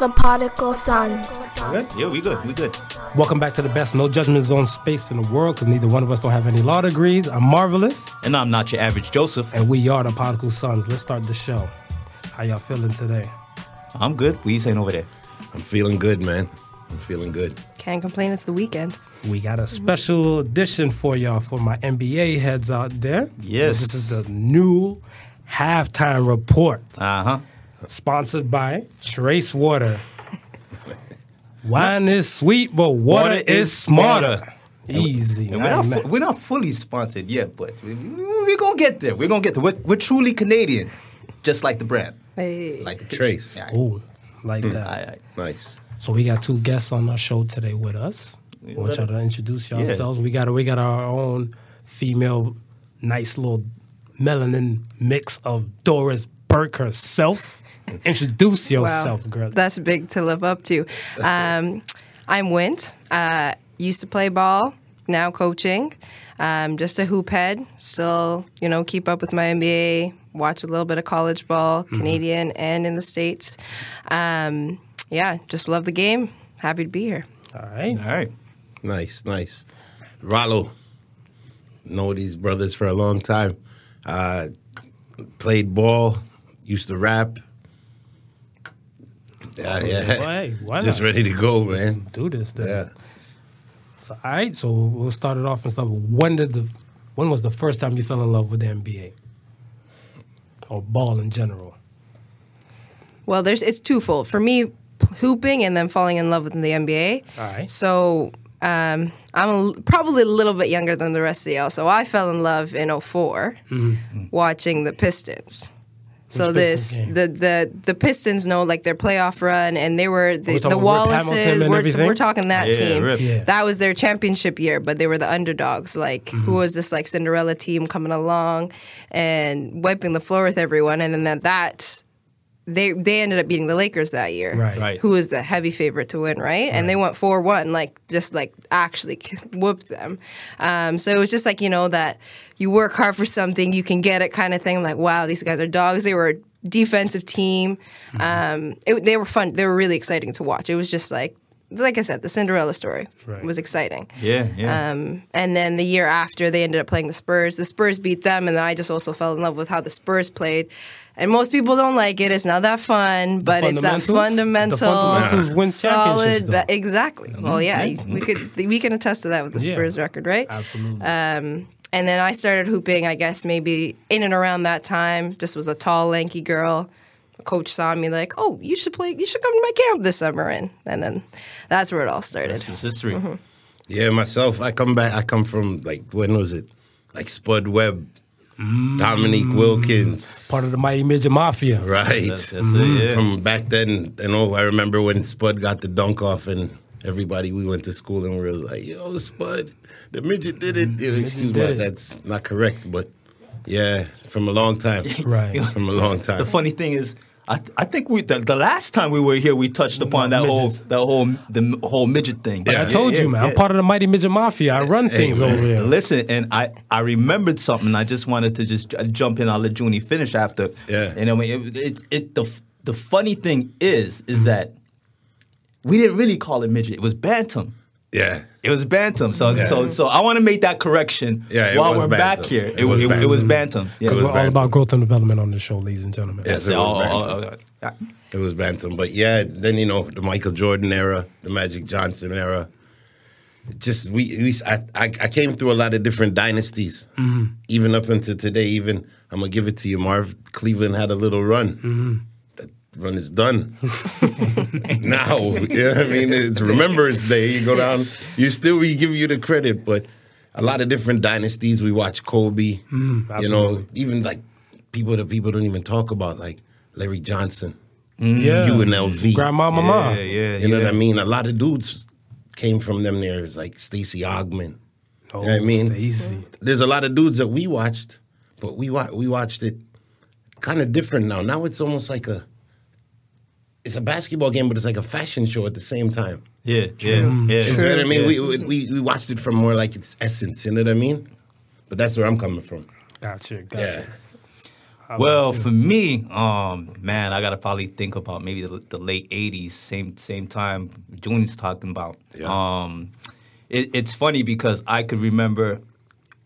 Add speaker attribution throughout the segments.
Speaker 1: The Particle Sons.
Speaker 2: Good? Yeah, we good. We good.
Speaker 3: Welcome back to the best no judgment zone space in the world because neither one of us don't have any law degrees. I'm marvelous,
Speaker 2: And I'm not your average Joseph.
Speaker 3: and we are the Particle Sons. Let's start the show. How y'all feeling today?
Speaker 2: I'm good. What you saying over there?
Speaker 4: I'm feeling good, man. I'm feeling good.
Speaker 5: Can't complain. It's the weekend.
Speaker 3: We got a special edition for y'all for my NBA heads out there.
Speaker 2: Yes.
Speaker 3: This is the new halftime report
Speaker 2: Uh huh.
Speaker 3: sponsored by Trace Water. Wine is sweet, but water,
Speaker 2: Water
Speaker 3: is
Speaker 2: is
Speaker 3: smarter.
Speaker 2: smarter.
Speaker 3: Easy.
Speaker 2: And
Speaker 3: I
Speaker 2: we're, not
Speaker 3: ain't
Speaker 2: fu-
Speaker 3: mad.
Speaker 2: we're not fully sponsored yet, but we're we we going to get there. We're going to get there. We're, we're truly Canadian, just like the brand.
Speaker 5: Hey.
Speaker 2: Like the
Speaker 4: Trace.
Speaker 2: Yeah,
Speaker 3: Ooh, like that.
Speaker 2: Mm, I- I-
Speaker 4: Nice.
Speaker 3: So we got two guests on our show today with us. I want y'all to introduce yourselves. We got we got our own female, nice little melanin mix of Doris Burke herself. introduce yourself, girl.
Speaker 5: That's big to live up to. Um, I'm Wint. Uh, used to play ball, now coaching. Um, just a hoop head. Still, you know, keep up with my NBA, watch a little bit of college ball, Canadian and in the States. Um, yeah, just love the game. Happy to be here.
Speaker 3: All right.
Speaker 2: All right.
Speaker 4: Nice, nice. Rallo, know these brothers for a long time. Uh, played ball, used to rap. Yeah, yeah.
Speaker 3: Why- why
Speaker 4: Just
Speaker 3: not?
Speaker 4: ready to go, man.
Speaker 3: Do this then.
Speaker 4: Yeah.
Speaker 3: So all right. So we'll start it off and stuff. When did the when was the first time you fell in love with the NBA? Or ball in general?
Speaker 5: Well, there's it's twofold for me: p- hooping and then falling in love with the NBA.
Speaker 3: All right.
Speaker 5: So um, I'm a l probably a little bit younger than the rest of y'all. So I fell in love in 4 watching the Pistons. So
Speaker 3: Mm-hmm. Which
Speaker 5: this
Speaker 3: Pistons game?
Speaker 5: the, the the Pistons know like their playoff run and they were the,
Speaker 3: we talking
Speaker 5: the
Speaker 3: Rip Hamilton and
Speaker 5: Wallaces we're,
Speaker 3: everything?
Speaker 5: we're talking that
Speaker 2: Yeah,
Speaker 5: team
Speaker 2: Rip.
Speaker 3: Yeah.
Speaker 5: that was their championship year but they were the underdogs like
Speaker 3: Mm-hmm.
Speaker 5: who was this like Cinderella team coming along and wiping the floor with everyone and then that that they they ended up beating the Lakers that year,
Speaker 3: Right.
Speaker 2: Right.
Speaker 5: Who was the heavy favorite to win, right? And they went four one, like just like actually whooped them. Um, so it was just like you know that you work hard for something, you can get it kind of thing. I'm like, wow, these guys are dogs. They were a defensive team.
Speaker 3: Mm-hmm.
Speaker 5: Um, it, they were fun. They were really exciting to watch. It was just like. Like I said, the Cinderella story
Speaker 3: Right.
Speaker 5: was exciting.
Speaker 2: Yeah, yeah.
Speaker 5: Um, and then the year after, they ended up playing the Spurs. The Spurs beat them, and then I just also fell in love with how the Spurs played. And most people don't like it. It's not that fun, but it's that
Speaker 3: fundamentals?
Speaker 5: fundamental,
Speaker 3: The fundamentals win championships,
Speaker 5: solid.
Speaker 3: though.
Speaker 5: ba- exactly. Well, yeah, you- we could we can attest to that with the
Speaker 3: Yeah.
Speaker 5: Spurs record, right? Um,
Speaker 3: Absolutely.
Speaker 5: And then I started hooping. I guess maybe in and around that time. Just was a tall, lanky girl. The Coach saw me like, oh, you should play. You should come to my camp this summer, and and then that's where it all started.
Speaker 2: This is history.
Speaker 4: Yeah, myself, I come back. I come from, like, when was it? Like Spud Webb, Dominique
Speaker 3: Mm,
Speaker 4: Wilkins.
Speaker 3: Part of the Mighty Midget Mafia.
Speaker 4: Right.
Speaker 2: That's- that's
Speaker 3: Mm-hmm.
Speaker 2: it, yeah.
Speaker 4: From back then, you know, I remember when Spud got the dunk off and everybody, we went to school and we was like, yo, Spud, the midget did it. You know,
Speaker 3: Mm-hmm.
Speaker 4: excuse me,
Speaker 3: did it.
Speaker 4: that's not correct, but yeah, from a long time.
Speaker 3: Right.
Speaker 4: From a long time.
Speaker 2: The funny thing is, I, I think we the, the last time we were here, we touched upon that whole
Speaker 3: Mm-hmm. Midgets.
Speaker 2: that whole the m- whole midget thing.
Speaker 3: I told you, man. I'm part of the Mighty Midget Mafia. I run things
Speaker 4: man.
Speaker 3: over there.
Speaker 2: Listen, and I, I remembered something. I just wanted to just j- jump in. I'll let Junie finish after.
Speaker 4: Yeah.
Speaker 2: And I mean, it, it, it the f- the funny thing is,
Speaker 4: Mm-hmm.
Speaker 2: is that we didn't really call it midget. It was bantam.
Speaker 4: yeah.
Speaker 2: It was bantam. So so so I want to make that correction.
Speaker 4: Yeah, it
Speaker 2: while
Speaker 4: was
Speaker 2: we're back
Speaker 4: bantam.
Speaker 2: here,
Speaker 4: It
Speaker 2: it, was
Speaker 4: was
Speaker 2: it, it was bantam. Yeah.
Speaker 3: Because
Speaker 4: was
Speaker 3: we're all
Speaker 4: bad.
Speaker 3: about growth and development on this show, ladies and gentlemen.
Speaker 4: Oh, Yes, it
Speaker 2: Oh,
Speaker 4: was
Speaker 2: oh,
Speaker 4: bantam.
Speaker 2: oh, oh, oh.
Speaker 4: It was Bantam. But yeah, then you know the Michael Jordan era, the Magic Johnson era. Just we, we I, I I came through a lot of different dynasties, even up until today. Even I'm gonna give it to you, Marv. Cleveland had a little run. That run is done. now, you know what I mean, it's Remembrance Day. You go down, you still we give you the credit, but a lot of different dynasties. We watch Kobe. you know,
Speaker 3: absolutely.
Speaker 4: even like people that people don't even talk about, like Larry Johnson.
Speaker 3: Yeah.
Speaker 4: UNLV.
Speaker 3: Grandma, mama.
Speaker 2: Yeah, yeah,
Speaker 4: You know
Speaker 2: yeah.
Speaker 4: what I mean? A lot of dudes came from them there. It's like Stacey Ogman.
Speaker 3: Oh,
Speaker 4: You know what I mean?
Speaker 3: Stacey.
Speaker 4: There's a lot of dudes that we watched, but we wa- we watched it kind of different now. Now it's almost like a it's a basketball game, but it's like a fashion show at the same time.
Speaker 2: Yeah, yeah, yeah.
Speaker 4: You know what I mean?
Speaker 2: Yeah.
Speaker 4: We, we we watched it from more like its essence. You know what I mean? But that's where I'm coming from.
Speaker 3: Gotcha. Gotcha.
Speaker 4: Yeah.
Speaker 3: How about
Speaker 2: Well,
Speaker 3: you?
Speaker 2: for me, um, man, I gotta probably think about maybe the, the late '80s, same same time Junie's talking about.
Speaker 4: Yeah.
Speaker 2: Um, it, it's funny because I could remember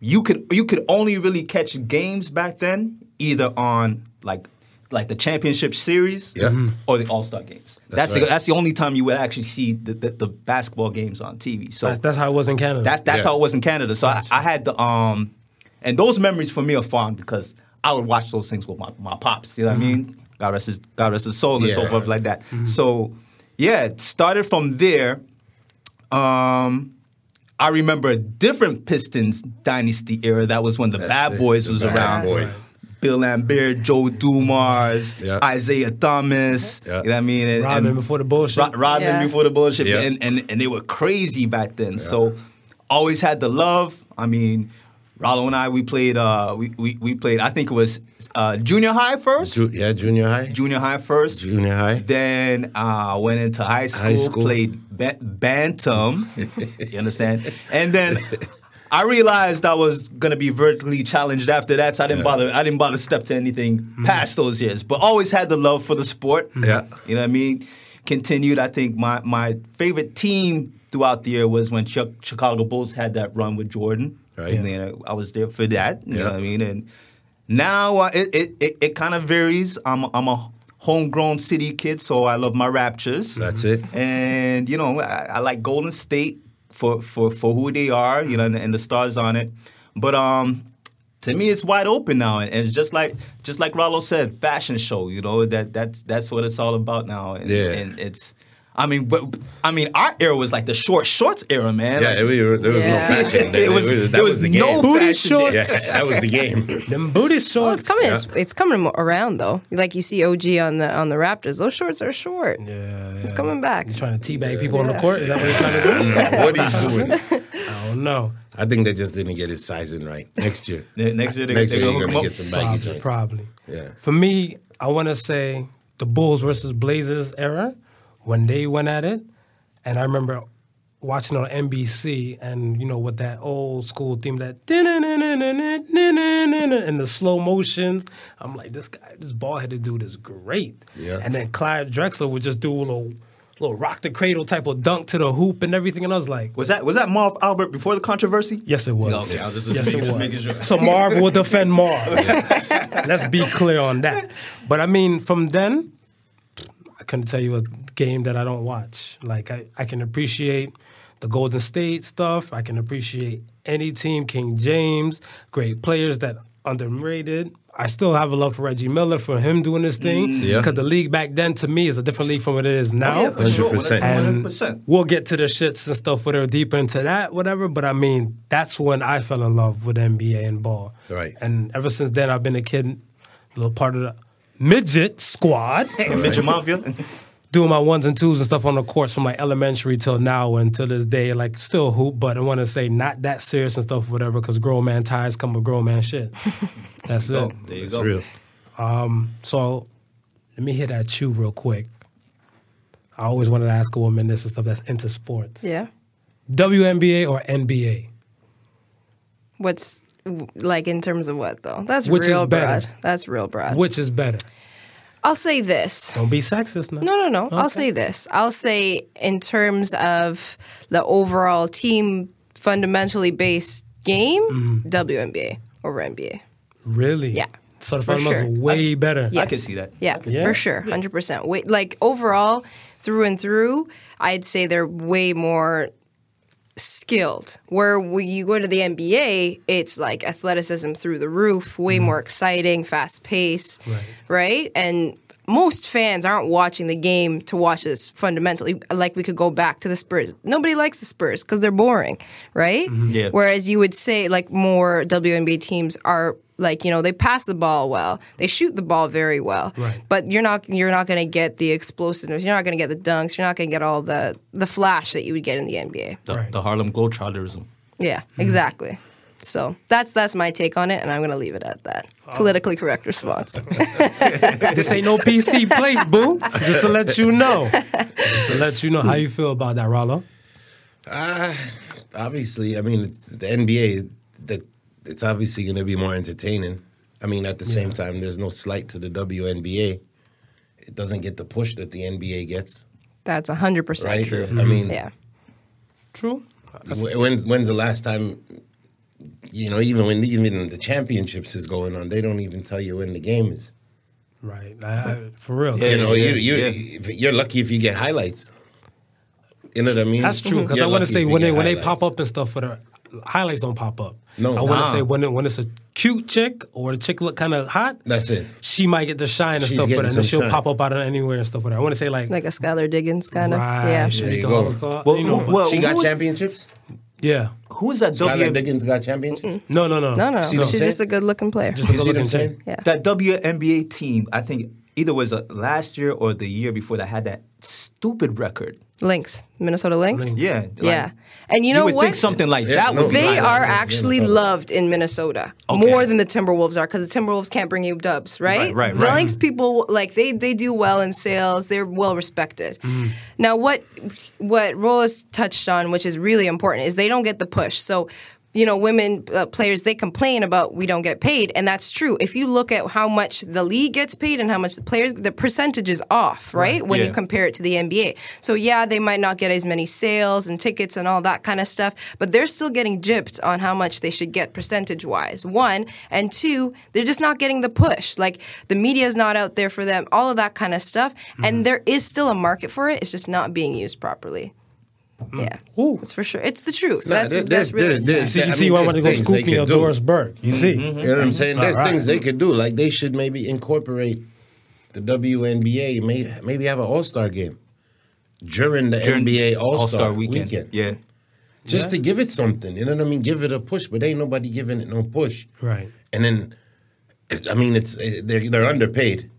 Speaker 2: you could you could only really catch games back then either on like like the championship series
Speaker 4: Yeah. Mhm.
Speaker 2: or the All Star games. That's the,
Speaker 4: right.
Speaker 2: that's the only time you would actually see the, the, the basketball games on TV. So
Speaker 3: that's, that's how it was in Canada.
Speaker 2: that's that's
Speaker 4: Yeah.
Speaker 2: how it was in Canada. So I, I had the um, and those memories for me are fond because I would watch those things with my, my pops. You know what I
Speaker 3: Mm-hmm.
Speaker 2: mean? God rest his God rest his soul and so
Speaker 4: Yeah.
Speaker 2: forth like that. So yeah, it started from there. Um, I remember a different Pistons dynasty era. That was when the Bad
Speaker 4: it,
Speaker 2: Boys
Speaker 4: the
Speaker 2: was
Speaker 4: Bad
Speaker 2: around.
Speaker 4: Boys.
Speaker 2: Bill Lambert, Joe Dumars,
Speaker 4: Yeah.
Speaker 2: Isaiah Thomas.
Speaker 4: Yeah.
Speaker 2: You know what I mean? And-
Speaker 3: Rodman
Speaker 2: and-
Speaker 3: before the bullshit.
Speaker 2: Ro- Rodman
Speaker 5: Yeah.
Speaker 2: before the bullshit,
Speaker 4: Yeah.
Speaker 2: and, and and they were crazy back then. So always had the love. I mean, Rollo and I we played. Uh, we, we we played. I think it was uh, junior high first.
Speaker 4: Ju- yeah, junior high.
Speaker 2: junior high first.
Speaker 4: Junior high.
Speaker 2: Then uh, went into high school,
Speaker 4: High school.
Speaker 2: played ba- bantam. you understand? And then I realized I was gonna be vertically challenged after that, so I didn't bother. I didn't bother step to anything
Speaker 4: Mm-hmm.
Speaker 2: past those years. But always had the love for the sport.
Speaker 4: Yeah.
Speaker 2: you know what I mean. Continued. I think my my favorite team throughout the year was when Chuck, Chicago Bulls had that run with Jordan.
Speaker 4: Right.
Speaker 2: And then I was there for that. You know
Speaker 4: Yeah.
Speaker 2: what I mean? And now uh, it it, it, it kind of varies. I'm a, I'm a homegrown city kid, so I love my Raptors.
Speaker 4: That's it.
Speaker 2: And you know, I, I like Golden State for, for for who they are, you know, and, and the stars on it. But um, to me, it's wide open now, and it's just like just like Rollo said, fashion show. You know that that's that's what it's all about now. And,
Speaker 4: Yeah.
Speaker 2: and it's. I mean, but I mean, our era was like the short shorts era, man.
Speaker 4: Yeah,
Speaker 2: Like,
Speaker 4: it, was- there was
Speaker 5: Yeah.
Speaker 4: no fashion.
Speaker 2: it was,
Speaker 4: that
Speaker 2: there was,
Speaker 4: the
Speaker 2: no
Speaker 4: game.
Speaker 3: Booty
Speaker 2: fashion
Speaker 3: shorts.
Speaker 4: Yeah,
Speaker 2: there.
Speaker 4: that was the game.
Speaker 3: Them booty
Speaker 5: Oh,
Speaker 3: shorts.
Speaker 5: it's coming. It's, it's coming mo- around though. Like you see OG on the on the Raptors. Those shorts are short.
Speaker 3: Yeah,
Speaker 5: It's
Speaker 3: yeah.
Speaker 5: coming back.
Speaker 3: You trying to teabag people on the court? Is that what you're trying to do?
Speaker 4: what he's doing.
Speaker 3: I don't know.
Speaker 4: I think they just didn't get his sizing right. Next year.
Speaker 2: Yeah, next year they-
Speaker 4: next
Speaker 2: they
Speaker 4: year
Speaker 2: gonna
Speaker 4: you're
Speaker 2: hook him
Speaker 4: gonna
Speaker 2: up.
Speaker 4: get some baggy
Speaker 3: Probably, probably.
Speaker 4: joints. Yeah.
Speaker 3: For me, I want to say the Bulls versus Blazers era when they went at it, and I remember watching on NBC and you know with that old school theme that "Din-din-din-din-din-din-din-din-din," and the slow motions. I'm like, this guy, this ball headed dude is great.
Speaker 4: Yeah.
Speaker 3: And then Clyde Drexler would just do a little. Little rock the cradle type of dunk to the hoop and everything, and I was like,
Speaker 2: Was that was that Marv Albert before the controversy?
Speaker 3: Yes, it was.
Speaker 2: Okay, I was just-
Speaker 3: yes,
Speaker 2: just
Speaker 3: it was.
Speaker 2: making sure.
Speaker 3: So Marv will defend Marv. Let's be clear on that. But I mean, from then, I couldn't tell you a game that I don't watch. Like I, I can appreciate the Golden State stuff. I can appreciate any team, King James, great players that underrated. I still have a love for Reggie Miller for him doing this thing
Speaker 4: Yeah.
Speaker 3: because the league back then to me is a different league from what it is now.
Speaker 2: Mm, Oh, yeah, for sure, one
Speaker 4: 100%.
Speaker 2: hundred
Speaker 3: And
Speaker 2: percent.
Speaker 3: we'll get to the shits and stuff whatever deeper into that, whatever. But I mean, that's when I fell in love with NBA and ball.
Speaker 4: Right.
Speaker 3: And ever since then, I've been a kid, little part of the midget squad,
Speaker 2: Midget Mafia.
Speaker 3: doing my ones and twos and stuff on the courts from like elementary till now and till this day. Like still hoop, but I want to say not that serious and stuff, whatever, because grown man ties come with grown man shit. That's it.
Speaker 2: Oh, there you
Speaker 4: It's
Speaker 2: go.
Speaker 4: real.
Speaker 3: So let me hit at you real quick. I always wanted to ask a woman this and stuff that's into sports.
Speaker 5: Yeah.
Speaker 3: WNBA or NBA?
Speaker 5: What's w- like in terms of what though? That's
Speaker 3: Which is
Speaker 5: real broad.
Speaker 3: better?
Speaker 5: That's real broad.
Speaker 3: Which is better?
Speaker 5: I'll say this.
Speaker 3: Don't be sexist now.
Speaker 5: No, no, no. I'll
Speaker 3: Okay.
Speaker 5: say this. I'll say in terms of the overall team fundamentally based game,
Speaker 3: Mm-hmm.
Speaker 5: WNBA over NBA.
Speaker 3: Really?
Speaker 5: Yeah,
Speaker 3: So the
Speaker 5: for
Speaker 3: fundamentals
Speaker 5: sure.
Speaker 3: are way better.
Speaker 2: I
Speaker 5: Yes.
Speaker 2: can see that.
Speaker 5: Yeah,
Speaker 3: see
Speaker 5: for
Speaker 3: that.
Speaker 5: sure, hundred percent. Wait, like overall, through and through, I'd say they're way more skilled. Where when you go to the NBA, it's like athleticism through the roof, way
Speaker 2: Mm-hmm.
Speaker 5: more exciting, fast pace, right. And most fans aren't watching the game to watch this fundamentally. Like we could go back to the Spurs. Nobody likes the Spurs because they're boring, right?
Speaker 2: Yeah.
Speaker 5: Whereas you would say like more WNBA teams are like you know they pass the ball well, they shoot the ball very well,
Speaker 3: Right.
Speaker 5: but you're not you're not going to get the explosiveness, you're not going to get the dunks, you're not going to get all the the flash that you would get in the NBA.
Speaker 2: The,
Speaker 3: Right.
Speaker 2: the Harlem Globetrotterism.
Speaker 5: Yeah, exactly. So that's that's my take on it, and I'm going to leave it at that. Politically correct response.
Speaker 3: This ain't no PC place, boo. Just to let you know. Just to let you know how you feel about that, Rollo.
Speaker 4: Ah, Obviously, I mean, it's, the NBA, the, it's obviously going to be more entertaining. I mean, at the same time, there's no slight to the WNBA. It doesn't get the push that the NBA gets,
Speaker 5: That's 100%
Speaker 4: right?
Speaker 5: true.
Speaker 4: I mean,
Speaker 5: Yeah.
Speaker 3: True.
Speaker 4: wh- when when's the last time? You know, even when even the championships is going on, they don't even tell you when the game is.
Speaker 3: Right. I, I, for real.
Speaker 2: Yeah.
Speaker 4: You know, you you
Speaker 2: yeah.
Speaker 4: if- you're lucky if you get highlights. You know what I mean?
Speaker 3: That's true. Because
Speaker 4: You're
Speaker 3: I want to
Speaker 4: lucky
Speaker 3: say
Speaker 4: if you
Speaker 3: when they
Speaker 4: get
Speaker 3: when they
Speaker 4: highlights.
Speaker 3: pop up and stuff for the highlights don't pop up.
Speaker 4: No.
Speaker 3: I want to
Speaker 2: Nah.
Speaker 3: say when it, when it's a cute chick or the chick look kind of hot.
Speaker 4: That's it.
Speaker 3: She might get the shine and
Speaker 4: She's
Speaker 3: stuff for
Speaker 4: getting
Speaker 3: that, and
Speaker 4: some
Speaker 3: then she'll
Speaker 4: shine.
Speaker 3: pop up out of anywhere and stuff for that. I want to say like,
Speaker 5: Like a Skylar Diggins kind of.
Speaker 3: right,
Speaker 5: Yeah.
Speaker 3: she
Speaker 4: There you
Speaker 3: can
Speaker 4: go.
Speaker 3: always go out,
Speaker 2: Well,
Speaker 3: you know,
Speaker 2: who-
Speaker 3: but-
Speaker 2: well-
Speaker 4: She got
Speaker 2: who is-
Speaker 4: championships.
Speaker 3: yeah,
Speaker 2: Who is that
Speaker 4: Skylar
Speaker 2: W
Speaker 4: Diggins got championships.
Speaker 3: no, no, no,
Speaker 5: No, no, no.
Speaker 4: See what I'm
Speaker 5: She's just a
Speaker 4: saying?
Speaker 5: good looking player.
Speaker 3: Just a
Speaker 4: You see what
Speaker 3: good-looking
Speaker 4: I'm
Speaker 3: chick.
Speaker 4: saying?
Speaker 5: yeah.
Speaker 2: that WNBA team? I think either was uh, last year or the year before that had that stupid record.
Speaker 5: Lynx. Minnesota Lynx.
Speaker 2: Yeah, like,
Speaker 5: yeah. And you
Speaker 2: You,
Speaker 5: know
Speaker 2: would
Speaker 5: what?
Speaker 2: think something like
Speaker 4: Yeah,
Speaker 2: that
Speaker 4: no,
Speaker 2: would be.
Speaker 5: They
Speaker 2: like-
Speaker 5: are actually loved in Minnesota
Speaker 2: Okay.
Speaker 5: more than the Timberwolves are because the Timberwolves can't bring you dubs, right?
Speaker 2: Right, right,
Speaker 5: The
Speaker 2: right.
Speaker 5: Lynx people like they they do well in sales. They're well respected.
Speaker 2: Mm-hmm.
Speaker 5: Now what what Rose touched on, which is really important, is they don't get the push. So. You know, women uh, players, they complain about we don't get paid. And that's true. If you look at how much the league gets paid and how much the players, the percentage is off, right? When you
Speaker 2: Yeah.
Speaker 5: compare compare it to the NBA. So yeah, they might not get as many sales and tickets and all that kind of stuff, but they're still getting gypped on how much they should get percentage wise. One and two, they're just not getting the push. Like the media is not out there for them, all of that kind of stuff.
Speaker 4: Mm-hmm.
Speaker 5: And there is still a market for it. It's just not being used properly.
Speaker 4: Mm.
Speaker 5: Yeah,
Speaker 3: Ooh.
Speaker 5: that's for sure. It's the truth.
Speaker 4: Nah,
Speaker 5: that's
Speaker 4: there- there's-
Speaker 5: that's really
Speaker 4: there- there's-
Speaker 3: See,
Speaker 4: I
Speaker 3: you see,
Speaker 4: mean,
Speaker 3: why I want to go
Speaker 4: there's things
Speaker 3: scoop
Speaker 4: they
Speaker 3: me
Speaker 4: could
Speaker 3: a
Speaker 4: do. Mm-hmm.
Speaker 3: Doris Burke. You see,
Speaker 4: You know what I'm saying? There's
Speaker 3: Alright.
Speaker 4: things they could do. Like they should maybe incorporate the WNBA. May, maybe have an All Star game during the
Speaker 2: During
Speaker 4: NBA All
Speaker 2: All-Star
Speaker 4: Star weekend.
Speaker 2: Yeah.
Speaker 4: just to give it something. You know what I mean? Give it a push, but ain't nobody giving it no push.
Speaker 3: Right.
Speaker 4: And then, I mean, it's eh, they're, they're underpaid.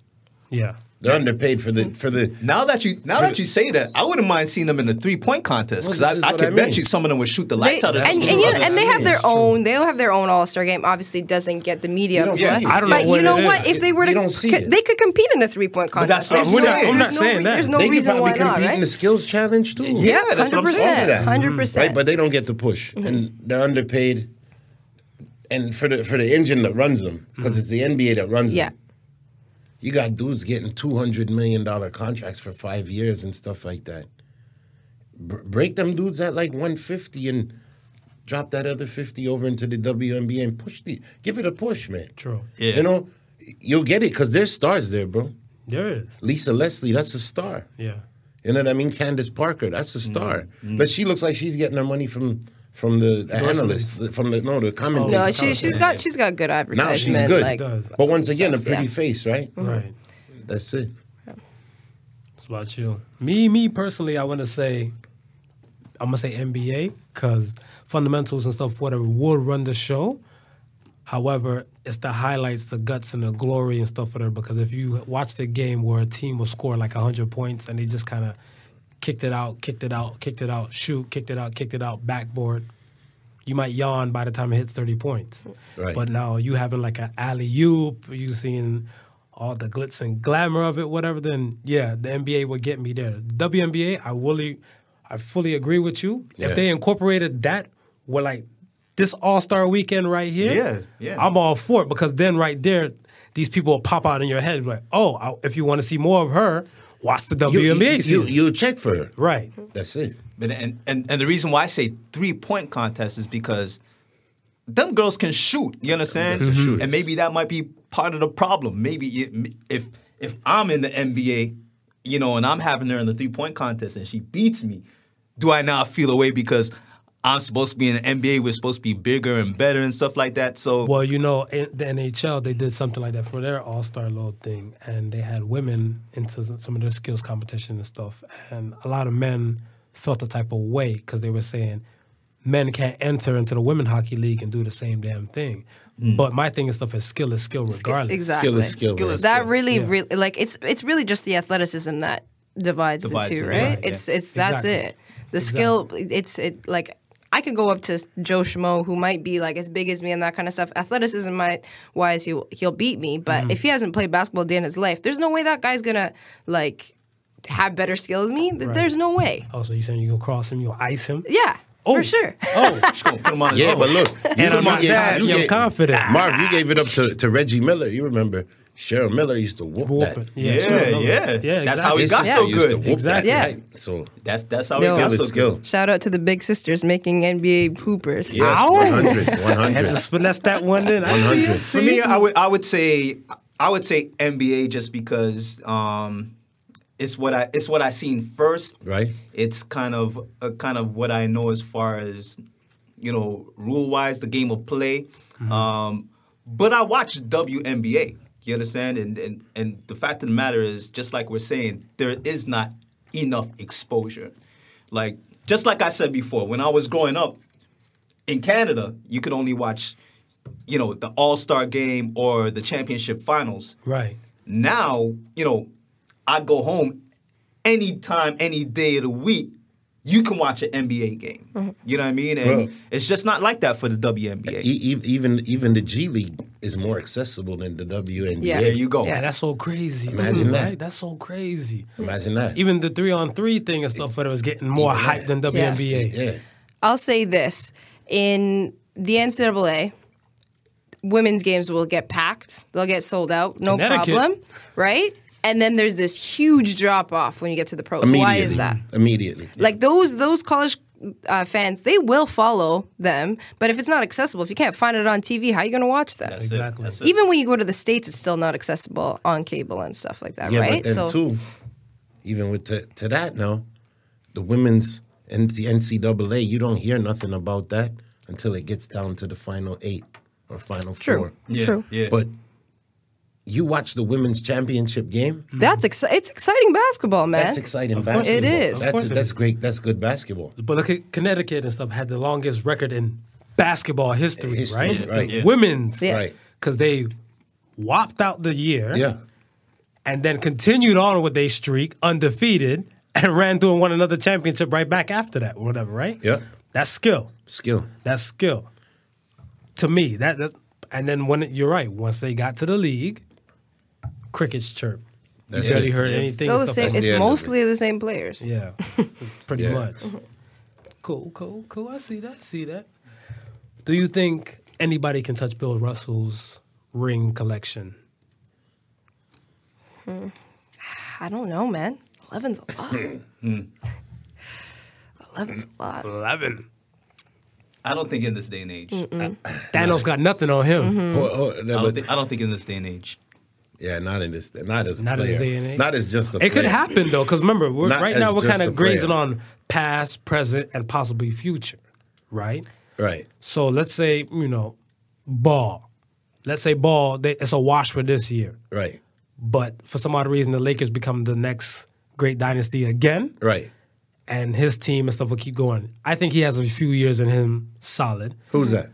Speaker 3: yeah,
Speaker 4: They're underpaid for the for the.
Speaker 2: Now that you now that you say that, I wouldn't mind seeing them in a three point contest because
Speaker 4: Well, this is
Speaker 2: I, I
Speaker 4: what
Speaker 2: could
Speaker 4: I mean.
Speaker 2: bet you some of them would shoot the
Speaker 5: They,
Speaker 2: lights
Speaker 5: and,
Speaker 2: out of
Speaker 5: and,
Speaker 2: some
Speaker 5: you-
Speaker 2: of the
Speaker 5: and they have their
Speaker 4: It's true.
Speaker 5: own. They have their own All Star game. Obviously, doesn't get the media.
Speaker 4: You don't
Speaker 5: but-
Speaker 4: see it. I
Speaker 3: don't know
Speaker 5: but
Speaker 3: what
Speaker 5: you know
Speaker 3: it
Speaker 5: what?
Speaker 3: is.
Speaker 5: If they were to,
Speaker 4: You don't see it.
Speaker 5: they could compete in a three point contest.
Speaker 2: that's what I'm
Speaker 5: There's no-
Speaker 2: saying. I'm
Speaker 5: there's
Speaker 3: not
Speaker 5: no
Speaker 3: saying
Speaker 5: re-
Speaker 3: that.
Speaker 5: There's no
Speaker 4: they could
Speaker 5: reason
Speaker 4: probably
Speaker 5: why
Speaker 4: compete
Speaker 5: not,
Speaker 4: in the
Speaker 5: right?
Speaker 4: skills challenge too.
Speaker 2: Yeah, that's what I'm saying.
Speaker 4: All of that.
Speaker 5: 100%. 100%.
Speaker 4: Right, but they don't get the push,
Speaker 5: Mm-hmm.
Speaker 4: and they're underpaid. And for the for the engine that runs them, because it's the NBA that runs
Speaker 5: Yeah.
Speaker 4: them. You got dudes getting two hundred million dollar contracts for five years and stuff like that. Br- break them dudes at like one fifty and drop that other fifty over into the WNBA and push the give it a push, man.
Speaker 3: True.
Speaker 2: Yeah.
Speaker 4: You know, you'll get it because there's stars there, bro.
Speaker 3: there is.
Speaker 4: Lisa Leslie, that's a star.
Speaker 3: Yeah,
Speaker 4: You know what I mean? Candace Parker, that's a star.
Speaker 2: Mm-hmm.
Speaker 4: But she looks like she's getting her money from from the, the analysts, from the no, the
Speaker 2: Oh.
Speaker 4: commentators.
Speaker 5: No, she, she's got she's got good
Speaker 4: now
Speaker 5: advertisement.
Speaker 4: she's good.
Speaker 5: Like, e,
Speaker 3: Does.
Speaker 4: but once again, a
Speaker 5: stuff, yeah.
Speaker 4: pretty face, right?
Speaker 2: Mm-hmm.
Speaker 3: right.
Speaker 4: That's it.
Speaker 3: It's about you. Me, me personally, I want to say, I'm gonna say NBA because fundamentals and stuff, whatever, will run the show. However, it's the highlights, the guts, and the glory and stuff for there. Because if you watch the game where a team will score like 100 points and they just kind of kicked it out, kicked it out, kicked it out, shoot, kicked it out, kicked it out, backboard, you might yawn by the time it hits 30 points.
Speaker 4: Right.
Speaker 3: But now you having like an alley oop, you seeing all the glitz and glamour of it, whatever, then yeah, the NBA would get me there. WNBA, I fully, I fully agree with you.
Speaker 4: Yeah.
Speaker 3: If they incorporated that with like this All Star weekend right here,
Speaker 2: Yeah, yeah.
Speaker 3: I'm all for it because then right there, these people will pop out in your head like, oh, I, if you want to see more of her, watch the WNBA
Speaker 4: you, you, you,
Speaker 3: season.
Speaker 4: you check for her.
Speaker 3: right.
Speaker 4: That's it.
Speaker 2: But and, and and the reason why I say three point contest is because them girls can shoot. You understand? And maybe that might be part of the problem. Maybe it, if if I'm in the NBA, you know, and I'm having her in the three point contest and she beats me, do I now feel away because I'm supposed to be in the NBA? We're supposed to be bigger and better and stuff like that. So
Speaker 3: Well, you know, in the NHL, they did something like that for their All Star Load thing, and they had women into s- some of their skills competition and stuff. And a lot of men felt the type of way because they were saying men can't enter into the women hockey league and do the same damn thing.
Speaker 2: Hmm.
Speaker 3: But my thing and stuff is skill is skill regardless.
Speaker 5: Exactly.
Speaker 4: Skill is skill.
Speaker 2: Skill
Speaker 4: man.
Speaker 2: is-
Speaker 5: That really, really like it's it's really just the athleticism that divides,
Speaker 2: Divides
Speaker 5: the two,
Speaker 2: it,
Speaker 5: right?
Speaker 2: right, yeah.
Speaker 5: It's it's that's
Speaker 3: Exactly.
Speaker 5: it. The skill, it's it like I could go up to Joe Schmo who might be like as big as me and that kind of stuff. Athleticism might wise he he'll beat me, but
Speaker 2: Mm-hmm.
Speaker 5: if he hasn't played basketball a day in his life, there's no way that guy's gonna like have better skill than me. Th- There's no way.
Speaker 3: Oh, so you saying you gonna cross him, you gonna ice him?
Speaker 5: Yeah.
Speaker 3: Oh,
Speaker 5: for sure.
Speaker 2: Oh, she's gonna put him on his
Speaker 4: Yeah,
Speaker 2: own.
Speaker 4: but look, you
Speaker 2: and I'm
Speaker 4: remember-
Speaker 2: not
Speaker 4: yeah,
Speaker 2: that.
Speaker 3: I'm
Speaker 4: gave-
Speaker 3: confident.
Speaker 4: Marv, you gave it up to, to Reggie Miller. You remember Cheryl Miller used to whoop,
Speaker 3: Whoop
Speaker 4: that.
Speaker 3: it.
Speaker 2: Yeah,
Speaker 3: sure.
Speaker 2: yeah,
Speaker 3: Yeah,
Speaker 2: That's
Speaker 3: exactly.
Speaker 2: how Oh, he
Speaker 4: His
Speaker 2: got
Speaker 4: sister
Speaker 2: so
Speaker 4: used to
Speaker 2: good.
Speaker 4: whoop that,
Speaker 3: Exactly.
Speaker 5: Yeah.
Speaker 4: right? So
Speaker 2: That's that's how he
Speaker 5: No.
Speaker 2: got
Speaker 4: skill
Speaker 2: so
Speaker 4: is skill.
Speaker 2: good.
Speaker 5: Shout out to the big sisters making NBA hoopers.
Speaker 4: Yes,
Speaker 3: Ow.
Speaker 4: 100, 100.
Speaker 3: Just finesse that one in. I see
Speaker 4: 100.
Speaker 3: it.
Speaker 2: For me, I would I would say I would say NBA just because um, it's what I it's what I seen first.
Speaker 4: Right.
Speaker 2: It's kind of uh, kind of what I know as far as you know rule wise the game of play. Um, but I watch WNBA. You understand? And, and and the fact of the matter is, just like we're saying, there is not enough exposure. Like just like I said before, when I was growing up, in Canada, you could only watch, you know, the All Star game or the championship finals.
Speaker 3: Right.
Speaker 2: Now, you know, I go home anytime, any day of the week. You can watch an NBA game.
Speaker 5: Mm-hmm.
Speaker 2: You know what I mean? And
Speaker 4: Well-
Speaker 2: it's just not like that for the WNBA.
Speaker 4: E- e- even even the G League is more accessible than the WNBA.
Speaker 5: Yeah.
Speaker 2: there you go.
Speaker 5: Yeah.
Speaker 3: And that's so crazy.
Speaker 4: Imagine
Speaker 3: too,
Speaker 4: that.
Speaker 3: Right? That's so crazy.
Speaker 4: Imagine that.
Speaker 3: Even the three on three thing and stuff, but it was getting more hype than
Speaker 5: Yeah.
Speaker 3: WNBA.
Speaker 4: yeah,
Speaker 5: I'll say this in the NCAA, women's games will get packed, they'll get sold out, no
Speaker 3: Connecticut.
Speaker 5: problem, right? And then there's this huge drop off when you get to the pros. Why is that?
Speaker 4: Immediately.
Speaker 5: Like those those college uh, fans, they will follow them, but if it's not accessible, if you can't find it on TV, how are you going to watch that?
Speaker 2: That's it.
Speaker 3: Exactly.
Speaker 2: That's it.
Speaker 5: Even when you go to the states, it's still not accessible on cable and stuff like that,
Speaker 4: yeah,
Speaker 5: right?
Speaker 4: but then too, even with to, to that now, the women's and the NCAA, you don't hear nothing about that until it gets down to the final eight or final
Speaker 5: True.
Speaker 4: four.
Speaker 2: Yeah,
Speaker 5: True.
Speaker 2: yeah.
Speaker 4: But you watch the women's championship game.
Speaker 5: that's exci- it's exciting basketball, man.
Speaker 4: That's exciting
Speaker 3: course
Speaker 5: it
Speaker 4: basketball.
Speaker 5: is. Of
Speaker 4: That's
Speaker 3: course it
Speaker 4: that's
Speaker 3: is.
Speaker 4: great. That's good basketball.
Speaker 3: But look at Connecticut and stuff had the longest record in basketball history,
Speaker 4: History,
Speaker 3: right?
Speaker 4: yeah, right.
Speaker 3: The Women's.
Speaker 5: Yeah.
Speaker 4: Right.
Speaker 3: Because they whopped out the year
Speaker 4: Yeah.
Speaker 3: and then continued on with their streak undefeated and ran through and won another championship right back after that, or whatever, right?
Speaker 4: Yeah.
Speaker 3: That's skill.
Speaker 4: Skill.
Speaker 3: That's skill. To me, that, that and then when it- you're right, once they got to the league, crickets chirp. You
Speaker 4: That's
Speaker 3: barely
Speaker 4: it.
Speaker 3: heard anything.
Speaker 5: still the
Speaker 3: and stuff
Speaker 5: same.
Speaker 3: like
Speaker 5: It's
Speaker 4: the end of it.
Speaker 5: mostly the same players.
Speaker 3: yeah, pretty
Speaker 4: Yeah.
Speaker 3: much. Cool, cool, cool. I see that. See that. Do you think anybody can touch Bill Russell's ring collection?
Speaker 5: I don't know, man. Eleven's a lot.
Speaker 4: Mm.
Speaker 5: Eleven's a lot.
Speaker 3: Eleven.
Speaker 2: I don't think in this day and age. I,
Speaker 3: Thanos got nothing on him.
Speaker 5: Mm.
Speaker 4: Oh, oh, no,
Speaker 2: I don't
Speaker 4: but-
Speaker 2: think, I don't think in this day and age.
Speaker 4: yeah, not in this. Not as a
Speaker 3: Not in
Speaker 4: player.
Speaker 3: this day and age.
Speaker 4: Not as just a.
Speaker 3: It could
Speaker 4: player.
Speaker 3: happen though, because remember, we're,
Speaker 4: Not
Speaker 3: right
Speaker 4: as
Speaker 3: now we're
Speaker 4: just
Speaker 3: kind
Speaker 4: a
Speaker 3: of grazing
Speaker 4: player.
Speaker 3: on past, present, and possibly future, right?
Speaker 4: Right.
Speaker 3: So let's say you know, ball. Let's say ball. They, it's a wash for this year,
Speaker 4: Right.
Speaker 3: but for some odd reason, the Lakers become the next great dynasty again.
Speaker 4: Right.
Speaker 3: and his team and stuff will keep going. I think he has a few years in him solid.
Speaker 4: Who's that?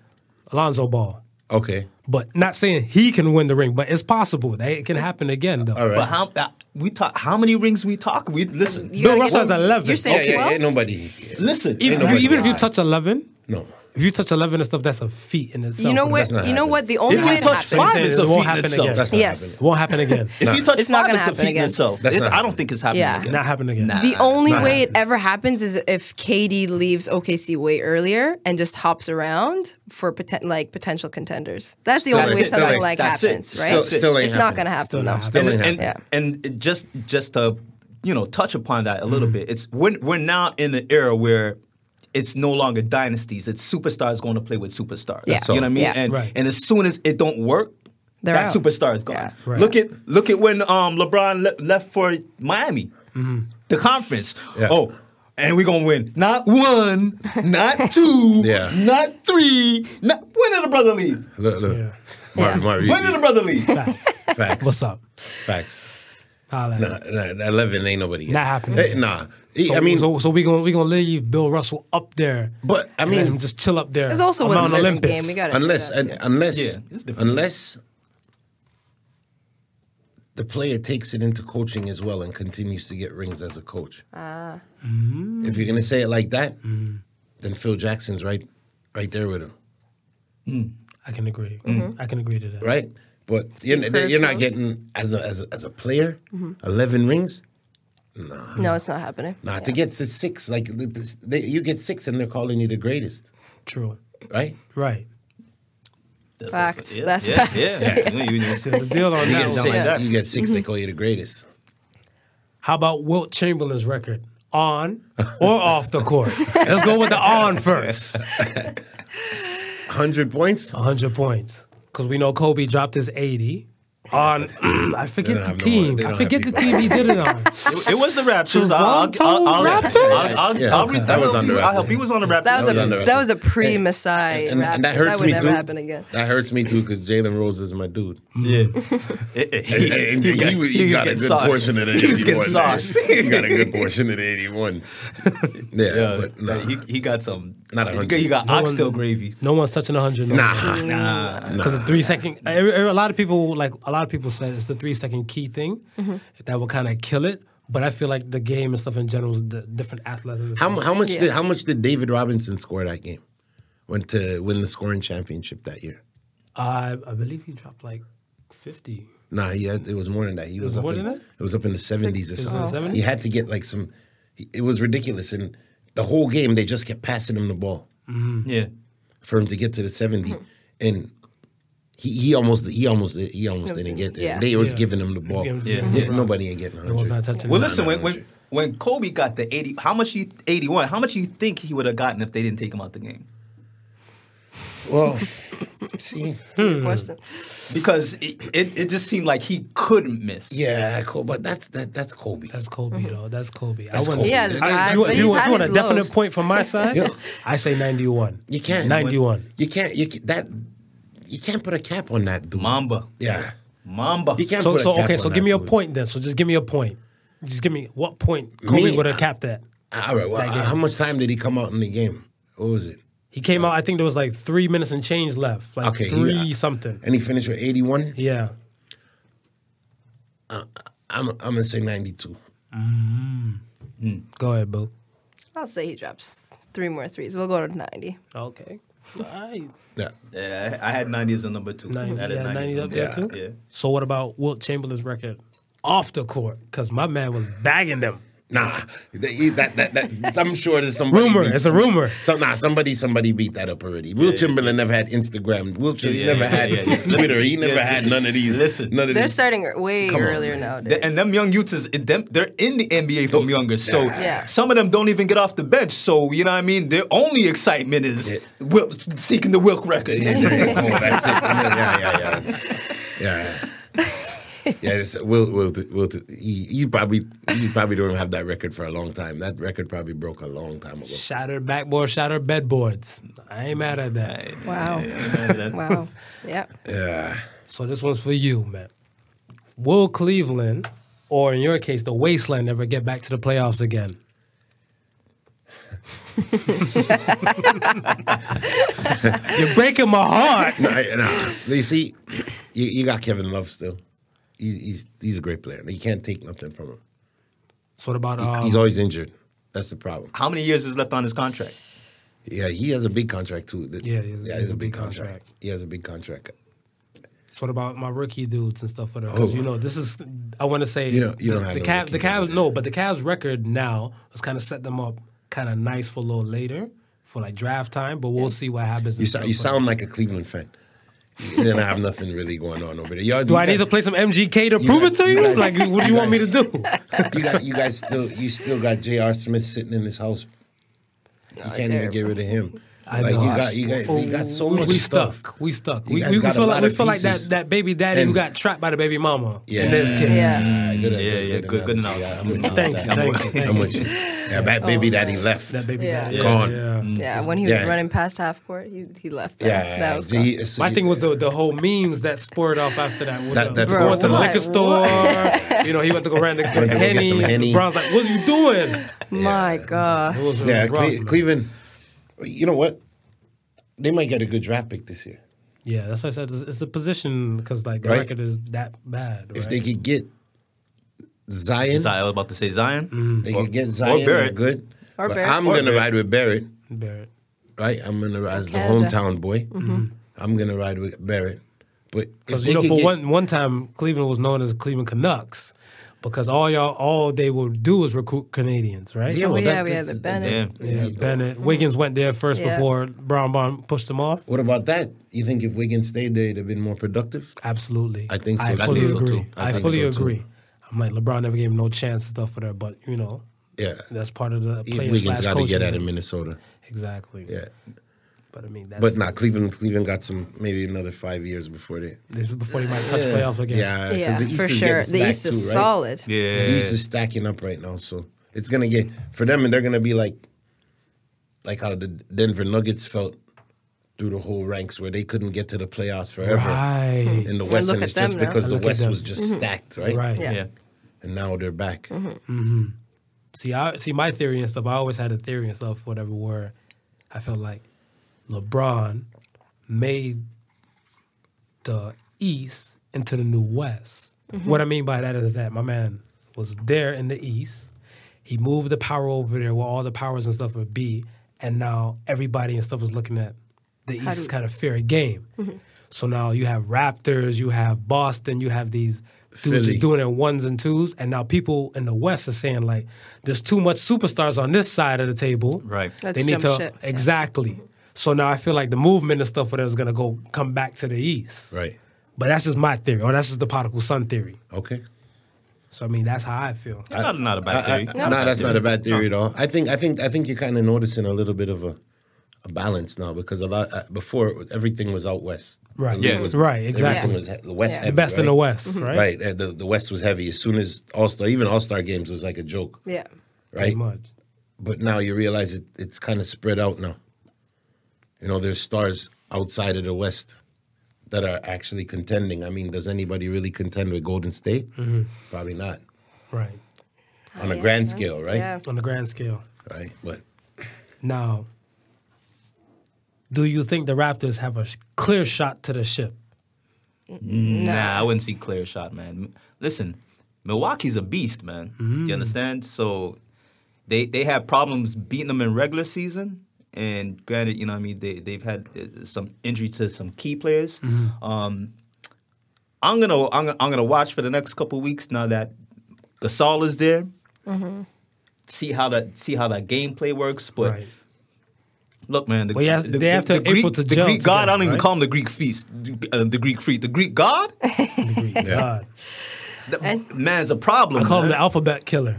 Speaker 3: Alonzo Ball.
Speaker 4: Okay.
Speaker 3: But not saying he can win the ring, but it's possible. That it can happen again though.
Speaker 4: All right.
Speaker 2: But how uh, we talk? How many rings we talk? We listen.
Speaker 5: You
Speaker 3: Bill
Speaker 5: gotta
Speaker 3: Russell
Speaker 5: get-
Speaker 3: has 11.
Speaker 5: You're
Speaker 4: Yeah,
Speaker 5: saying
Speaker 4: yeah, ain't
Speaker 5: 12?
Speaker 4: nobody.
Speaker 2: Listen.
Speaker 3: Even,
Speaker 4: nobody
Speaker 3: even if you
Speaker 4: lying.
Speaker 3: touch eleven,
Speaker 4: No.
Speaker 3: if you touch eleven and stuff, that's a feat in itself.
Speaker 5: You know
Speaker 3: That's
Speaker 5: what?
Speaker 3: not-
Speaker 5: You know
Speaker 4: happening.
Speaker 5: what? The only
Speaker 2: If
Speaker 5: way
Speaker 2: you
Speaker 5: it
Speaker 2: touch
Speaker 5: happens.
Speaker 3: So you're
Speaker 2: five,
Speaker 3: saying
Speaker 2: it's a
Speaker 3: it won't
Speaker 2: feat in
Speaker 3: happen
Speaker 2: itself.
Speaker 3: again.
Speaker 4: That's not
Speaker 5: Yes.
Speaker 4: happening.
Speaker 3: It won't happen again.
Speaker 2: If you touch
Speaker 5: It's not
Speaker 2: five,
Speaker 5: gonna
Speaker 2: it's a
Speaker 5: happen
Speaker 2: feat in
Speaker 5: again.
Speaker 2: itself.
Speaker 4: That's
Speaker 2: It's-
Speaker 4: not
Speaker 2: I
Speaker 4: happening.
Speaker 2: don't think it's happening
Speaker 5: Yeah.
Speaker 2: again.
Speaker 3: Not happening again.
Speaker 2: Nah.
Speaker 5: The
Speaker 2: Nah,
Speaker 5: only
Speaker 2: nah.
Speaker 5: way it ever happens is if KD leaves OKC way earlier and just hops around for poten- like potential contenders. That's the only
Speaker 4: it.
Speaker 5: way
Speaker 4: That's
Speaker 5: something
Speaker 4: it.
Speaker 5: like
Speaker 2: That's it.
Speaker 5: happens,
Speaker 4: Still-
Speaker 5: right?
Speaker 4: still ain't
Speaker 5: it's not
Speaker 4: happening.
Speaker 5: gonna happen
Speaker 3: Still not
Speaker 5: though.
Speaker 3: happening.
Speaker 2: and,
Speaker 4: Still ain't
Speaker 2: and,
Speaker 5: happening.
Speaker 2: and it just just to you know touch upon that a
Speaker 5: Mm-hmm.
Speaker 2: little bit it's we're, we're now in the era where it's no longer dynasties it's superstars going to play with superstars
Speaker 5: Yeah.
Speaker 2: you know what i mean
Speaker 5: Yeah.
Speaker 2: and,
Speaker 3: Right.
Speaker 2: and as soon as it don't work
Speaker 5: They're
Speaker 2: that
Speaker 5: out.
Speaker 2: superstar is gone
Speaker 5: Yeah.
Speaker 3: Right.
Speaker 2: look at look at when um, lebron le- left for miami
Speaker 3: Mm-hmm.
Speaker 2: the conference
Speaker 4: Yeah.
Speaker 2: oh and we're gonna win. Not one, not two,
Speaker 4: Yeah.
Speaker 2: not three. Not, when did the brother leave?
Speaker 4: Look, look.
Speaker 3: Yeah.
Speaker 4: Marvin, Marvin,
Speaker 2: When did the brother leave?
Speaker 4: Facts.
Speaker 3: What's up?
Speaker 4: Facts.
Speaker 3: Holla.
Speaker 4: Nah, nah, that 11 ain't nobody. yet.
Speaker 3: Not happening.
Speaker 4: Eh, nah. He-
Speaker 3: So,
Speaker 4: I mean,
Speaker 3: so, so we gonna we gonna leave Bill Russell up there.
Speaker 4: But, I
Speaker 3: and let
Speaker 4: mean-
Speaker 3: him just chill up there.
Speaker 5: There's also
Speaker 3: on
Speaker 5: was
Speaker 3: Mount
Speaker 5: a
Speaker 3: Olympus.
Speaker 5: game. We got to
Speaker 4: unless,
Speaker 5: that,
Speaker 4: un-
Speaker 5: too.
Speaker 4: unless,
Speaker 2: Yeah, it's different.
Speaker 4: unless the player takes it into coaching as well and continues to get rings as a coach.
Speaker 5: Ah.
Speaker 2: Mm.
Speaker 4: If you're going to say it like that, then Phil Jackson's right, right there with him.
Speaker 3: I can agree. I can agree to that.
Speaker 4: Mm-hmm. right? But you're,
Speaker 5: Steve Kerr's Mm-hmm.
Speaker 4: you're not
Speaker 5: close.
Speaker 4: getting as a, as a, as a player eleven rings.
Speaker 5: No, it's not happening.
Speaker 4: Nah, to get to six, like they, you get six and they're calling you the greatest,
Speaker 3: True.
Speaker 4: right?
Speaker 3: Right.
Speaker 2: That's-
Speaker 5: Facts.
Speaker 2: yeah,
Speaker 5: That's
Speaker 2: yeah,
Speaker 5: facts.
Speaker 2: Yeah. You know, you know,
Speaker 3: So the deal on
Speaker 4: You
Speaker 3: that one.
Speaker 4: get
Speaker 2: like
Speaker 4: six,
Speaker 2: that.
Speaker 4: you get six they
Speaker 5: Mm-hmm.
Speaker 4: call you the greatest.
Speaker 3: How about Wilt Chamberlain's record? On or off the court? Let's go with the on first.
Speaker 4: 100 points?
Speaker 3: 100 points. Because we know Kobe dropped his 80 on, I
Speaker 4: They
Speaker 3: forget
Speaker 4: don't
Speaker 3: the
Speaker 4: have no
Speaker 3: team.
Speaker 4: more- they
Speaker 3: I
Speaker 4: don't
Speaker 3: forget the
Speaker 4: have
Speaker 3: team he did it on.
Speaker 2: It, it was the Raptors. I'll, I'll, I'll, I'll,
Speaker 3: Toronto
Speaker 2: I'll,
Speaker 3: Raptors?
Speaker 2: I'll,
Speaker 4: Yeah,
Speaker 2: I'll,
Speaker 4: okay.
Speaker 2: I'll,
Speaker 4: That was on the
Speaker 2: I'll help.
Speaker 4: Raptors.
Speaker 2: He was on the Raptors.
Speaker 5: That was
Speaker 4: was
Speaker 5: a
Speaker 4: under-
Speaker 5: that was a pre Masai.
Speaker 4: And, and that hurts
Speaker 5: would
Speaker 4: me
Speaker 5: never
Speaker 4: too.
Speaker 5: happen again.
Speaker 4: That hurts me too because Jalen Rose is my dude.
Speaker 2: yeah.
Speaker 4: And
Speaker 2: He got-
Speaker 4: was-
Speaker 2: he was getting sauced. He was getting sauced.
Speaker 4: You got a good portion of the 81. Yeah,
Speaker 2: Yeah,
Speaker 4: but nah.
Speaker 2: he, he got some.
Speaker 4: Not a
Speaker 2: he
Speaker 4: hundred.
Speaker 2: got- He got
Speaker 3: one-
Speaker 2: oxtail gravy.
Speaker 3: No one's touching 100. No
Speaker 4: nah,
Speaker 3: Because the three second, every- every- a lot of people, like, a lot of people said it's the three second key thing
Speaker 4: Mm-hmm.
Speaker 3: that will kind of kill it. But I feel like the game and stuff in general is the different athletics.
Speaker 4: How, mu- how much
Speaker 5: Yeah.
Speaker 4: did how much did David Robinson score that game? Went to win the scoring championship that year.
Speaker 3: I, I believe he dropped like 50.
Speaker 4: Nah, he had, it was more than that. He was,
Speaker 3: was
Speaker 4: up
Speaker 3: more
Speaker 4: in,
Speaker 3: than that?
Speaker 4: It was up in the seventies or
Speaker 3: was in the
Speaker 4: something.
Speaker 3: 70s?
Speaker 4: He had to get like some. he- It was ridiculous, and the whole game they just kept passing him the ball
Speaker 2: Yeah.
Speaker 4: for him to get to the 70 and. He, he almost he almost he almost
Speaker 5: Almost
Speaker 4: didn't
Speaker 5: didn't-
Speaker 4: get there.
Speaker 5: yeah.
Speaker 4: They was
Speaker 3: Yeah.
Speaker 4: giving him the ball.
Speaker 3: Yeah.
Speaker 4: Yeah. nobody ain't getting
Speaker 3: No one's not
Speaker 4: 100.
Speaker 3: touching
Speaker 2: Well,
Speaker 3: it.
Speaker 2: listen. When, when
Speaker 4: sure.
Speaker 2: when Kobe got the eighty, how much you eighty one? How much you think he would have gotten if they didn't take him out the game?
Speaker 4: Well, see,
Speaker 5: Good question.
Speaker 2: Because it, it, it just seemed like he couldn't miss.
Speaker 4: yeah, cool, but that's that that's Kobe.
Speaker 3: That's Kobe, though. That's Kobe.
Speaker 4: Mm-hmm.
Speaker 3: I
Speaker 4: That's Kobe.
Speaker 3: wouldn't.
Speaker 4: He has
Speaker 5: his
Speaker 3: I-
Speaker 5: highs,
Speaker 3: you,
Speaker 5: but
Speaker 3: you-
Speaker 5: he's
Speaker 3: you
Speaker 5: had
Speaker 3: want a
Speaker 5: his
Speaker 3: definite
Speaker 5: lows.
Speaker 3: point from my side?
Speaker 4: Yeah.
Speaker 3: I say 91.
Speaker 4: You can't.
Speaker 3: 91.
Speaker 4: You can't. You can, that. You can't put a cap on that dude.
Speaker 2: Mamba,
Speaker 4: Yeah.
Speaker 2: Mamba.
Speaker 4: You can't.
Speaker 3: So,
Speaker 4: put a
Speaker 3: so
Speaker 4: cap
Speaker 3: okay,
Speaker 4: on
Speaker 3: so
Speaker 4: that
Speaker 3: give me a
Speaker 4: dude.
Speaker 3: point then. So just give me a point. Just give me what point Kobe
Speaker 4: Me?
Speaker 3: would have capped that.
Speaker 4: All right. Well,
Speaker 3: That
Speaker 4: uh,
Speaker 3: game.
Speaker 4: how much time did he come out in the game? What was it?
Speaker 3: He came out, I think there was like three minutes and change left. Like
Speaker 4: Okay, he-
Speaker 3: three something.
Speaker 4: And he finished with eighty-one.
Speaker 3: Yeah.
Speaker 4: I'm. I'm gonna say ninety-two.
Speaker 3: Go ahead, Boo.
Speaker 5: I'll say he drops three more threes. We'll go to ninety.
Speaker 3: Okay. All right.
Speaker 4: Yeah.
Speaker 2: Yeah, I I had ninety as a number two.
Speaker 3: Nine-
Speaker 2: I had
Speaker 3: yeah, 90 up there
Speaker 2: yeah.
Speaker 3: too?
Speaker 2: Yeah.
Speaker 3: So what about Wilt Chamberlain's record off the court? Because my man was bagging them.
Speaker 4: Nah. That, that, that, that- I'm sure there's some
Speaker 3: Rumor. It's a rumor.
Speaker 4: So nah, somebody somebody beat that up already. Will Chamberlain never had Instagram. Will Chamberlain
Speaker 2: Yeah,
Speaker 4: never
Speaker 2: yeah,
Speaker 4: had
Speaker 2: yeah, yeah. Listen,
Speaker 4: Twitter. he never
Speaker 2: yeah,
Speaker 4: had
Speaker 2: listen,
Speaker 4: none of these.
Speaker 2: listen.
Speaker 4: none of
Speaker 5: They're
Speaker 4: these.
Speaker 5: starting way
Speaker 4: Come on,
Speaker 5: earlier
Speaker 4: man.
Speaker 5: nowadays.
Speaker 2: Th- And them young youths, is, them, they're in the NBA from younger. So
Speaker 5: Yeah.
Speaker 2: some of them don't even get off the bench. So, you know what I mean? Their only excitement is Wilk, seeking the Wilk record.
Speaker 4: Yeah, yeah, yeah. oh, that's it. Yeah, yeah, yeah. Yeah. Yeah, yeah this, Will, Will, Will, he, he probably, he probably don't have that record for a long time. That record probably broke a long time ago.
Speaker 3: Shatter backboard, shatter bedboards. I ain't mad at that.
Speaker 5: wow. wow. Yeah.
Speaker 3: So this one's for you, man. Will Cleveland, or in your case, the Wasteland, ever get back to the playoffs again? You're breaking my heart.
Speaker 4: No, I- no. You see, you, you got Kevin Love still. He, he's he's a great player. You can't take nothing from him.
Speaker 3: So what about
Speaker 4: He-
Speaker 3: um,
Speaker 4: he's always injured. That's the problem.
Speaker 2: How many years is left on his contract?
Speaker 4: Yeah, he has a big contract too.
Speaker 3: Yeah, he has-
Speaker 4: yeah, he has a big contract. He has a big contract.
Speaker 3: so what about my rookie dudes and stuff for that? Because
Speaker 4: Oh.
Speaker 3: you know this is I want to say
Speaker 4: You don't- you
Speaker 3: the,
Speaker 4: don't have
Speaker 3: the
Speaker 4: no
Speaker 3: Cavs the
Speaker 4: rookies over
Speaker 3: Cavs no, but the Cavs record now has kind of set them up kind of nice for a little later for like draft time. But we'll see what happens.
Speaker 4: You,
Speaker 3: and
Speaker 4: so,
Speaker 3: stuff,
Speaker 4: you
Speaker 3: but-
Speaker 4: sound like a Cleveland fan. And I have nothing really going on over there. Y'all,
Speaker 3: Do I need to play some MGK to prove
Speaker 4: guys-
Speaker 3: it to
Speaker 4: you
Speaker 3: you?
Speaker 4: guys-
Speaker 3: Like, what do you want me to do?
Speaker 4: you got you guys still you still got J.R. Smith sitting in his house. You can't even
Speaker 5: terrible.
Speaker 4: get rid of him.
Speaker 3: I
Speaker 4: like
Speaker 3: know.
Speaker 4: you got you got you got so
Speaker 3: We-
Speaker 4: much
Speaker 3: we
Speaker 4: stuff.
Speaker 3: stuck. We stuck.
Speaker 4: You
Speaker 3: We,
Speaker 4: guys
Speaker 3: we, we
Speaker 4: got a
Speaker 3: feel like
Speaker 4: lot
Speaker 3: we
Speaker 4: of
Speaker 3: feel like that,
Speaker 4: pieces.
Speaker 3: that baby daddy who
Speaker 4: And-
Speaker 3: got trapped by the baby mama.
Speaker 4: Yeah.
Speaker 3: And this kid.
Speaker 5: Yeah.
Speaker 4: Yeah, good,
Speaker 2: Mm, Yeah, yeah, good- good
Speaker 4: analogy.
Speaker 2: enough.
Speaker 4: I'm with you.
Speaker 3: Thank you, thank you, thank
Speaker 4: I'm
Speaker 3: you.
Speaker 4: with you. Yeah,
Speaker 5: Oh,
Speaker 4: that baby daddy left.
Speaker 3: That baby
Speaker 5: Yeah.
Speaker 3: daddy.
Speaker 4: Gone. Mm.
Speaker 5: Yeah. When he was
Speaker 4: Yeah.
Speaker 5: running past half court, he, he left. That.
Speaker 4: Yeah,
Speaker 5: That was
Speaker 4: gee,
Speaker 5: cool.
Speaker 4: it's-
Speaker 3: My thing was the the whole memes that spurred off after that. With
Speaker 4: That-
Speaker 3: the,
Speaker 4: that
Speaker 3: of course,
Speaker 4: forced
Speaker 3: the
Speaker 4: him out.
Speaker 3: liquor store. you know, he went to go rent the
Speaker 4: Went to go get
Speaker 3: Henny.
Speaker 4: some Henny.
Speaker 3: Brown's like, "What you doing?"
Speaker 5: My God.
Speaker 3: It was- it
Speaker 4: Yeah,
Speaker 3: was rough,
Speaker 4: Cle-
Speaker 3: man.
Speaker 4: Cleveland. You know what? They might get a good draft pick this year
Speaker 3: Yeah, that's why I said it's, it's the position because like the
Speaker 4: Right.
Speaker 3: record is that bad. Right?
Speaker 4: if they could get Zion.
Speaker 2: Zion, I was about to say Zion.
Speaker 4: They
Speaker 2: Or-
Speaker 4: could get
Speaker 2: or
Speaker 4: Zion. Or
Speaker 2: Barrett.
Speaker 4: good.
Speaker 5: Or
Speaker 4: But
Speaker 5: Barrett.
Speaker 4: I'm
Speaker 5: Or
Speaker 4: gonna ride with Barrett.
Speaker 3: Barrett.
Speaker 4: right? I'm gonna ride as the
Speaker 5: Canada. Mm-hmm.
Speaker 4: hometown boy. I'm gonna ride with Barrett. But if
Speaker 3: Because
Speaker 4: they
Speaker 3: you know,
Speaker 4: could
Speaker 3: for
Speaker 4: get-
Speaker 3: one one time, Cleveland was known as Cleveland Canucks, because all y'all all they will do is recruit Canadians, right?
Speaker 5: Oh,
Speaker 4: well,
Speaker 5: yeah,
Speaker 4: that-
Speaker 5: we had the
Speaker 4: that's-
Speaker 5: Bennett.
Speaker 2: Damn.
Speaker 3: Yeah, Bennett Wiggins went there first
Speaker 5: Yeah.
Speaker 3: before Brown Bond pushed him off.
Speaker 4: What about that? You think if Wiggins stayed there, they'd have been more productive?
Speaker 3: Absolutely,
Speaker 4: I think so,
Speaker 3: I
Speaker 4: too.
Speaker 3: fully
Speaker 4: I think so,
Speaker 3: agree.
Speaker 4: too. I
Speaker 3: I,
Speaker 4: think
Speaker 3: fully
Speaker 4: so, too.
Speaker 3: agree. I'm like LeBron never gave him no chance and stuff for that, but you know
Speaker 4: Yeah.
Speaker 3: that's part of the player
Speaker 4: Wiggins
Speaker 3: slash
Speaker 4: got to
Speaker 3: coach.
Speaker 4: get out of
Speaker 3: thing.
Speaker 4: Minnesota.
Speaker 3: Exactly.
Speaker 4: Yeah.
Speaker 3: But I mean, that's,
Speaker 4: But nah, Cleveland Cleveland got some maybe another five years before they
Speaker 3: this is before he might touch playoff again.
Speaker 4: Yeah, 'cause
Speaker 5: Yeah,
Speaker 4: the East
Speaker 5: for
Speaker 4: is
Speaker 5: sure.
Speaker 4: getting
Speaker 5: The East
Speaker 4: stacked
Speaker 5: is
Speaker 4: too, right?
Speaker 5: solid.
Speaker 2: Yeah.
Speaker 4: The East is stacking up right now, so it's gonna get for them, and they're gonna be like, like how the Denver Nuggets felt through the whole ranks, where they couldn't get to the playoffs forever
Speaker 3: Right.
Speaker 4: in the
Speaker 5: And
Speaker 4: West,
Speaker 5: look
Speaker 4: and
Speaker 5: at
Speaker 4: it's just
Speaker 5: them now. Mm-hmm.
Speaker 4: because
Speaker 3: And
Speaker 4: the
Speaker 3: look at
Speaker 4: West
Speaker 3: them.
Speaker 4: was just stacked, right?
Speaker 3: Right.
Speaker 5: Yeah.
Speaker 2: yeah.
Speaker 4: And now they're back.
Speaker 5: Mm-hmm.
Speaker 3: See, I see my theory and stuff. I always had a theory and stuff, whatever. Where I felt like LeBron made the East into the new West. What I mean by that is that my man was there in the East. He moved the power over there where all the powers and stuff would be, and now everybody and stuff is looking at the East is
Speaker 5: do-
Speaker 3: kind of fair game. So now you have Raptors, you have Boston, you have these dudes
Speaker 4: Philly.
Speaker 3: just doing it ones and twos, and now people in the West are saying like, "There's too much superstars on this side of the table."
Speaker 2: Right.
Speaker 5: Let's
Speaker 3: they need
Speaker 5: jump
Speaker 3: to
Speaker 5: ship. Yeah.
Speaker 3: exactly. So now I feel like the movement and stuff for them is gonna go come back to the East.
Speaker 4: Right.
Speaker 3: But that's just my theory, or that's just the particle sun theory.
Speaker 4: Okay.
Speaker 3: So I mean, that's how I feel.
Speaker 2: not, not a bad
Speaker 4: I- I-
Speaker 2: theory.
Speaker 4: no, that's not a bad theory at all. I think I think I think you're kind of noticing a little bit of a, a balance now because a lot uh, before it was- everything was out west.
Speaker 3: Right.
Speaker 4: The league
Speaker 2: Yeah.
Speaker 4: was-
Speaker 3: Right,
Speaker 4: everything
Speaker 3: exactly.
Speaker 4: was he- the west.
Speaker 5: Yeah. The
Speaker 3: The best in the
Speaker 4: right?
Speaker 3: West, right?
Speaker 4: Right. uh, The, the West was heavy. As soon as All Star, even All Star games was like a joke.
Speaker 5: Yeah.
Speaker 4: Right.
Speaker 3: Pretty much.
Speaker 4: But now you realize it, it's kind of spread out now. You know, there's stars outside of the West that are actually contending. I mean, does anybody really contend with Golden State?
Speaker 5: Mm-hmm.
Speaker 4: Probably not
Speaker 3: Right.
Speaker 4: on a
Speaker 5: yeah,
Speaker 4: grand
Speaker 5: yeah.
Speaker 4: scale, right?
Speaker 5: Yeah.
Speaker 3: On the grand scale.
Speaker 4: Right. But
Speaker 3: Now, do you think the Raptors have a sh- clear shot to the ship?
Speaker 2: Nah, I wouldn't see clear shot, man. Listen, Milwaukee's a beast, man.
Speaker 3: Mm.
Speaker 2: You understand? So they they had problems beating them in regular season. And granted, you know what I mean, they they've had uh, some injury to some key players.
Speaker 3: Mm-hmm.
Speaker 2: Um, I'm gonna I'm, gonna- I'm gonna watch for the next couple weeks now that Gasol is there.
Speaker 3: Mm-hmm.
Speaker 2: See how that see how that gameplay works, but
Speaker 3: Right.
Speaker 2: Look, man. The,
Speaker 3: Well, yeah, they have to
Speaker 2: the Greek,
Speaker 3: able to
Speaker 2: the
Speaker 3: gel
Speaker 2: Greek god. I don't
Speaker 3: together,
Speaker 2: even
Speaker 3: right?
Speaker 2: call him the Greek feast. The, uh, the Greek freak. The Greek god.
Speaker 3: Degree. God.
Speaker 2: That
Speaker 5: And-
Speaker 2: man's a problem.
Speaker 3: Call him the
Speaker 2: man.
Speaker 3: alphabet killer.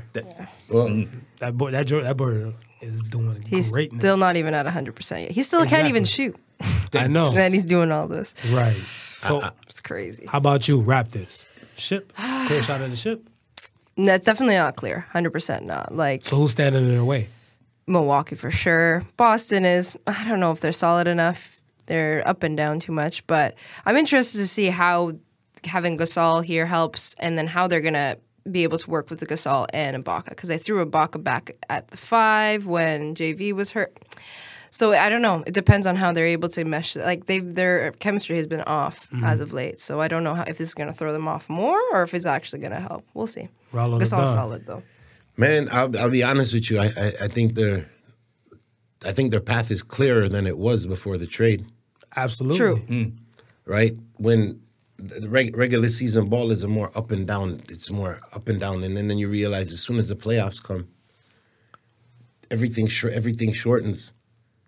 Speaker 4: well,
Speaker 3: That boy, that, jo- that bird is doing
Speaker 5: He's
Speaker 3: greatness.
Speaker 5: still not even at 100% yet. He still can't even shoot.
Speaker 3: I
Speaker 4: Oh.
Speaker 3: know.
Speaker 5: And he's doing all this.
Speaker 3: right. So,
Speaker 5: It's crazy.
Speaker 3: how about you? Raptors ship clear shot of the ship.
Speaker 5: No, it's definitely not clear. 100% not. Like,
Speaker 3: So who's standing in their way?
Speaker 5: Milwaukee for sure. Boston is, I don't know if they're solid enough. They're up and down too much, but I'm interested to see how having Gasol here helps and then how they're going to be able to work with the Gasol and Ibaka because I threw Ibaka back at the five when JV was hurt. So I don't know. It depends on how they're able to mesh. Like they, have their chemistry has been off as of late. So I don't know how, if this is going to throw them off more or if it's actually going to help. We'll see.
Speaker 3: Rollo
Speaker 5: Gasol's
Speaker 3: LeBron.
Speaker 5: solid though.
Speaker 4: Man, I'll, I'll be honest with you. I, I, I think their, I think their path is clearer than it was before the trade.
Speaker 3: Absolutely.
Speaker 5: True.
Speaker 4: Mm. Right when the reg, regular season ball is a more up and down. It's more up and down, and then, then you realize as soon as the playoffs come, everything shor- everything shortens.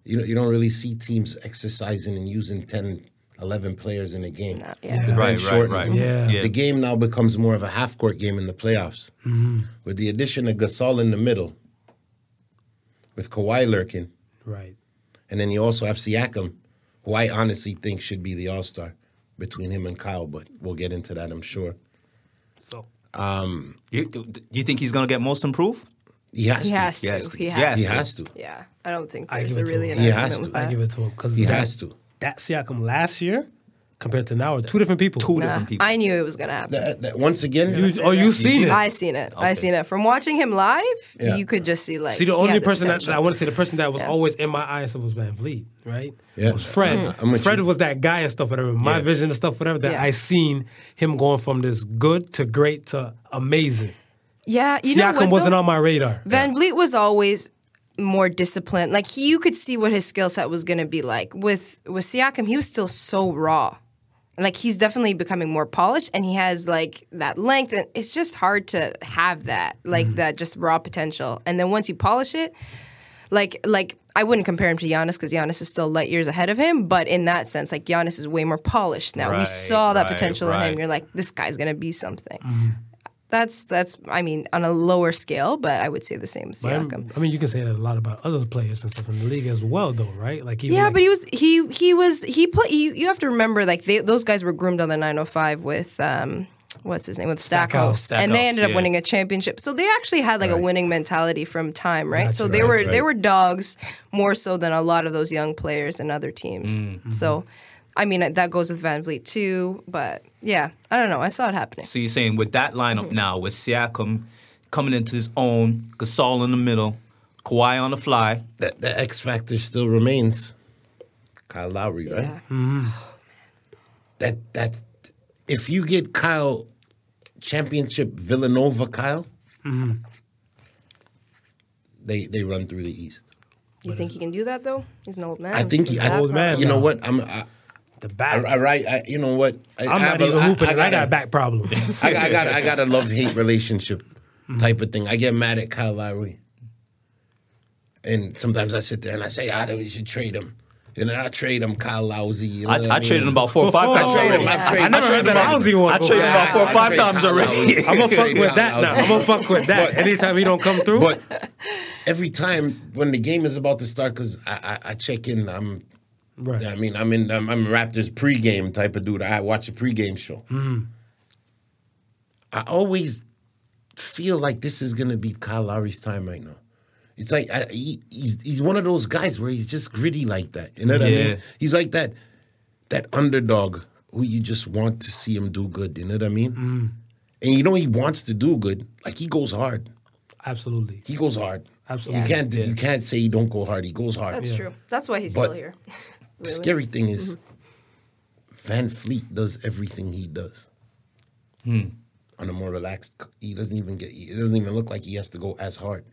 Speaker 4: You know, you don't really see teams exercising and using 10, 11 players in a game.
Speaker 5: No, yeah.
Speaker 4: The
Speaker 2: Right,
Speaker 4: bench
Speaker 2: right,
Speaker 4: shortens.
Speaker 2: right.
Speaker 3: Yeah.
Speaker 4: The game now becomes more of a half court game in the playoffs. With the addition of Gasol in the middle, with Kawhi lurking,
Speaker 3: Right.
Speaker 4: and then you also have Siakam, who I honestly think should be the all star between him and Kyle, but we'll get into that, I'm sure.
Speaker 3: So
Speaker 2: You, do do you think he's gonna get most improved?
Speaker 4: He has
Speaker 5: He
Speaker 4: to.
Speaker 5: has
Speaker 2: Yes,
Speaker 5: to. He
Speaker 2: yes.
Speaker 5: has to.
Speaker 4: He has to.
Speaker 5: Yeah, I don't think
Speaker 3: I
Speaker 5: there's
Speaker 3: give
Speaker 5: a
Speaker 3: it to
Speaker 5: really
Speaker 3: him.
Speaker 5: an
Speaker 4: He has
Speaker 5: argument
Speaker 4: to.
Speaker 5: with
Speaker 3: I
Speaker 5: that.
Speaker 3: give it to him because
Speaker 4: He
Speaker 3: that,
Speaker 4: has to.
Speaker 3: That Siakam last year compared to now are two different people.
Speaker 2: Two
Speaker 5: Nah,
Speaker 2: different people.
Speaker 5: I knew it was gonna happen.
Speaker 4: That- that- once again,
Speaker 3: You, oh, you seen it?
Speaker 5: I seen it. I seen it from watching him live.
Speaker 4: Yeah.
Speaker 5: You could just see like
Speaker 3: See, the
Speaker 5: he
Speaker 3: only
Speaker 5: had
Speaker 3: person that,
Speaker 5: potential.
Speaker 3: I want to say, the person that was
Speaker 5: Yeah.
Speaker 3: always in my eyes was Van Vliet, right?
Speaker 4: Yeah. Mm,
Speaker 3: It was Fred.
Speaker 4: I'm with
Speaker 3: Fred
Speaker 4: you.
Speaker 3: was that guy and stuff, whatever. My
Speaker 2: Yeah.
Speaker 3: vision and stuff, whatever. That
Speaker 5: Yeah.
Speaker 3: I seen him going from this good to great to amazing.
Speaker 5: yeah, you know
Speaker 3: Siakam
Speaker 5: what,
Speaker 3: wasn't
Speaker 5: though?
Speaker 3: on my radar.
Speaker 5: Van Vliet was always more disciplined. Like he, you could see what his skill set was gonna be like. With with Siakam, he was still so raw. like he's definitely becoming more polished and he has like that length and it's just hard to have that like
Speaker 2: Mm-hmm.
Speaker 5: that just raw potential and then once you polish it like like I wouldn't compare him to Giannis because Giannis is still light years ahead of him, but in that sense, like Giannis is way more polished now. we
Speaker 2: Right,
Speaker 5: saw that
Speaker 2: right,
Speaker 5: potential in
Speaker 2: right.
Speaker 5: him. You're like, this guy's gonna be something. That's that's I mean on a lower scale, but I would say the same as
Speaker 3: But I'm-
Speaker 5: Siakam.
Speaker 3: I mean, you can say that a lot about other players and stuff in the league as well, though, right? Like even
Speaker 5: Yeah,
Speaker 3: like,
Speaker 5: but he was he he was he put you, you have to remember like they, those guys were groomed on the 905 with um what's his name with Stackhouse,
Speaker 3: Stackhouse.
Speaker 5: and they ended up
Speaker 2: yeah.
Speaker 5: winning a championship. So they actually had like a winning mentality from time, right? so they
Speaker 3: right,
Speaker 5: were
Speaker 3: that's
Speaker 5: they were dogs more so than a lot of those young players in other teams.
Speaker 3: Mm, mm-hmm.
Speaker 5: So I mean that goes with Van Vliet too, but yeah, I don't know. I saw it happening.
Speaker 2: So you're saying with that lineup
Speaker 5: Mm-hmm.
Speaker 2: now, with Siakam coming into his own, Gasol in the middle, Kawhi on the fly.
Speaker 4: That the X factor still remains. Kyle Lowry, right?
Speaker 5: Yeah.
Speaker 3: Mm-hmm.
Speaker 4: That that's if you get Kyle championship Villanova Kyle,
Speaker 3: Mm-hmm.
Speaker 4: they they run through the East.
Speaker 5: You think he can do that though? He's an old man.
Speaker 4: I think he,
Speaker 5: He's
Speaker 4: I,
Speaker 5: that
Speaker 3: old man
Speaker 4: You know
Speaker 3: now.
Speaker 4: what? I'm I,
Speaker 3: the
Speaker 4: I,
Speaker 3: back.
Speaker 4: I right. I, you know what? I,
Speaker 3: I'm
Speaker 4: I
Speaker 3: not
Speaker 4: have a-
Speaker 3: even hooping.
Speaker 4: I,
Speaker 3: I, got,
Speaker 4: gotta-
Speaker 3: a back problem.
Speaker 4: I, I got I got a love hate relationship type of thing. I get mad at Kyle Lowry, and sometimes I sit there and I say, "Ah, we should trade him." And I trade him Kyle Lowry. You know
Speaker 2: I,
Speaker 4: what
Speaker 2: I traded him about four or five
Speaker 3: Oh,
Speaker 2: times.
Speaker 4: I traded
Speaker 2: already.
Speaker 4: him. I
Speaker 5: Yeah.
Speaker 4: traded.
Speaker 3: I never heard
Speaker 4: traded
Speaker 3: the
Speaker 4: him.
Speaker 3: Lousy one.
Speaker 2: I traded him about four or
Speaker 4: I
Speaker 2: five
Speaker 4: trade
Speaker 2: times
Speaker 4: Kyle
Speaker 2: already.
Speaker 4: Lowry.
Speaker 3: I'm gonna fuck
Speaker 4: Trade
Speaker 3: with that
Speaker 4: Kyle
Speaker 3: now.
Speaker 4: Lowry.
Speaker 3: I'm gonna fuck with that.
Speaker 4: But-
Speaker 3: Anytime he don't come through,
Speaker 4: But every time when the game is about to start, because I, I, I check in, I'm.
Speaker 3: Right.
Speaker 4: I mean, I'm in. I'm, I'm Raptors pregame type of dude. I watch a pregame show. I always feel like this is gonna be Kyle Lowry's time right now. It's like I, he, he's he's one of those guys where he's just gritty like that. You know what I
Speaker 2: Yeah.
Speaker 4: mean? He's like that that underdog who you just want to see him do good. You know what I mean? And you know he wants to do good. Like he goes hard.
Speaker 3: absolutely.
Speaker 4: He goes hard.
Speaker 3: Absolutely.
Speaker 4: You can't you can't say he don't go hard. He goes hard.
Speaker 5: That's true. That's why he's
Speaker 4: But-
Speaker 5: still here.
Speaker 4: The scary thing is
Speaker 5: Mm-hmm.
Speaker 4: Van Fleet does everything he does.
Speaker 2: Hmm.
Speaker 4: On a more relaxed he doesn't even get it doesn't even look like he has to go as hard.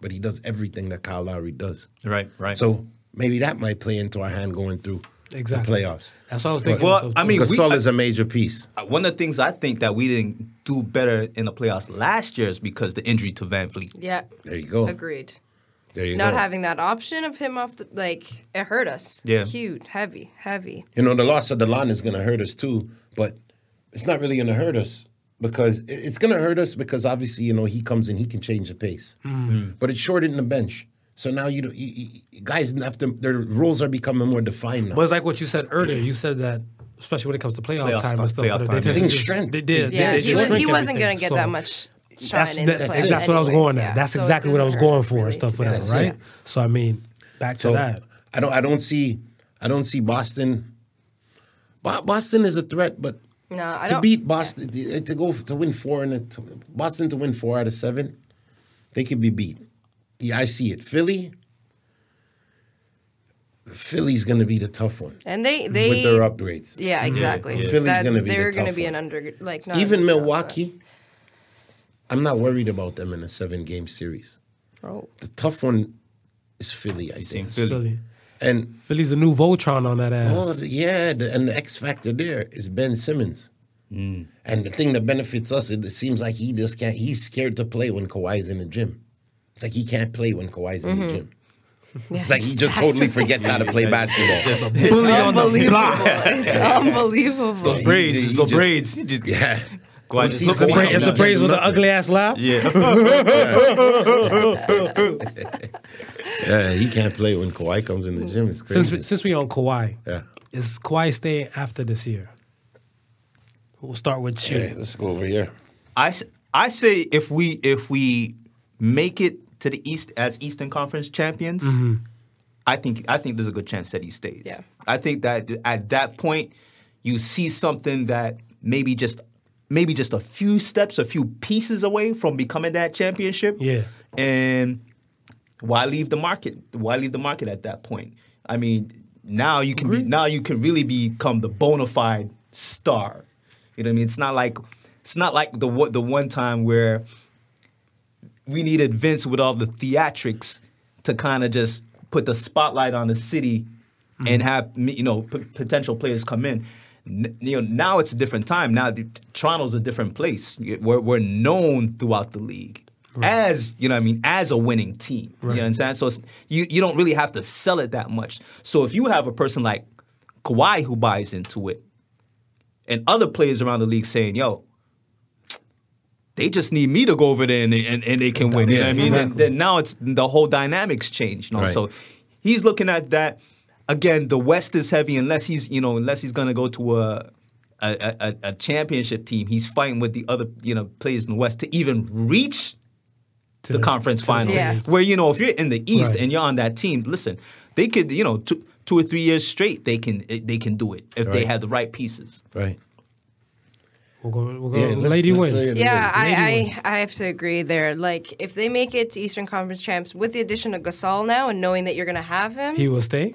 Speaker 4: But he does everything that Kyle Lowry does.
Speaker 2: Right, right.
Speaker 4: So maybe that might play into our hand going through
Speaker 3: Exactly.
Speaker 4: the playoffs.
Speaker 3: That's what I was thinking.
Speaker 2: Well,
Speaker 3: myself,
Speaker 2: I
Speaker 3: too.
Speaker 2: mean, we-
Speaker 4: Gasol is a major piece.
Speaker 2: Uh, one of the things I think that we didn't do better in the playoffs last year is because the injury to Van Fleet.
Speaker 5: Yeah.
Speaker 4: There you go.
Speaker 5: Agreed.
Speaker 4: There you
Speaker 5: not
Speaker 4: go.
Speaker 5: having that option of him off the like it hurt us.
Speaker 2: Yeah.
Speaker 5: huge, heavy, heavy.
Speaker 4: you know, the loss of Delon is going to hurt us too, but it's not really going to hurt us because it- it's going to hurt us because obviously, you know, he comes in, he can change the pace, but it's shortened the bench. So now you, don't- you, you guys have to, their roles are becoming more defined now.
Speaker 3: But it's like what you said earlier. You said that, especially when it comes to playoff,
Speaker 2: Playoff
Speaker 3: time
Speaker 2: time,
Speaker 3: and stuff.
Speaker 2: playoff
Speaker 3: they
Speaker 2: time.
Speaker 3: tend to
Speaker 4: Things
Speaker 3: just-
Speaker 4: shrink.
Speaker 3: They did.
Speaker 5: Yeah,
Speaker 3: they
Speaker 5: he,
Speaker 3: just
Speaker 5: was,
Speaker 3: shrink
Speaker 5: he wasn't
Speaker 3: everything.
Speaker 5: going to get
Speaker 3: So
Speaker 5: that much shine
Speaker 3: That's,
Speaker 5: in the
Speaker 3: that's,
Speaker 5: playoffs.
Speaker 3: that's what I was
Speaker 5: anyways,
Speaker 3: going
Speaker 5: yeah.
Speaker 3: at. That's
Speaker 5: So it
Speaker 3: exactly what I was
Speaker 5: doesn't hurt
Speaker 3: going for
Speaker 5: really
Speaker 3: and stuff
Speaker 5: to
Speaker 3: for
Speaker 5: be
Speaker 3: that,
Speaker 5: honest.
Speaker 3: right? So I mean, back to
Speaker 4: So
Speaker 3: that.
Speaker 4: I don't, I don't see, I don't see Boston. Bo- Boston is a threat, but
Speaker 5: No, I
Speaker 4: to
Speaker 5: don't-
Speaker 4: beat Boston, to- to go to win four and to, Boston to win four out of seven, they could be beat. Yeah, I see it. Philly, Philly's going to be the tough one
Speaker 5: And they they
Speaker 4: with their upgrades.
Speaker 5: yeah exactly.
Speaker 4: yeah. Philly's
Speaker 5: That-
Speaker 4: gonna be the
Speaker 5: they're gonna
Speaker 4: tough
Speaker 5: be an
Speaker 4: one.
Speaker 5: under like not
Speaker 4: Even
Speaker 5: an underdog,
Speaker 4: Milwaukee, I'm not worried about them in a seven game series.
Speaker 5: but- Oh,
Speaker 4: The tough one is Philly, I
Speaker 2: Seeing Philly.
Speaker 4: think.
Speaker 3: Philly.
Speaker 4: And
Speaker 3: Philly's the new Voltron on that ass.
Speaker 4: Oh, the- yeah, the, and the X factor there is Ben Simmons. And the thing that benefits us, it, it seems like he just can't. He's scared to play when Kawhi's in the gym. It's like he can't play when Kawhi's in the gym. It's like he just
Speaker 5: That's
Speaker 4: totally
Speaker 5: right.
Speaker 4: forgets how to play basketball.
Speaker 3: Bully on the
Speaker 5: unbelievable.
Speaker 3: block.
Speaker 5: it's unbelievable.
Speaker 4: He-
Speaker 2: Braids,
Speaker 4: he
Speaker 2: it's the
Speaker 4: just-
Speaker 2: braids. You just-
Speaker 4: yeah.
Speaker 2: Go out,
Speaker 4: He
Speaker 2: just
Speaker 4: sees
Speaker 2: look
Speaker 4: the
Speaker 2: at
Speaker 4: ball,
Speaker 2: Braids,
Speaker 3: It's
Speaker 4: he
Speaker 3: the
Speaker 2: no,
Speaker 3: braids
Speaker 4: doesn't do
Speaker 3: with the ugly ass laugh.
Speaker 4: nothing.
Speaker 2: Yeah.
Speaker 4: Yeah, Uh, he can't play when Kawhi comes in the gym. It's crazy.
Speaker 3: Since we, since we on Kawhi,
Speaker 4: Yeah.
Speaker 3: is Kawhi staying after this year? We'll start with you.
Speaker 4: Hey, let's go over here.
Speaker 2: I, s- I say if we if we make it to the East as Eastern Conference champions, I think I think there's a good chance that he stays.
Speaker 5: Yeah.
Speaker 2: I think that at that point you see something that maybe just maybe just a few steps, a few pieces away from becoming that championship.
Speaker 3: Yeah.
Speaker 2: And why leave the market? Why leave the market at that point? I mean, now you can be, now you can really become the bona fide star. You know what I mean? It's not like it's not like the one- the one time where we needed Vince with all the theatrics to kind of just put the spotlight on the city and have you know p- potential players come in. n- you know now it's a different time. Now the- Toronto's a different place. We're we're known throughout the league as you know. what I mean, as a winning team. You know what I'm saying? So it's, you you don't really have to sell it that much. So if you have a person like Kawhi who buys into it, and other players around the league saying, "Yo." They just need me to go over there and they, and, and they can win. You know what I mean? Then, then now it's the whole dynamics changed. You know?
Speaker 4: Right.
Speaker 2: So he's looking at that. Again, the West is heavy unless he's you know unless he's gonna go to a a, a, a- a championship team. He's fighting with the other you know players in the West to even reach
Speaker 3: To
Speaker 2: the
Speaker 3: this-
Speaker 2: conference
Speaker 3: to this
Speaker 2: finals.
Speaker 5: Yeah.
Speaker 2: Where you know if you're in the East
Speaker 3: Right.
Speaker 2: and you're on that team, listen, they could you know two, two or three years straight they can they can do it if they
Speaker 4: Right.
Speaker 2: have the right pieces.
Speaker 4: Right.
Speaker 3: We'll go, we'll go
Speaker 4: Yeah, let's-
Speaker 3: Lady
Speaker 4: let's say
Speaker 3: Win.
Speaker 4: it.
Speaker 5: Yeah, I, I I have to agree there. Like if they make it to Eastern Conference champs with the addition of Gasol now and knowing that you're gonna have him,
Speaker 3: He will stay.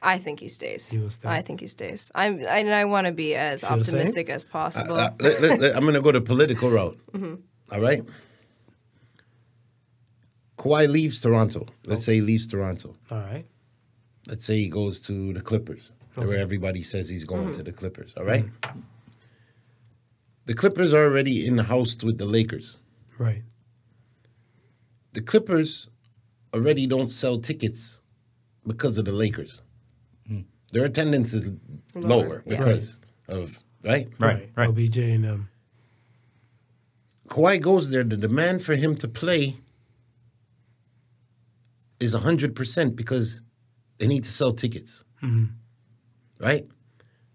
Speaker 5: I think he stays.
Speaker 3: He will stay.
Speaker 5: I think he stays. I'm I, and I want to be as
Speaker 3: Feel the same?
Speaker 5: optimistic as possible.
Speaker 4: Uh, let- let- let- I'm going to go the political route. All right. Kawhi leaves Toronto. Let's say he leaves Toronto.
Speaker 3: All right.
Speaker 4: Let's say he goes to the Clippers, where everybody says he's going to the Clippers. All right? The Clippers are already in the house with the Lakers.
Speaker 3: Right.
Speaker 4: The Clippers already don't sell tickets because of the Lakers. Their attendance is lower,
Speaker 5: yeah.
Speaker 4: because of right.
Speaker 2: Right, right.
Speaker 3: OBJ and them.
Speaker 4: Kawhi goes there, the demand for him to play is 100% because they need to sell tickets. Right?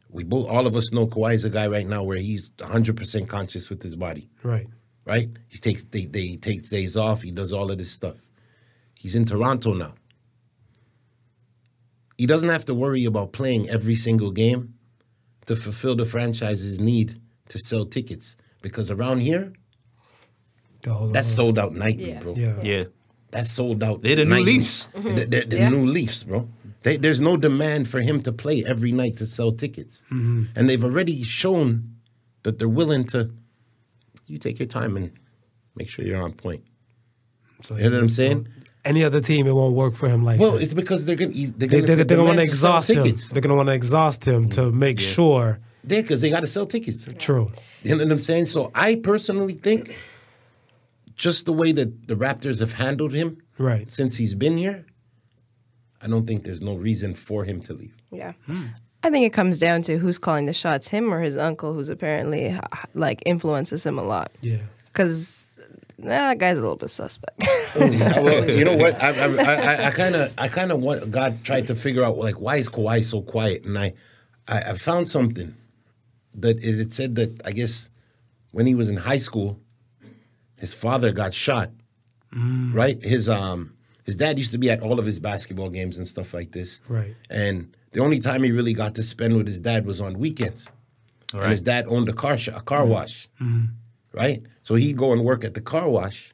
Speaker 4: We both, all of us know Kawhi is a guy right now where he's 100% conscious with his body.
Speaker 3: Right.
Speaker 4: Right? He takes they, they he takes days off, he does all of this stuff. He's in Toronto now. He doesn't have to worry about playing every single game to fulfill the franchise's need to sell tickets because around here
Speaker 3: The whole
Speaker 4: that's sold out nightly,
Speaker 5: Yeah.
Speaker 4: bro.
Speaker 3: Mm-hmm. Yeah.
Speaker 2: Yeah,
Speaker 4: That's sold out.
Speaker 2: They're the new
Speaker 4: nightly.
Speaker 2: Leafs.
Speaker 4: They- They're the
Speaker 5: Yeah.
Speaker 4: new Leafs, bro. They, there's no demand for him to play every night to sell tickets.
Speaker 3: Mm-hmm.
Speaker 4: And they've already shown that they're willing to, you take your time and make sure you're on point.
Speaker 3: So,
Speaker 4: You know what I'm saying?
Speaker 3: Any other team, it won't work for him like
Speaker 4: Well,
Speaker 3: that.
Speaker 4: it's because they're going to
Speaker 3: They,
Speaker 4: they're gonna,
Speaker 3: they,
Speaker 4: the
Speaker 3: they're gonna want to
Speaker 4: demand sell
Speaker 3: exhaust him.
Speaker 4: tickets. Mm.
Speaker 3: They're gonna want to exhaust him to make sure.
Speaker 4: Yeah, because they got to sell tickets.
Speaker 3: True.
Speaker 4: You know what I'm saying? So I personally think just the way that the Raptors have handled him
Speaker 3: Right.
Speaker 4: since he's been here, I don't think there's no reason for him to leave.
Speaker 5: yeah.
Speaker 3: Hmm.
Speaker 5: I think it comes down to who's calling the shots, him or his uncle, who's apparently h- h- like influences him a lot.
Speaker 3: Yeah.
Speaker 5: Because that guy's a little bit suspect.
Speaker 4: well, you know what? I I- I kind of I kind of want God tried to figure out like why is Kawhi so quiet, and I I, I found something that it, it said that I guess when he was in high school, his father got shot. Right, his um his dad used to be at all of his basketball games and stuff like this.
Speaker 3: Right.
Speaker 4: and the only time he really got to spend with his dad was on weekends, and his dad owned a car sh- a car wash. Right, so he'd go and work at the car wash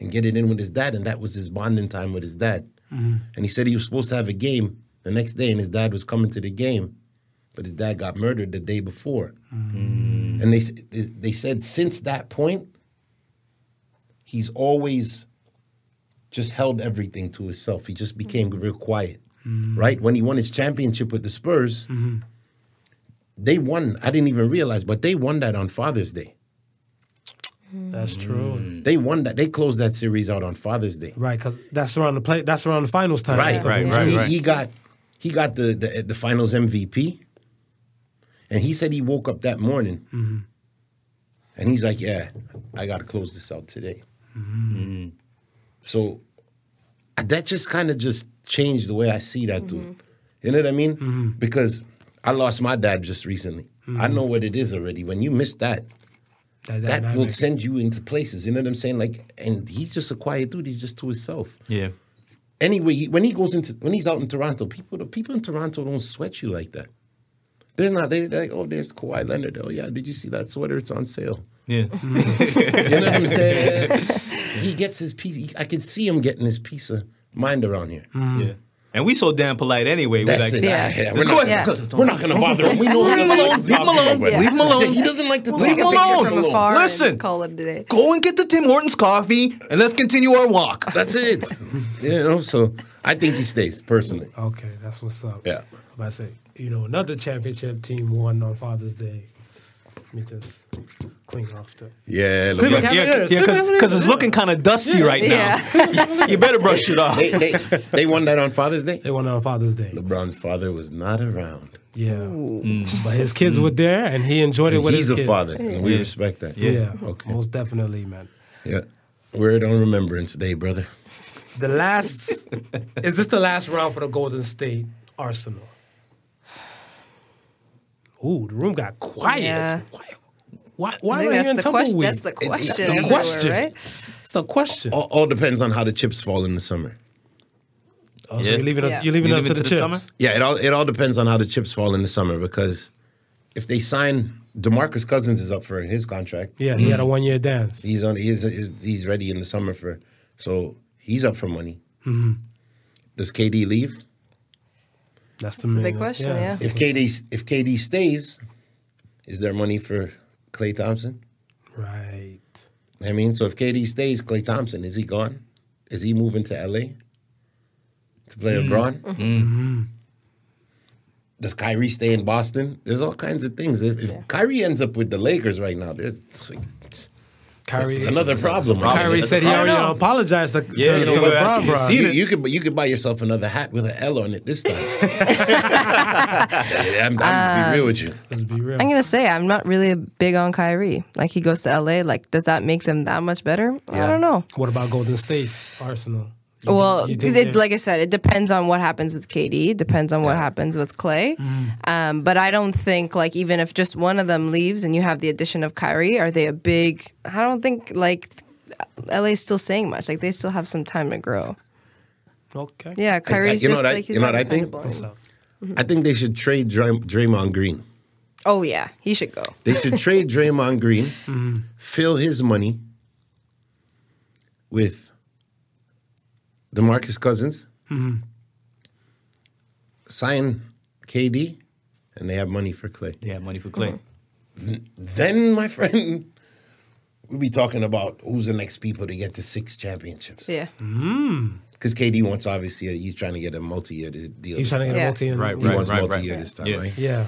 Speaker 4: and get it in with his dad, and that was his bonding time with his dad. And he said he was supposed to have a game the next day, and his dad was coming to the game, but his dad got murdered the day before. And they s- they they said since that point, he's always just held everything to himself. He just became real quiet, right? When he won his championship with the Spurs, they won. I didn't even realize, but they won that on Father's Day.
Speaker 3: That's true.
Speaker 4: They won that. They closed that series out on Father's Day.
Speaker 3: Right. Because that's around the play. That's around the finals time.
Speaker 4: Right,
Speaker 3: That's the-
Speaker 2: right,
Speaker 4: He-
Speaker 2: right,
Speaker 4: he,
Speaker 2: right.
Speaker 4: got he got the, the the finals MVP, and he said he woke up that morning, and he's like, "Yeah, I got to close this out today." So that just kind of just changed the way I see that dude. You know what I mean? Because I lost my dad just recently. I know what it is already. When you miss that,
Speaker 3: That,
Speaker 4: that
Speaker 3: dynamic.
Speaker 4: will send you into places. You know what I'm saying? Like, and he's just a quiet dude. He's just to himself
Speaker 2: yeah.
Speaker 4: anyway, he, when he goes into when he's out in Toronto, people the people in Toronto don't sweat you like that. They're not. They're like, oh, there's Kawhi Leonard. Oh yeah, did you see that sweater? It's on sale.
Speaker 2: Yeah,
Speaker 3: Mm-hmm.
Speaker 4: You know what I'm saying? he gets his piece. he- I can see him getting his piece of mind around here.
Speaker 2: yeah. And we so damn polite anyway.
Speaker 4: That's
Speaker 2: we
Speaker 4: it.
Speaker 2: Hmm. like,
Speaker 5: Yeah.
Speaker 4: We're,
Speaker 2: Let's
Speaker 4: not,
Speaker 2: go ahead.
Speaker 4: we're not gonna bother him. We know
Speaker 2: Leave him alone. Leave him alone.
Speaker 5: Yeah.
Speaker 2: Leave him
Speaker 4: Yeah,
Speaker 2: alone.
Speaker 4: he doesn't like to
Speaker 5: We'll
Speaker 4: talk
Speaker 5: take a
Speaker 4: about
Speaker 2: him
Speaker 5: picture
Speaker 2: alone.
Speaker 5: from afar
Speaker 2: Listen.
Speaker 5: and call it a day.
Speaker 2: Go and get the Tim Hortons coffee and let's continue our walk.
Speaker 4: That's it. you know. So I think he stays personally.
Speaker 3: Okay, that's what's up.
Speaker 4: Yeah.
Speaker 3: if I say, you know, another championship team won on Father's Day. Let me just clean off the.
Speaker 4: Yeah, look,
Speaker 3: Cleveland
Speaker 4: like-
Speaker 3: Cavaliers.
Speaker 2: Yeah, yeah, because it's looking kind of dusty right now.
Speaker 5: Yeah.
Speaker 2: You better brush it off.
Speaker 4: they, they, they won that on Father's Day.
Speaker 3: They won on Father's Day.
Speaker 4: LeBron's father was not around.
Speaker 3: Yeah. But his kids were there and he enjoyed it with
Speaker 4: He's
Speaker 3: his
Speaker 4: a
Speaker 3: kids.
Speaker 4: father, Mm. and we respect that.
Speaker 3: Yeah.
Speaker 4: Okay.
Speaker 3: Most definitely, man.
Speaker 4: yeah. Word on Remembrance Day, brother.
Speaker 3: The last is this the last round for the Golden State Arsenal? Ooh, the room got quiet.
Speaker 5: Yeah.
Speaker 3: Why? Why,
Speaker 5: I
Speaker 3: why
Speaker 5: think
Speaker 3: are you in
Speaker 5: that's, the question,
Speaker 3: tumbleweed?
Speaker 5: that's the
Speaker 4: It's
Speaker 5: question.
Speaker 4: the
Speaker 5: everywhere,
Speaker 3: question.
Speaker 5: Right?
Speaker 3: It's a question.
Speaker 4: All, all depends on how the chips fall in the summer.
Speaker 3: Oh, so
Speaker 2: Yeah.
Speaker 3: you're leaving it,
Speaker 5: Yeah.
Speaker 3: you're leaving
Speaker 2: You
Speaker 3: it up
Speaker 2: leave
Speaker 3: to
Speaker 2: it
Speaker 3: the,
Speaker 2: to
Speaker 3: chips.
Speaker 2: the summer?
Speaker 4: Yeah, it all it all depends on how the chips fall in the summer because if they sign DeMarcus Cousins is up for his contract.
Speaker 3: Yeah, he had a one year dance.
Speaker 4: He's on he's, he's he's ready in the summer for so he's up for money.
Speaker 3: Mm-hmm.
Speaker 4: Does KD leave?
Speaker 3: That's the main
Speaker 5: big question, yeah.
Speaker 3: that's the
Speaker 4: If KD if KD stays, is there money for Clay Thompson?
Speaker 3: question. Right.
Speaker 4: I mean, so if KD stays, Clay Thompson is he gone? Is he moving to LA to play
Speaker 2: Mm.
Speaker 4: LeBron?
Speaker 2: Mm-hmm.
Speaker 4: Does Kyrie stay in Boston? There's all kinds of things. If, if Kyrie ends up with the Lakers right now, there's it's like- it's
Speaker 3: Kyrie,
Speaker 4: another problem.
Speaker 2: problem.
Speaker 3: Kyrie said he
Speaker 2: I don't
Speaker 3: already
Speaker 2: know.
Speaker 3: apologized to,
Speaker 2: Yeah,
Speaker 3: to,
Speaker 2: you
Speaker 3: to
Speaker 2: know what?
Speaker 3: LeBron, bro.
Speaker 2: See
Speaker 4: You,
Speaker 2: it.
Speaker 4: you could you could buy yourself another hat with an L on it this time. I'm, I'm gonna be real with you.
Speaker 3: Let's be real.
Speaker 5: I'm gonna say I'm not really big on Kyrie. Like he goes to LA. Like does that make them that much better? I don't know.
Speaker 3: What about Golden State's Arsenal? You
Speaker 5: Well,
Speaker 3: think- you think
Speaker 5: it-
Speaker 3: they're-
Speaker 5: like I said, it depends on what happens with KD. It Depends on what happens with Clay.
Speaker 4: Mm-hmm.
Speaker 5: Um, but I don't think like even if just one of them leaves and you have the addition of Kyrie, are they a big? I don't think like LA's still saying much. Like they still have some time to grow.
Speaker 3: okay.
Speaker 5: Yeah, Kyrie's
Speaker 4: you know
Speaker 5: just
Speaker 4: what I-
Speaker 5: like he's
Speaker 4: you know
Speaker 5: not
Speaker 4: what I think?
Speaker 5: dependable.
Speaker 3: So,
Speaker 4: I think they should trade Dray- Draymond Green.
Speaker 5: Oh yeah, he should go.
Speaker 4: They should trade Draymond Green, fill his money with DeMarcus Cousins, sign KD, and they have money for Clay.
Speaker 2: Yeah, money for Clay.
Speaker 4: Then, my friend, we'll be talking about who's the next people to get to six championships.
Speaker 5: Yeah,
Speaker 4: Because KD wants, obviously, uh, he's trying to get a multi year deal.
Speaker 3: he's
Speaker 4: this
Speaker 3: trying to get
Speaker 5: Yeah.
Speaker 3: a multi
Speaker 2: Right,
Speaker 4: time.
Speaker 2: right.
Speaker 4: he wants multi year this time,
Speaker 2: Yeah.
Speaker 4: right?
Speaker 3: Yeah.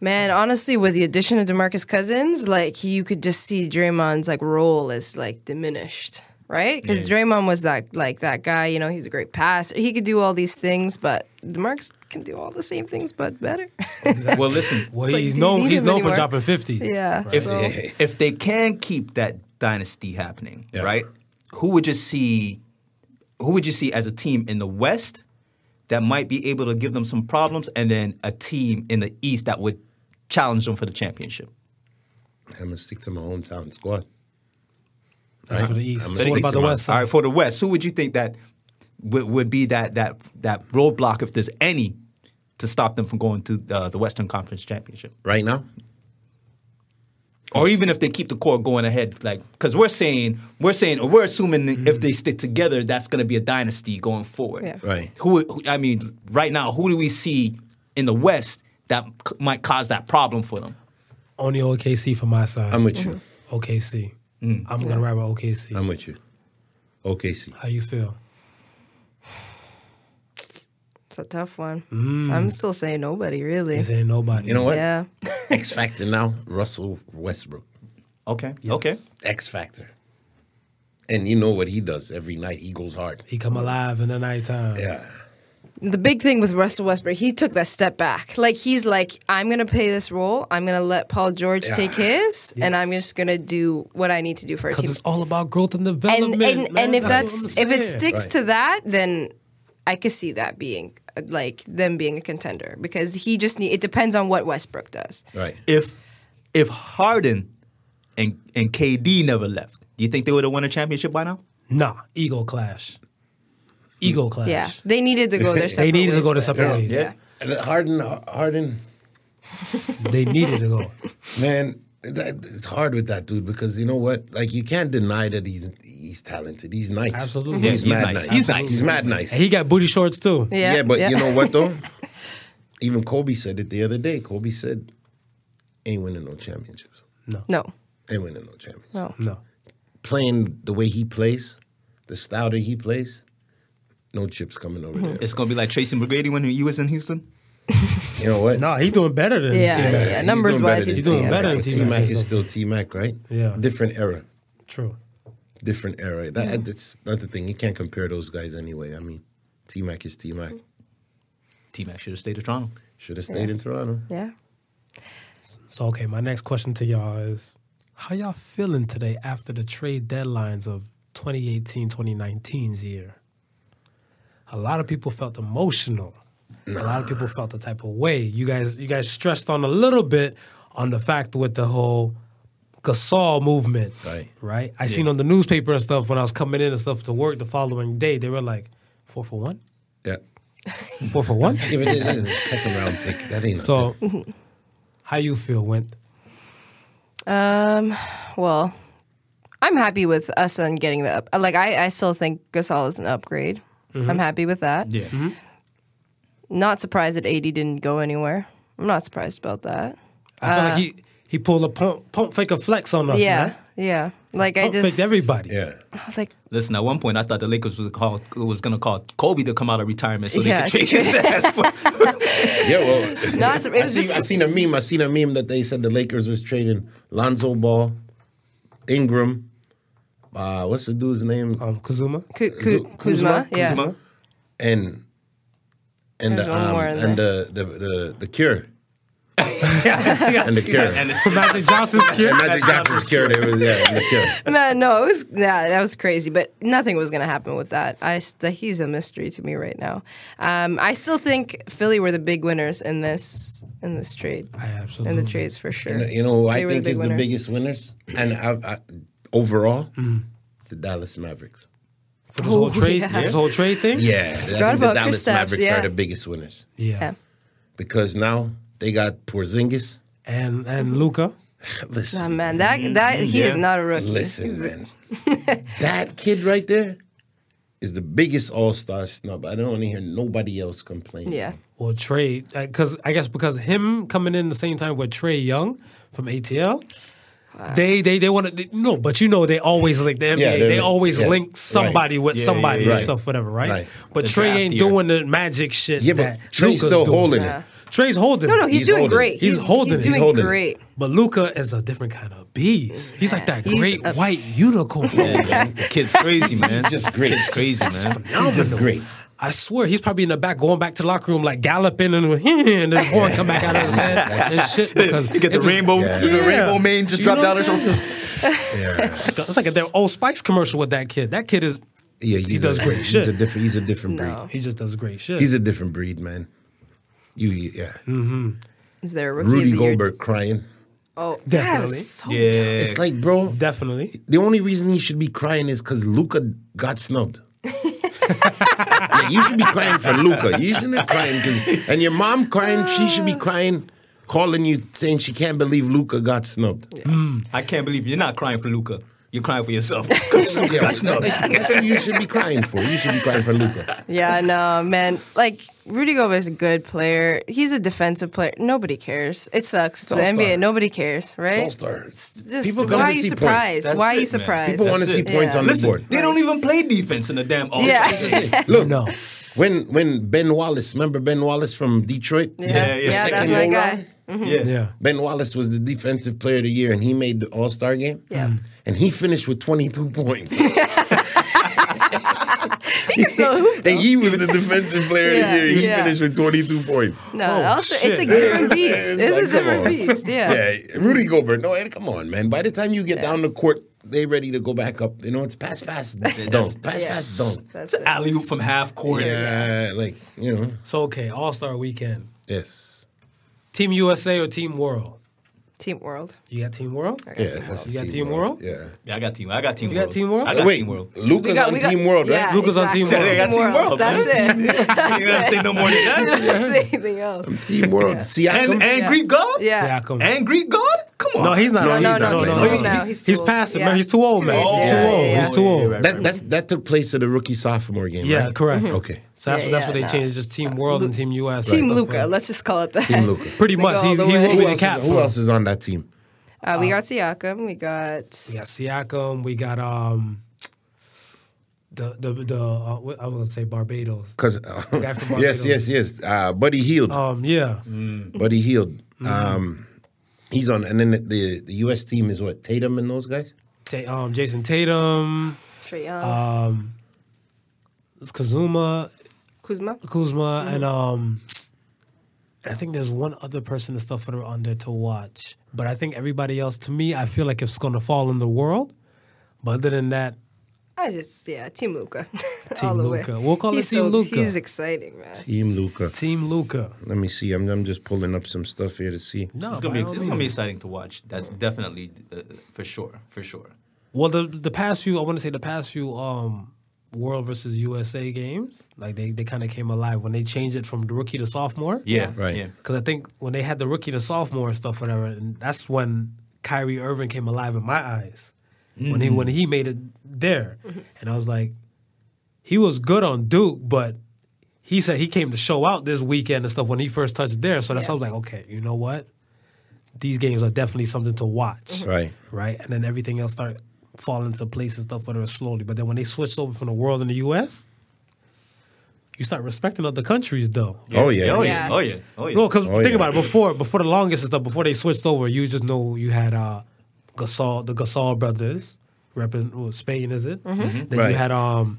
Speaker 5: man. Honestly, with the addition of Demarcus Cousins, like you could just see Draymond's like role is like diminished, right? Because
Speaker 2: Yeah.
Speaker 5: Draymond was that like that guy. You know, he was a great passer. He could do all these things, but Demarcus can do all the same things, but better.
Speaker 3: Mm-hmm.
Speaker 2: Well, listen,
Speaker 3: Well,
Speaker 5: like,
Speaker 3: he's
Speaker 5: do you
Speaker 3: known
Speaker 5: need
Speaker 3: he's
Speaker 5: him
Speaker 3: known for
Speaker 5: anymore?
Speaker 3: dropping fifties.
Speaker 5: yeah.
Speaker 2: if,
Speaker 5: So
Speaker 2: if they can keep that dynasty happening,
Speaker 4: Yeah.
Speaker 2: right? Who would you see? Who would you see as a team in the West that might be able to give them some problems, and then a team in the East that would challenge them for the championship?
Speaker 4: I'm going to stick to my hometown squad.
Speaker 3: That's for the East.
Speaker 4: I'm
Speaker 3: So what
Speaker 4: gonna
Speaker 3: about
Speaker 4: take
Speaker 3: the
Speaker 4: some
Speaker 3: West
Speaker 2: All
Speaker 3: side?
Speaker 2: right, for the West, who would you think that would, would be that that that roadblock, if there's any, to stop them from going to uh, the, the Western Conference Championship?
Speaker 4: Right now,
Speaker 2: or even if they keep the core going ahead, like because we're saying we're saying or we're assuming that if they stick together, that's going to be a dynasty going forward.
Speaker 5: Yeah.
Speaker 4: Right.
Speaker 2: Who, who- I mean, right now, who do we see in the West that c- might cause that problem for them?
Speaker 3: Only OKC for my side.
Speaker 4: I'm Mm. with you.
Speaker 3: Mm-hmm. OKC. I'm gonna ride with OKC.
Speaker 4: I'm with you. OKC.
Speaker 3: How you feel?
Speaker 5: it's a tough one. I'm still saying nobody really.
Speaker 3: Is there nobody?
Speaker 4: You know what?
Speaker 5: Yeah.
Speaker 4: X Factor now, Russell Westbrook.
Speaker 2: Okay.
Speaker 3: Yes.
Speaker 2: Okay.
Speaker 4: X Factor. And you know what he does every night. He goes hard.
Speaker 3: He come alive in the nighttime.
Speaker 4: Yeah.
Speaker 5: the big thing with Russell Westbrook, he took that step back. Like he's like, I'm gonna play this role. I'm gonna let Paul George
Speaker 4: Yeah.
Speaker 5: take his, and I'm just gonna do what I need to do for a
Speaker 3: Because
Speaker 5: team.
Speaker 3: it's all about growth and
Speaker 5: And
Speaker 3: development.
Speaker 5: and,
Speaker 3: man.
Speaker 5: and if
Speaker 3: what
Speaker 5: that's
Speaker 3: I'm
Speaker 5: if it
Speaker 3: saying.
Speaker 5: sticks
Speaker 4: Right.
Speaker 5: to that, then I could see that being uh, like them being a contender because he just need. It depends on what Westbrook does.
Speaker 4: Right.
Speaker 2: If if Harden and and KD never left, do you think they would have won a championship by now?
Speaker 3: nah, ego clash.
Speaker 4: Mm.
Speaker 3: Ego clash.
Speaker 5: Yeah, they needed to go their separate.
Speaker 3: They needed to
Speaker 5: ways,
Speaker 3: go to
Speaker 5: but-
Speaker 3: separate ways.
Speaker 5: Yeah.
Speaker 4: And Harden, Harden,
Speaker 3: They needed to go.
Speaker 4: man, that, it's hard with that dude because you know what? Like, you can't deny that he's he's talented. He's nice.
Speaker 3: Absolutely.
Speaker 4: He's,
Speaker 2: Yeah, he's
Speaker 4: mad
Speaker 2: nice.
Speaker 4: nice.
Speaker 2: He's nice.
Speaker 4: He's mad nice.
Speaker 3: And he got booty shorts too.
Speaker 5: Yeah,
Speaker 4: yeah, but
Speaker 5: yeah.
Speaker 4: you know what, though? Even Kobe said it the other day. Kobe said, ain't winning no championships.
Speaker 5: No,
Speaker 4: Ain't winning no championships.
Speaker 5: no.
Speaker 3: No.
Speaker 4: Playing the way he plays, the style that he plays, no chips coming over there.
Speaker 2: It's gonna be like Tracy McGrady when he was in Houston.
Speaker 4: You know what?
Speaker 3: Nah, he's doing better than
Speaker 5: Yeah,
Speaker 3: T-Mac.
Speaker 5: yeah. Numbers wise, he's
Speaker 3: He's doing
Speaker 5: doing
Speaker 3: better
Speaker 5: better.
Speaker 3: than
Speaker 4: T
Speaker 3: T-Mac.
Speaker 4: Mac
Speaker 3: So-
Speaker 4: is still T Mac, right?
Speaker 3: Yeah.
Speaker 4: Different era.
Speaker 3: True.
Speaker 4: Different era. That, that's another thing. You can't compare those guys anyway. I mean, T Mac is T Mac.
Speaker 2: T Mac should have stayed in Toronto.
Speaker 4: Should have stayed in Toronto.
Speaker 5: Yeah.
Speaker 3: So okay, my next question to y'all is how y'all feeling today after the trade deadlines of 2018, 2019's year? A lot of people felt emotional. A lot of people felt the type of way. You guys you guys stressed on a little bit on the fact with the whole Gasol movement.
Speaker 4: Right.
Speaker 3: Right? I seen on the newspaper and stuff when I was coming in and stuff to work the following day, they were like, four for one?
Speaker 4: Yeah.
Speaker 3: Four for one?
Speaker 4: Even the second round pick. That ain't nothing.
Speaker 3: so how you feel, Went?
Speaker 5: Well, I'm happy with us on getting the up. Like I, I still think Gasol is an upgrade. I'm happy with that.
Speaker 2: Yeah.
Speaker 5: Not surprised that AD didn't go anywhere. I'm not surprised about that.
Speaker 3: I feel like he he pulled a pump, pump fake a flex on us,
Speaker 5: Uh, yeah,
Speaker 3: man.
Speaker 5: yeah. Like I
Speaker 3: Pump
Speaker 5: just
Speaker 3: faked everybody.
Speaker 4: Yeah.
Speaker 5: I was like,
Speaker 2: Listen, at one point I thought the Lakers was call, was gonna call Kobe to come out of retirement so
Speaker 5: Yeah.
Speaker 2: they could trade his ass. For,
Speaker 4: Yeah, well,
Speaker 5: not sur- it
Speaker 4: I
Speaker 5: was
Speaker 4: seen,
Speaker 5: just
Speaker 4: I seen a meme. I seen a meme that they said the Lakers was trading Lonzo Ball, Ingram. Uh, what's the dude's name?
Speaker 3: Um, Kazuma.
Speaker 5: Ku- Ku-
Speaker 4: Kuzma?
Speaker 5: Kuzma. Yeah.
Speaker 2: Kuzma?
Speaker 4: and and
Speaker 5: There's
Speaker 4: the
Speaker 5: one
Speaker 4: um,
Speaker 5: more in
Speaker 4: and the, the the the cure. And the cure.
Speaker 2: And the
Speaker 3: Magic Johnson's
Speaker 4: And
Speaker 3: kid.
Speaker 4: Magic Johnson's cure. They was yeah, and the cure.
Speaker 5: Man, no, it was yeah, that was crazy, but nothing was gonna happen with that. I s- the, he's a mystery to me right now. Um, I still think Philly were the big winners in this in this trade
Speaker 3: I
Speaker 5: in the
Speaker 3: absolutely.
Speaker 5: trades for sure.
Speaker 4: You know, you know who
Speaker 5: They
Speaker 4: I
Speaker 5: were the
Speaker 4: think
Speaker 5: big
Speaker 4: is
Speaker 5: winners.
Speaker 4: the biggest winners, and I, I, overall, the Dallas Mavericks.
Speaker 3: For this whole
Speaker 5: Oh,
Speaker 3: trade,
Speaker 5: yeah.
Speaker 3: this whole trade thing.
Speaker 4: Yeah, I think the
Speaker 5: about
Speaker 4: Dallas
Speaker 5: Kristaps,
Speaker 4: Mavericks
Speaker 5: yeah.
Speaker 4: are the biggest winners
Speaker 3: Yeah.
Speaker 5: Yeah.
Speaker 4: because now they got Porzingis.
Speaker 3: And and Luca.
Speaker 5: Oh,
Speaker 4: Listen,
Speaker 5: man, that that he is
Speaker 2: Yeah.
Speaker 5: not a rookie.
Speaker 4: listen, man, that kid right there is the biggest All Star snub. I don't want to hear nobody else complain.
Speaker 5: Yeah.
Speaker 3: Well, trade because I guess because him coming in the same time with Trey Young from ATL, they they they want to no, but you know they always link the NBA.
Speaker 4: Yeah,
Speaker 3: they
Speaker 4: they-
Speaker 3: always
Speaker 4: yeah,
Speaker 3: link somebody
Speaker 4: right.
Speaker 3: with
Speaker 2: Yeah,
Speaker 3: somebody
Speaker 2: yeah,
Speaker 3: and
Speaker 4: yeah.
Speaker 3: stuff, whatever, right?
Speaker 4: Right.
Speaker 3: But
Speaker 2: The
Speaker 3: Trey
Speaker 2: draft
Speaker 3: ain't
Speaker 2: year.
Speaker 3: doing the magic shit.
Speaker 4: Yeah, but
Speaker 3: that
Speaker 4: Trey's
Speaker 3: Luka's
Speaker 4: still
Speaker 3: doing.
Speaker 4: holding it.
Speaker 3: Trey's holding.
Speaker 5: No,
Speaker 3: it.
Speaker 5: no, he's,
Speaker 4: He's
Speaker 5: doing
Speaker 4: holding it.
Speaker 5: great.
Speaker 3: He's holding it.
Speaker 5: He's
Speaker 3: He's
Speaker 5: doing
Speaker 4: holding it.
Speaker 5: great.
Speaker 3: But Luca is a different kind of beast. He's like that
Speaker 5: He's
Speaker 3: great
Speaker 5: a-
Speaker 3: white unicorn.
Speaker 2: The kid's crazy, man.
Speaker 4: He's just great.
Speaker 2: Kid's crazy, man.
Speaker 4: He's just great.
Speaker 3: I swear, he's probably in the back going back to the locker room like galloping and, and his horn come back out of his head and shit. Because
Speaker 2: You get the
Speaker 3: it's a-
Speaker 2: rainbow,
Speaker 4: Yeah.
Speaker 2: the
Speaker 3: Yeah.
Speaker 2: rainbow mane just
Speaker 3: You
Speaker 2: dropped
Speaker 3: know
Speaker 2: out of
Speaker 3: what I'm
Speaker 2: his
Speaker 4: Yeah.
Speaker 3: It's like a damn old Spice commercial with that kid. That kid is
Speaker 4: Yeah,
Speaker 3: He does
Speaker 4: a,
Speaker 3: great
Speaker 4: he's
Speaker 3: shit.
Speaker 4: A different, he's a different
Speaker 5: No.
Speaker 4: breed.
Speaker 3: he just does great shit.
Speaker 4: He's a different breed, man. You, yeah.
Speaker 3: Hmm.
Speaker 5: Is there a rookie?
Speaker 4: Rudy
Speaker 5: of the year?
Speaker 4: Goldberg crying.
Speaker 5: Oh, that
Speaker 3: Definitely.
Speaker 5: was so
Speaker 2: Yeah.
Speaker 4: It's like, bro,
Speaker 3: definitely.
Speaker 4: the only reason he should be crying is because Luca got snubbed. yeah, you should be crying for Luca. You shouldn't be crying. 'cause- and your mom crying, she should be crying, calling you saying she can't believe Luca got snubbed.
Speaker 2: I can't believe you're not crying for Luca. You're crying for yourself. 'Cause Luka got
Speaker 4: Yeah, that's,
Speaker 2: snubbed.
Speaker 4: that's what you should be crying for. You should be crying for Luca.
Speaker 5: Yeah, no, man. Like Rudy Gobert is a good player. He's a defensive player. Nobody cares. It sucks. the
Speaker 4: all-star.
Speaker 5: NBA, nobody cares, right?
Speaker 4: All star.
Speaker 5: Just
Speaker 4: People come
Speaker 5: why are
Speaker 4: to
Speaker 5: you
Speaker 4: see points.
Speaker 5: surprised?
Speaker 2: That's
Speaker 5: Why are
Speaker 2: it,
Speaker 5: you
Speaker 2: man.
Speaker 5: surprised?
Speaker 4: People want to
Speaker 2: That's
Speaker 4: see
Speaker 2: it.
Speaker 4: points
Speaker 5: Yeah.
Speaker 4: on the
Speaker 2: Listen,
Speaker 4: board.
Speaker 2: they don't even play defense in the damn all
Speaker 5: Yeah.
Speaker 4: Look,
Speaker 3: No.
Speaker 4: When when Ben Wallace, remember Ben Wallace from Detroit?
Speaker 2: Yeah, yeah.
Speaker 4: The
Speaker 5: Yeah, that's
Speaker 4: second
Speaker 5: my
Speaker 4: go
Speaker 5: guy.
Speaker 4: round,
Speaker 5: Mm-hmm.
Speaker 2: Yeah.
Speaker 3: Yeah.
Speaker 4: Ben Wallace was the defensive player of the year and he made the All Star game.
Speaker 5: Yeah. Mm.
Speaker 4: And he finished with 22 points.
Speaker 5: So who-
Speaker 4: and he was the defensive player
Speaker 5: Yeah,
Speaker 4: of the year. He
Speaker 5: yeah.
Speaker 4: finished with 22 points.
Speaker 5: no,
Speaker 3: Oh,
Speaker 5: also it's a
Speaker 3: shit.
Speaker 5: different beast.
Speaker 4: It's
Speaker 5: It's
Speaker 4: like,
Speaker 5: a
Speaker 4: come
Speaker 5: different
Speaker 4: on.
Speaker 5: beast. Yeah.
Speaker 4: Yeah, Rudy Gobert. No, and come on, man. By the time you get down the court, they ready to go back up. You know, it's pass, pass, dunk. Pass,
Speaker 5: Yeah.
Speaker 4: pass, dunk.
Speaker 5: That's
Speaker 2: It's an
Speaker 5: it.
Speaker 2: alley oop from half court.
Speaker 4: Yeah, like, you know,
Speaker 3: So okay, All Star Weekend.
Speaker 4: yes.
Speaker 3: Team USA or Team World?
Speaker 5: Team World.
Speaker 3: You got Team World?
Speaker 4: Yeah, that's
Speaker 3: You got Team World?
Speaker 4: Yeah.
Speaker 2: Yeah, I got team. I got team.
Speaker 3: You got
Speaker 2: world.
Speaker 3: Team World?
Speaker 2: I got
Speaker 4: Wait,
Speaker 2: team world.
Speaker 4: Luca's on Team World, right?
Speaker 5: yeah,
Speaker 3: Luka's on Team World.
Speaker 2: Yeah,
Speaker 5: exactly.
Speaker 2: they got Team World,
Speaker 5: That's
Speaker 2: man. You
Speaker 5: it.
Speaker 2: know what I'm saying? No more than
Speaker 5: I
Speaker 2: that.
Speaker 5: don't say anything else.
Speaker 4: Team World.
Speaker 2: And,
Speaker 4: Siakam.
Speaker 2: and Greek God?
Speaker 5: Yeah.
Speaker 3: Siakam.
Speaker 2: And Greek God? Come on.
Speaker 3: no, he's not.
Speaker 4: No, he's
Speaker 5: No,
Speaker 4: not
Speaker 5: no, he's
Speaker 4: playing. No,
Speaker 5: too old
Speaker 4: no.
Speaker 5: now.
Speaker 3: He-
Speaker 5: He's
Speaker 3: he's
Speaker 5: too
Speaker 3: past it,
Speaker 5: old.
Speaker 3: man.
Speaker 5: Yeah.
Speaker 3: He's too old, man.
Speaker 5: old.
Speaker 3: He's
Speaker 5: Yeah,
Speaker 3: too old.
Speaker 5: yeah,
Speaker 3: He's too old.
Speaker 2: yeah.
Speaker 4: that, that's, that took place at the rookie sophomore game,
Speaker 3: Yeah,
Speaker 4: right?
Speaker 3: correct.
Speaker 4: Okay.
Speaker 3: So that's
Speaker 5: Yeah,
Speaker 3: that's
Speaker 5: yeah,
Speaker 3: what they
Speaker 5: nah.
Speaker 3: changed. Just Team World and Team US.
Speaker 5: Team
Speaker 3: Stuff,
Speaker 5: Luca.
Speaker 3: right?
Speaker 5: let's just call it that.
Speaker 4: Team Luca.
Speaker 3: Pretty
Speaker 5: They
Speaker 3: much.
Speaker 5: go
Speaker 3: He,
Speaker 5: all
Speaker 3: he
Speaker 5: the
Speaker 3: will
Speaker 5: way.
Speaker 3: be
Speaker 4: Who
Speaker 3: the
Speaker 4: else,
Speaker 3: cap.
Speaker 4: is, who else is on that team?
Speaker 5: Uh, we got Siakam. We got
Speaker 3: We got Siakam. We got um, the the the uh, what- I was gonna say Barbados.
Speaker 4: Cause uh,
Speaker 3: Guy from
Speaker 4: yes,
Speaker 3: Barbados.
Speaker 4: yes, yes. Uh, Buddy Healed.
Speaker 3: Um, mm-hmm. yeah,
Speaker 2: Mm.
Speaker 4: Buddy Healed. Um, he's on, and then the, the the U.S. team is what Tatum and those guys.
Speaker 3: Ta- um, Jason Tatum,
Speaker 5: Trae Young,
Speaker 3: Kazuma,
Speaker 5: Kuzma.
Speaker 3: Kuzma,
Speaker 5: Mm-hmm.
Speaker 3: and um, I think there's one other person and stuff that are on there to watch. But I think everybody else, to me, I feel like it's gonna fall in the world. But other than that,
Speaker 5: I just yeah, Team Luca.
Speaker 3: Team
Speaker 5: All the way.
Speaker 3: Luka. We'll call it
Speaker 5: He's
Speaker 3: Team Luka.
Speaker 5: He's exciting, man.
Speaker 4: Team Luca.
Speaker 3: Team Luca.
Speaker 4: Let me see. I'm I'm just pulling up some stuff here to see.
Speaker 3: No,
Speaker 2: It's
Speaker 3: by
Speaker 2: gonna be
Speaker 3: all
Speaker 2: it's gonna
Speaker 3: means.
Speaker 2: be exciting to watch. That's definitely uh, for sure, for sure.
Speaker 3: Well, the the past few, I want to say the past few um World versus USA games, like they, they kind of came alive when they changed it from the rookie to sophomore.
Speaker 2: Yeah,
Speaker 4: Right.
Speaker 2: Yeah.
Speaker 3: Because I think when they had the rookie to sophomore and stuff, whatever, and that's when Kyrie Irving came alive in my eyes. When he when he made it there, and I was like, he was good on Duke, but he said he came to show out this weekend and stuff when he first touched there. So that's I was like, okay, you know what? These games are definitely something to watch
Speaker 4: Right.
Speaker 3: right? And then everything else start falling into place and stuff whatever slowly. But then when they switched over from the world in the US, you start respecting other countries though.
Speaker 4: Oh yeah.
Speaker 2: Oh yeah.
Speaker 5: Yeah.
Speaker 2: Oh yeah. Oh yeah.
Speaker 3: No, because
Speaker 4: Oh,
Speaker 3: think
Speaker 4: yeah.
Speaker 3: about it. Before before the longest and stuff, before they switched over, you just know you had uh Gasol, the Gasol brothers, repping well, Spain, is it? Mm-hmm. Then
Speaker 4: Mm-hmm. Right.
Speaker 3: you had um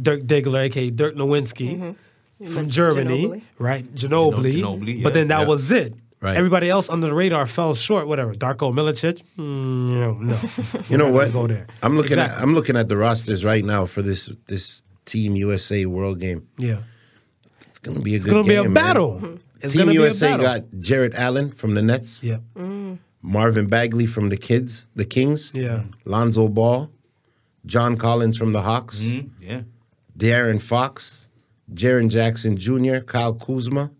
Speaker 3: Dirk Diggler, aka Dirk Nowinski,
Speaker 4: Mm-hmm.
Speaker 3: from
Speaker 5: Gen-
Speaker 3: Germany,
Speaker 5: Ginobili.
Speaker 3: right? Ginobili.
Speaker 2: Gino- Ginobili,
Speaker 3: But
Speaker 2: yeah,
Speaker 3: then that
Speaker 4: yeah.
Speaker 3: was it.
Speaker 4: Right.
Speaker 3: Everybody else under the radar fell short. Whatever. Darko Milicic, mm, no, no.
Speaker 4: You know what?
Speaker 3: Go there.
Speaker 4: I'm looking at
Speaker 3: Exactly.
Speaker 4: I'm looking at the rosters right now for this this Team USA World Game.
Speaker 3: yeah.
Speaker 4: It's gonna be a
Speaker 3: It's
Speaker 4: good
Speaker 3: gonna be a
Speaker 4: game, man.
Speaker 3: battle. It's
Speaker 4: Team
Speaker 3: gonna
Speaker 4: USA
Speaker 3: be a battle.
Speaker 4: got Jared Allen from the Nets,
Speaker 3: yeah.
Speaker 4: Marvin Bagley from the Kids, the Kings,
Speaker 3: Yeah.
Speaker 4: Lonzo Ball, John Collins from the Hawks,
Speaker 3: Mm-hmm.
Speaker 2: Mhm. Yeah.
Speaker 4: De'Aaron Fox, Jaron Jackson Jr., Kyle Kuzma,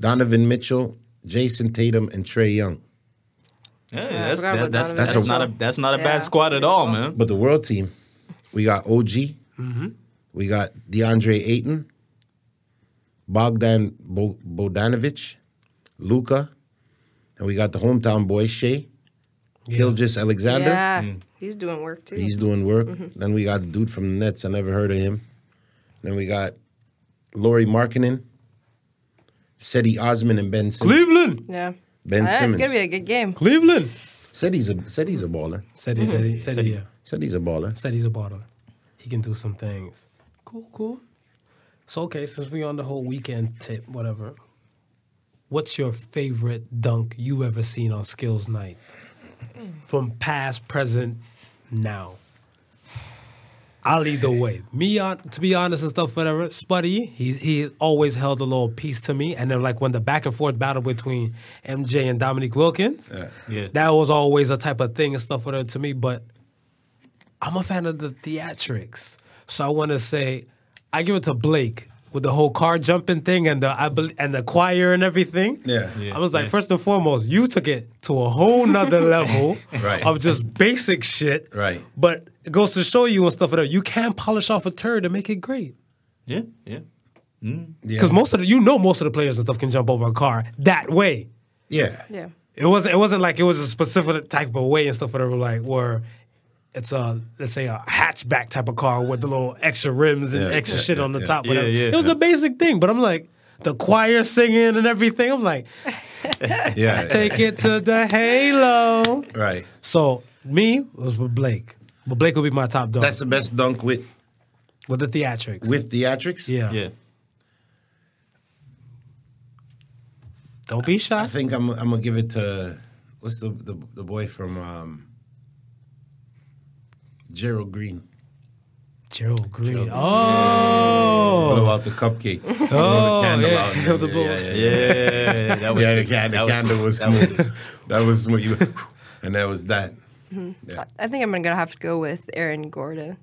Speaker 4: Donovan Mitchell, Jason Tatum, and Trey Young.
Speaker 2: Yeah,
Speaker 5: I
Speaker 2: that's, that's,
Speaker 5: forgot about
Speaker 2: that's,
Speaker 5: Donovan
Speaker 2: that's,
Speaker 4: Mitchell.
Speaker 2: not a that's not a
Speaker 5: Yeah,
Speaker 2: bad
Speaker 5: it's
Speaker 2: squad
Speaker 5: a
Speaker 2: at
Speaker 5: good
Speaker 2: all,
Speaker 5: squad.
Speaker 2: man.
Speaker 4: But the world team, we got OG, we got DeAndre Ayton, Bogdan Bo- Bogdanovic, Luca, and we got the hometown boy Shea, Gilgis Alexander.
Speaker 5: Yeah, he's doing work too.
Speaker 4: He's doing work. Then we got the dude from the Nets. I never heard of him. Then we got Laurie Markkinen, Seti Osman, and Ben Simmons.
Speaker 3: Cleveland.
Speaker 5: yeah.
Speaker 4: Ben
Speaker 5: Ah, it's
Speaker 4: Simmons.
Speaker 5: gonna be a good game.
Speaker 3: Cleveland.
Speaker 4: Seti's a Seti's a baller.
Speaker 3: Said he, said he, said he, yeah.
Speaker 4: Said he's a baller.
Speaker 3: Said he's a baller. He can do some things. Cool, cool. So okay, since we on the whole weekend tip, whatever. What's your favorite dunk you ever seen on skills night? From past, present, now. I'll either way. Me on to be honest and stuff, whatever. Spuddy, he he always held a little piece to me. And then like when the back and forth battle between MJ and Dominique Wilkins,
Speaker 2: Yeah.
Speaker 3: that was always a type of thing and stuff whatever to me. But I'm a fan of the theatrics, so I want to say I give it to Blake with the whole car jumping thing and the I bel and the choir and everything.
Speaker 4: Yeah. Yeah,
Speaker 3: I was like, first and foremost, you took it to a whole nother level
Speaker 4: Right.
Speaker 3: of just basic shit.
Speaker 4: Right.
Speaker 3: but it goes to show you and stuff like that you can polish off a turd and make it great.
Speaker 2: Yeah. Yeah.
Speaker 3: Because most of the, you know most of the players and stuff can jump over a car that way.
Speaker 4: Yeah.
Speaker 5: Yeah.
Speaker 3: It wasn't. It wasn't like it was a specific type of way and stuff. Whatever, like where it's a let's say a hatchback type of car with the little extra rims and
Speaker 4: Yeah,
Speaker 3: extra
Speaker 4: yeah,
Speaker 3: shit
Speaker 4: yeah,
Speaker 3: on the
Speaker 4: yeah.
Speaker 3: top.
Speaker 2: Yeah,
Speaker 3: Whatever.
Speaker 2: yeah.
Speaker 3: It was a basic thing, but I'm like the choir singing and everything. I'm like,
Speaker 4: Yeah.
Speaker 3: take it to the halo.
Speaker 4: Right.
Speaker 3: So me it was with Blake, but Blake would be my top dog
Speaker 4: That's the best dunk with
Speaker 3: with the theatrics.
Speaker 4: with theatrics.
Speaker 3: yeah.
Speaker 2: Yeah.
Speaker 3: don't be
Speaker 4: I
Speaker 3: shy.
Speaker 4: think I'm I'm gonna give it to what's the the, the boy from um, Gerald Green.
Speaker 3: Gerald Green. Oh,
Speaker 4: Blow out the cupcake. Blow the candle
Speaker 3: yeah.
Speaker 4: out.
Speaker 3: Blow the blow-
Speaker 4: yeah, yeah, yeah.
Speaker 2: Yeah. That was
Speaker 4: Yeah, the,
Speaker 2: sick.
Speaker 4: can- the
Speaker 2: That was-
Speaker 4: candle was
Speaker 2: that was-
Speaker 4: smooth. that was what you, and that was that.
Speaker 5: I think I'm gonna have to go with Aaron Gordon.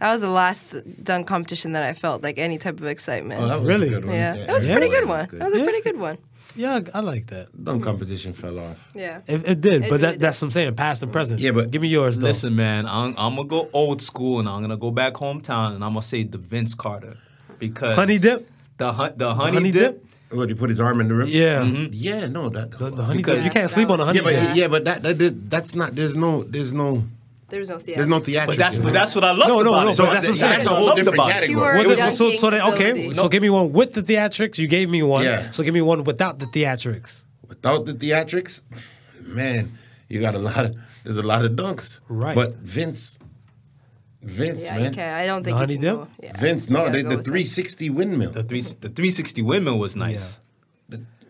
Speaker 5: That was the last dunk competition that I felt like any type of excitement.
Speaker 4: Oh, that was
Speaker 3: Really?
Speaker 4: a good one.
Speaker 5: yeah. it was a pretty
Speaker 4: that
Speaker 5: good one.
Speaker 4: was
Speaker 5: That was a pretty good one.
Speaker 3: yeah, I like that.
Speaker 4: Dunk competition fell off.
Speaker 5: Yeah.
Speaker 3: It, it did,
Speaker 5: It
Speaker 3: but
Speaker 5: really
Speaker 3: that,
Speaker 5: did.
Speaker 3: that's what I'm saying, past and present.
Speaker 4: Yeah, but
Speaker 3: give me yours. Though.
Speaker 2: Listen, man, I'm, I'm gonna go old school and I'm gonna go back hometown and I'm gonna say the Vince Carter because
Speaker 3: honey dip.
Speaker 2: the hun- the honey,
Speaker 3: honey
Speaker 2: dip.
Speaker 3: dip?
Speaker 4: What he put his arm in the rim?
Speaker 3: Yeah.
Speaker 4: yeah. No, that
Speaker 3: The, the honey
Speaker 2: Because-
Speaker 3: dip. You can't sleep on the honey
Speaker 4: Mm-hmm. yeah, but
Speaker 3: dip.
Speaker 4: yeah, but that, that that's not. There's no. There's no.
Speaker 5: There was no theater.
Speaker 4: There's no theatrical.
Speaker 2: But that's but that's what I love
Speaker 3: No, no,
Speaker 2: about
Speaker 3: no,
Speaker 2: it.
Speaker 4: so
Speaker 3: but
Speaker 4: that's,
Speaker 3: that's what I'm saying.
Speaker 4: a whole
Speaker 2: Loved
Speaker 4: different
Speaker 2: about it.
Speaker 4: category.
Speaker 5: Pure
Speaker 3: What the,
Speaker 5: dunking
Speaker 3: so, so then, okay,
Speaker 5: ability.
Speaker 3: so give me one with the theatrics. You gave me one.
Speaker 4: Yeah.
Speaker 3: So give me one without the theatrics.
Speaker 4: Without the theatrics, man, you got a lot of there's a lot of dunks.
Speaker 3: Right.
Speaker 4: But Vince, Vince,
Speaker 5: Yeah,
Speaker 4: man,
Speaker 5: you can't. I don't think
Speaker 3: The
Speaker 5: you
Speaker 3: honey
Speaker 5: can
Speaker 3: dip?
Speaker 5: go- yeah.
Speaker 4: Vince.
Speaker 5: You
Speaker 4: No,
Speaker 5: gotta
Speaker 4: the,
Speaker 5: go
Speaker 4: the
Speaker 5: with that.
Speaker 4: 360 windmill.
Speaker 2: The three the 360 windmill was nice.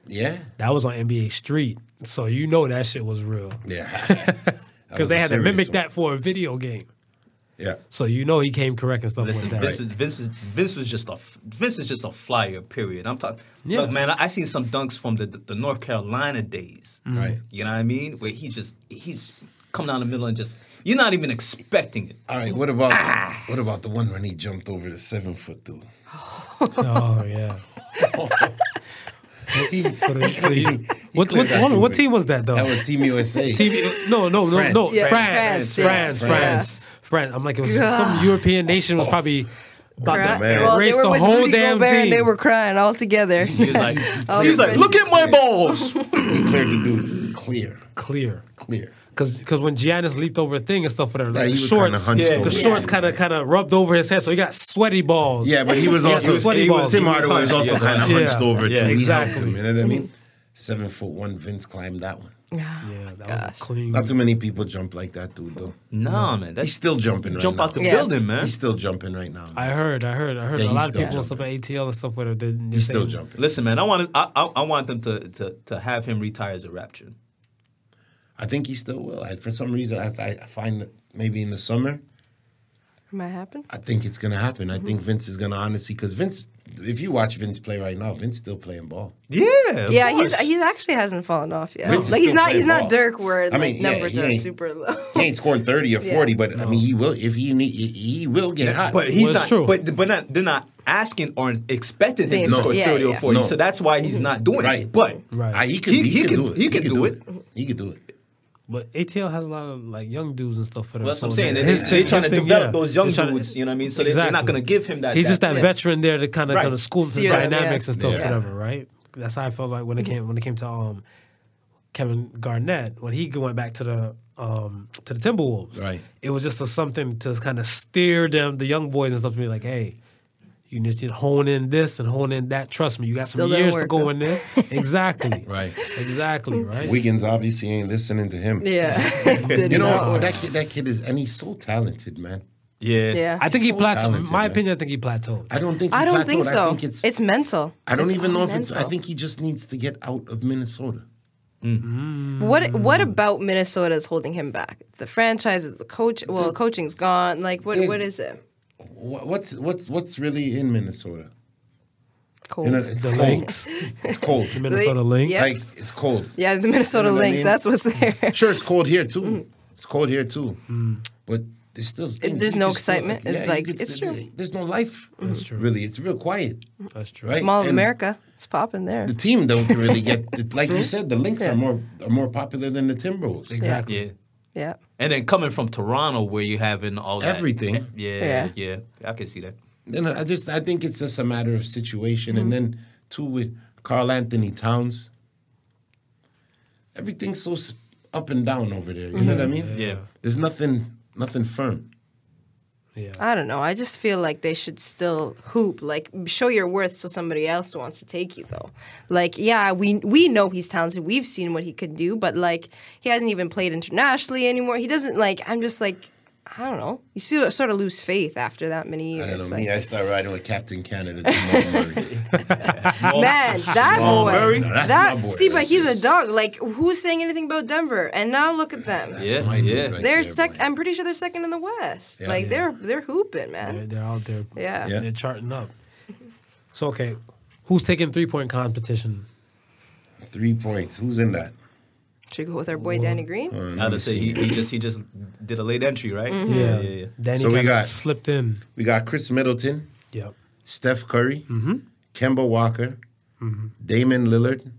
Speaker 4: yeah,
Speaker 3: That was on NBA Street, so you know that shit was real
Speaker 4: yeah. That was
Speaker 3: because they
Speaker 4: a
Speaker 3: had to
Speaker 4: serious
Speaker 3: mimic
Speaker 4: one.
Speaker 3: that for a video game.
Speaker 4: Yeah.
Speaker 3: So you know he came correct and stuff
Speaker 2: Listen,
Speaker 3: like that.
Speaker 2: Vince, is, Vince, is, Vince was just a f- Vince is just a flyer. Period. I'm talking.
Speaker 3: Yeah.
Speaker 2: Look, man, I, I seen some dunks from the the North Carolina days.
Speaker 4: Right.
Speaker 2: You know what I mean? Where he just he's come down the middle and just you're not even expecting it.
Speaker 4: All right. What about what about the one when he jumped over the seven foot dude?
Speaker 3: Oh yeah.
Speaker 4: He-
Speaker 3: For the- for the- what what,
Speaker 4: cleared that
Speaker 3: what, what
Speaker 4: dude.
Speaker 3: team was that though?
Speaker 4: That was Team USA.
Speaker 3: TV, no, no, no,
Speaker 4: France.
Speaker 3: no. France,
Speaker 4: Yeah,
Speaker 3: France,
Speaker 5: France, yeah.
Speaker 3: France, France,
Speaker 4: France.
Speaker 3: I'm like, it was some European nation was probably about
Speaker 5: Cry-
Speaker 3: to
Speaker 4: Oh. man.
Speaker 5: Well, they
Speaker 3: erase
Speaker 5: were
Speaker 3: the
Speaker 5: with
Speaker 3: whole
Speaker 5: Rudy
Speaker 3: damn
Speaker 5: Gobert
Speaker 3: team.
Speaker 5: and they were crying all together.
Speaker 2: He was like,
Speaker 5: Oh,
Speaker 2: he was like,
Speaker 5: Vince.
Speaker 2: look at my balls.
Speaker 4: He cleared the dude. Clear.
Speaker 3: clear.
Speaker 4: Clear.
Speaker 3: Cause, Cause when Giannis leaped over a thing and stuff for their
Speaker 4: Yeah,
Speaker 3: like,
Speaker 4: he
Speaker 3: the
Speaker 4: was kinda
Speaker 3: shorts,
Speaker 4: hunched
Speaker 2: Yeah.
Speaker 3: the
Speaker 2: over.
Speaker 3: shorts kind of kind of rubbed over his head, so he got sweaty balls.
Speaker 2: Oh
Speaker 4: Yeah, but he was
Speaker 3: Yeah,
Speaker 4: also
Speaker 3: so sweaty
Speaker 4: he
Speaker 3: balls.
Speaker 4: was, Tim
Speaker 3: He was
Speaker 4: Hardaway was
Speaker 2: hunched,
Speaker 4: also
Speaker 2: yeah.
Speaker 4: kind of
Speaker 3: Yeah.
Speaker 4: hunched
Speaker 2: Yeah,
Speaker 4: over. too. He helped
Speaker 3: exactly.
Speaker 4: him, You know what I mean? Seven foot one. Vince climbed that one.
Speaker 3: yeah, that was a clean.
Speaker 4: Not too many people jump like that dude though.
Speaker 2: nah, man, that's
Speaker 4: He's still jumping right
Speaker 2: jump
Speaker 4: now.
Speaker 2: out the
Speaker 5: Yeah.
Speaker 2: building, man.
Speaker 4: He's still jumping right now.
Speaker 3: I heard, I heard, I heard
Speaker 4: Yeah,
Speaker 3: a
Speaker 4: he's
Speaker 3: lot of
Speaker 4: still
Speaker 3: people and stuff at ATL and stuff where they, they
Speaker 4: He's still
Speaker 3: saying-
Speaker 4: jumping.
Speaker 2: Listen, man, I want I, I I want them to to to have him retire as a Rapture.
Speaker 4: I think he still will. I, for some reason, I, I find that maybe in the summer,
Speaker 5: Might happen.
Speaker 4: I think it's gonna happen. I think Vince is gonna honestly because Vince, if you watch Vince play right now, Vince still playing ball.
Speaker 2: Yeah, of
Speaker 5: Yeah, he's
Speaker 2: course.
Speaker 5: he actually hasn't fallen off yet.
Speaker 4: Vince is
Speaker 5: like he's
Speaker 4: still
Speaker 5: not he's
Speaker 4: playing
Speaker 5: not
Speaker 4: ball.
Speaker 5: Dirk where
Speaker 4: I
Speaker 5: like
Speaker 4: mean, yeah,
Speaker 5: numbers
Speaker 4: he
Speaker 5: are
Speaker 4: ain't-
Speaker 5: super low.
Speaker 4: He ain't scoring thirty or
Speaker 5: Yeah.
Speaker 4: forty, but I mean, he will if he need. He, he will get hot.
Speaker 2: But he's
Speaker 3: Well, it's
Speaker 2: not.
Speaker 3: true.
Speaker 2: But but not. They're not asking or expecting him to
Speaker 5: No.
Speaker 2: score
Speaker 5: Yeah,
Speaker 2: thirty or
Speaker 5: yeah.
Speaker 2: forty.
Speaker 4: No.
Speaker 2: So that's why he's not doing
Speaker 4: right,
Speaker 2: it. But
Speaker 3: Right.
Speaker 4: Ah, he can. He, can, do it.
Speaker 2: he can do it.
Speaker 4: He can do it.
Speaker 3: But ATL has a lot of like young dudes and stuff for them.
Speaker 2: well, that's what I'm
Speaker 3: so
Speaker 2: saying. They,
Speaker 3: that-
Speaker 2: they,
Speaker 3: his
Speaker 2: they're
Speaker 3: thing-
Speaker 2: trying to
Speaker 3: his thing,
Speaker 2: develop
Speaker 3: yeah.
Speaker 2: those young
Speaker 3: They're trying to-
Speaker 2: dudes. you know what I mean? So they- they're not
Speaker 3: Exactly.
Speaker 2: going to give him that.
Speaker 3: He's just that
Speaker 5: Yeah.
Speaker 3: veteran there to kind of
Speaker 2: Right.
Speaker 3: kind of school the
Speaker 5: Steer him,
Speaker 3: dynamics
Speaker 5: yeah.
Speaker 3: and stuff,
Speaker 4: Yeah.
Speaker 3: whatever. Right. That's how I felt like when it came when it came to um, Kevin Garnett when he went back to the um, to the Timberwolves.
Speaker 4: Right.
Speaker 3: It was just a, something to kind of steer them, the young boys and stuff, to be like, hey. You need to hone in this and hone in that. Trust me, you got
Speaker 5: Still
Speaker 3: some
Speaker 5: don't
Speaker 3: years to
Speaker 5: work,
Speaker 3: go
Speaker 5: though.
Speaker 3: in there. Exactly.
Speaker 4: Right.
Speaker 3: Exactly. Right.
Speaker 4: Wiggins obviously ain't listening to him.
Speaker 5: Yeah. Did
Speaker 4: You know
Speaker 5: not
Speaker 4: that kid, that kid is, and he's so talented, man.
Speaker 2: Yeah.
Speaker 5: Yeah.
Speaker 3: I think he
Speaker 4: So
Speaker 3: plateaued.
Speaker 4: talented,
Speaker 3: My
Speaker 4: man.
Speaker 3: opinion, I think he plateaued.
Speaker 4: I don't think.
Speaker 5: I
Speaker 4: he
Speaker 5: don't think
Speaker 4: plateaued.
Speaker 5: so.
Speaker 4: I think it's.
Speaker 5: it's, mental.
Speaker 4: I don't
Speaker 5: It's
Speaker 4: even know
Speaker 5: all
Speaker 4: if it's. I
Speaker 5: mental.
Speaker 4: think he just needs to get out of Minnesota.
Speaker 5: What What about Minnesota is holding him back? The franchise, is the coach. Well, coaching's gone. Like what?
Speaker 4: Yeah.
Speaker 5: What is it?
Speaker 4: Wha- What's what's what's really in Minnesota?
Speaker 5: Cold.
Speaker 4: You know, it's
Speaker 3: The
Speaker 4: cold.
Speaker 3: Lynx,
Speaker 4: It's cold.
Speaker 3: Minnesota Lynx.
Speaker 5: Yeah.
Speaker 4: Like it's cold.
Speaker 5: yeah, the Minnesota
Speaker 4: You know what I
Speaker 5: Lynx.
Speaker 4: mean?
Speaker 5: That's what's there.
Speaker 4: Sure, it's cold here too.
Speaker 5: Mm.
Speaker 4: It's cold here too.
Speaker 3: Mm.
Speaker 4: But there's still things
Speaker 5: there's
Speaker 4: you
Speaker 5: no
Speaker 4: can still-
Speaker 5: excitement. It's
Speaker 4: you
Speaker 5: like,
Speaker 4: can
Speaker 5: it's
Speaker 4: still-
Speaker 5: true.
Speaker 4: There's no life. That's
Speaker 3: true.
Speaker 4: Really, it's real quiet.
Speaker 3: That's true.
Speaker 4: Right.
Speaker 5: Mall of
Speaker 4: And
Speaker 5: America. It's popping there.
Speaker 4: The team don't really get the- like you said. The Lynx
Speaker 5: Yeah.
Speaker 4: are more are more popular than the Timberwolves.
Speaker 3: Exactly.
Speaker 2: Yeah.
Speaker 5: Yeah.
Speaker 2: And then coming from Toronto, where you having all that
Speaker 4: Everything.
Speaker 2: Yeah, yeah, I can see that.
Speaker 4: Then I just I think it's just a matter of situation, and
Speaker 5: Mm-hmm.
Speaker 4: then too with Carl Anthony Towns. Everything's so s- up and down over there. You know what I
Speaker 5: Mm-hmm.
Speaker 4: mean?
Speaker 2: Yeah.
Speaker 4: There's nothing nothing firm.
Speaker 3: Yeah.
Speaker 5: I don't know. I just feel like they should still hoop, like show your worth, so somebody else wants to take you. Though, like, yeah, we we know he's talented. We've seen what he could do, but like, he hasn't even played internationally anymore. He doesn't like. I'm just like, I don't know. You see, sort of lose faith after that many years.
Speaker 4: I don't know.
Speaker 5: like,
Speaker 4: Me, I start riding with Captain Canada. Jamal Murray.
Speaker 5: Man, that
Speaker 2: Jamal
Speaker 5: boy.
Speaker 2: Murray? No,
Speaker 4: that's
Speaker 5: that,
Speaker 4: my boy.
Speaker 5: See, but
Speaker 4: That's
Speaker 5: he's a
Speaker 4: just-
Speaker 5: dog. Like, who's saying anything about Denver? And now look at them.
Speaker 2: Yeah,
Speaker 4: my dude
Speaker 2: yeah.
Speaker 4: right
Speaker 5: They're
Speaker 4: there,
Speaker 5: sec.
Speaker 4: boy.
Speaker 5: I'm pretty sure they're second in the West.
Speaker 4: Yeah.
Speaker 5: like
Speaker 4: Yeah.
Speaker 5: they're they're hooping,
Speaker 3: They're,
Speaker 5: man.
Speaker 3: they're out there.
Speaker 5: Yeah.
Speaker 4: Yeah.
Speaker 3: They're charting up. So okay, who's taking three point competition?
Speaker 4: Three points. Who's in that?
Speaker 5: Should we go with our boy Danny Green.
Speaker 2: I would say he, he just he just did a late entry, right?
Speaker 5: Mm-hmm.
Speaker 2: Yeah, yeah, yeah.
Speaker 3: Danny
Speaker 4: So we
Speaker 3: kinda
Speaker 4: got-
Speaker 3: slipped in.
Speaker 4: We got Chris Middleton,
Speaker 3: Yep.
Speaker 4: Steph Curry, Kemba Walker, Damon Lillard,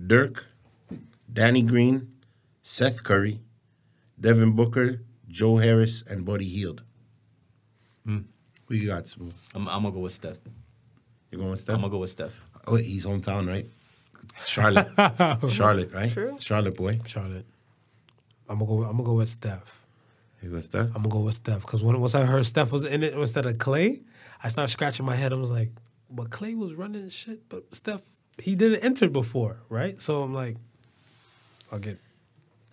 Speaker 4: Dirk, Danny Green, Seth Curry, Devin Booker, Joe Harris, and Buddy Heald. Who you got, Smooth?
Speaker 2: I'm, I'm gonna go with Steph.
Speaker 4: You going with
Speaker 2: I'm
Speaker 4: Steph?
Speaker 2: gonna go with Steph.
Speaker 4: Oh, he's hometown, right? Charlotte. Charlotte, right?
Speaker 5: True.
Speaker 4: Charlotte boy.
Speaker 3: Charlotte. I'm gonna go. I'm gonna go with Steph.
Speaker 4: You go Steph?
Speaker 3: I'm gonna go with Steph because when once I heard Steph was in it instead of Clay, I started scratching my head. I was like, but Clay was running shit, but Steph he didn't enter before, right? So I'm like, I'll get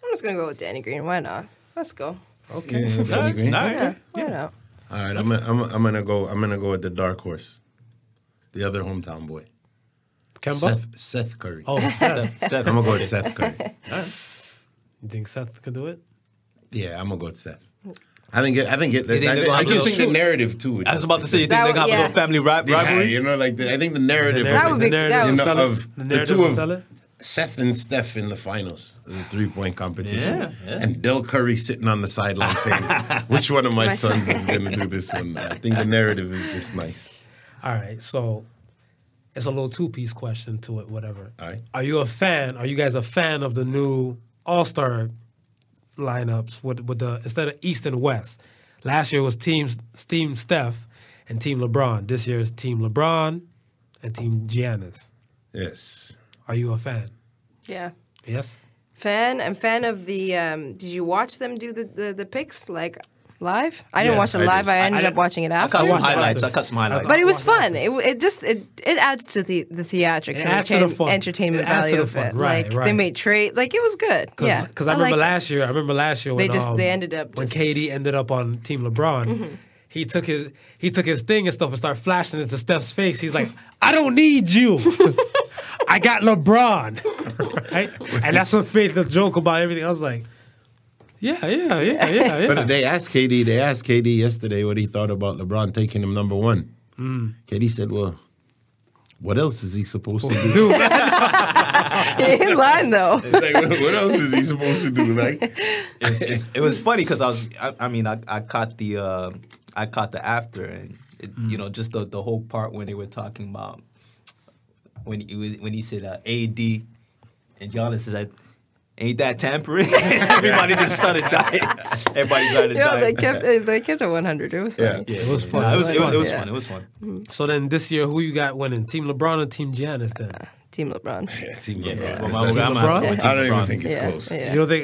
Speaker 5: I'm just gonna go with Danny Green. Why not? Let's go.
Speaker 3: okay.
Speaker 4: Danny Green?
Speaker 2: All right.
Speaker 5: Why not?
Speaker 4: All right, I'm gonna, I'm, I'm gonna go. I'm gonna go with the dark horse, the other hometown boy,
Speaker 3: Kemba.
Speaker 4: Seth, Seth Curry.
Speaker 3: Oh, Seth.
Speaker 2: Steph, Steph.
Speaker 4: I'm gonna go with Seth Curry.
Speaker 3: you think Seth could do it?
Speaker 4: Yeah, I'm gonna go with Seth. I think it, I think it, I,
Speaker 2: they're
Speaker 4: think-
Speaker 2: gonna
Speaker 4: I
Speaker 2: have a
Speaker 4: just think the
Speaker 2: little-
Speaker 4: narrative too.
Speaker 2: I was about to say, you think
Speaker 5: That
Speaker 2: they're
Speaker 5: would-
Speaker 2: gonna have a
Speaker 5: yeah.
Speaker 2: little family ri-
Speaker 4: Yeah,
Speaker 2: rivalry?
Speaker 4: you know, like the, I think the narrative,
Speaker 5: That would be-
Speaker 3: the narrative
Speaker 5: that would-
Speaker 3: will
Speaker 4: you
Speaker 3: sell
Speaker 4: know,
Speaker 3: it.
Speaker 4: of
Speaker 3: the
Speaker 4: the,
Speaker 3: narrative
Speaker 4: two
Speaker 3: will
Speaker 4: of
Speaker 3: sell it.
Speaker 4: Seth and Steph in the finals, the three point competition,
Speaker 2: Yeah, yeah.
Speaker 4: and Del Curry sitting on the sideline saying, "Which one of my,
Speaker 5: My
Speaker 4: sons is gonna do this one?" I think the narrative is just nice.
Speaker 3: All right, so it's a little two piece question to it, whatever.
Speaker 4: All right.
Speaker 3: Are you a fan? Are you guys a fan of the new All Star lineups with with the instead of East and West? Last year was team Team Steph and Team LeBron. This year is Team LeBron and Team Giannis.
Speaker 4: Yes.
Speaker 3: Are you a fan?
Speaker 5: Yeah.
Speaker 3: Yes.
Speaker 5: Fan. I'm fan of the. Um, did you watch them do the the, the picks like live? I didn't
Speaker 4: Yeah,
Speaker 5: watch it
Speaker 4: I
Speaker 5: live.
Speaker 4: did.
Speaker 5: I ended
Speaker 2: I
Speaker 5: up watching it
Speaker 2: I
Speaker 5: after.
Speaker 2: cut some
Speaker 3: Watch that.
Speaker 2: highlights. I cut some highlights.
Speaker 5: But it was fun. It, it just it, it adds to the the theatrics
Speaker 3: It
Speaker 5: and
Speaker 3: adds to the
Speaker 5: entertain-
Speaker 3: fun.
Speaker 5: entertainment
Speaker 3: It adds to
Speaker 5: value
Speaker 3: the
Speaker 5: of
Speaker 3: fun.
Speaker 5: it.
Speaker 3: Right,
Speaker 5: like they
Speaker 3: right.
Speaker 5: made trades. Like it was good.
Speaker 3: Cause,
Speaker 5: yeah,
Speaker 3: Because I remember
Speaker 5: liked it.
Speaker 3: last year, I remember last year when
Speaker 5: just-
Speaker 3: um,
Speaker 5: they ended up
Speaker 3: when
Speaker 5: just- Mm-hmm.
Speaker 3: KD ended up on Team LeBron. He took his he took his thing and stuff and started flashing it to Steph's face. He's like, "I don't need you. I got LeBron." right? And that's what made the joke about everything. I was like, "Yeah, yeah, yeah, yeah, yeah."
Speaker 4: But they asked KD. They asked KD yesterday what he thought about LeBron taking him number one. KD said, "Well, what else is he supposed to do?
Speaker 3: Dude,
Speaker 5: in line though.
Speaker 4: like, what else is he supposed to do? Like,
Speaker 2: It's- it's- it was funny because I was, I, I mean, I, I caught the, uh, I caught the after, and it,
Speaker 5: Mm.
Speaker 2: you know, just the, the whole part when they were talking about when he was, when he said uh, AD, and Giannis is like, ain't that tampering? Everybody just started dying. Everybody started
Speaker 5: Yo, they
Speaker 2: dying.
Speaker 5: kept it- they kept it 100. It was
Speaker 4: yeah,
Speaker 5: funny.
Speaker 2: Yeah,
Speaker 3: It was fun.
Speaker 2: Nah, it was, it was, it was
Speaker 5: Yeah.
Speaker 2: fun. It was fun.
Speaker 3: so then this year, who you got winning? Team LeBron or Team Giannis? Then
Speaker 5: Team LeBron.
Speaker 4: yeah, team LeBron.
Speaker 2: Well, my- I'm gonna have to go with
Speaker 4: I
Speaker 2: Team
Speaker 4: don't even
Speaker 2: LeBron.
Speaker 4: think it's
Speaker 5: Yeah,
Speaker 4: close.
Speaker 5: yeah.
Speaker 3: you know they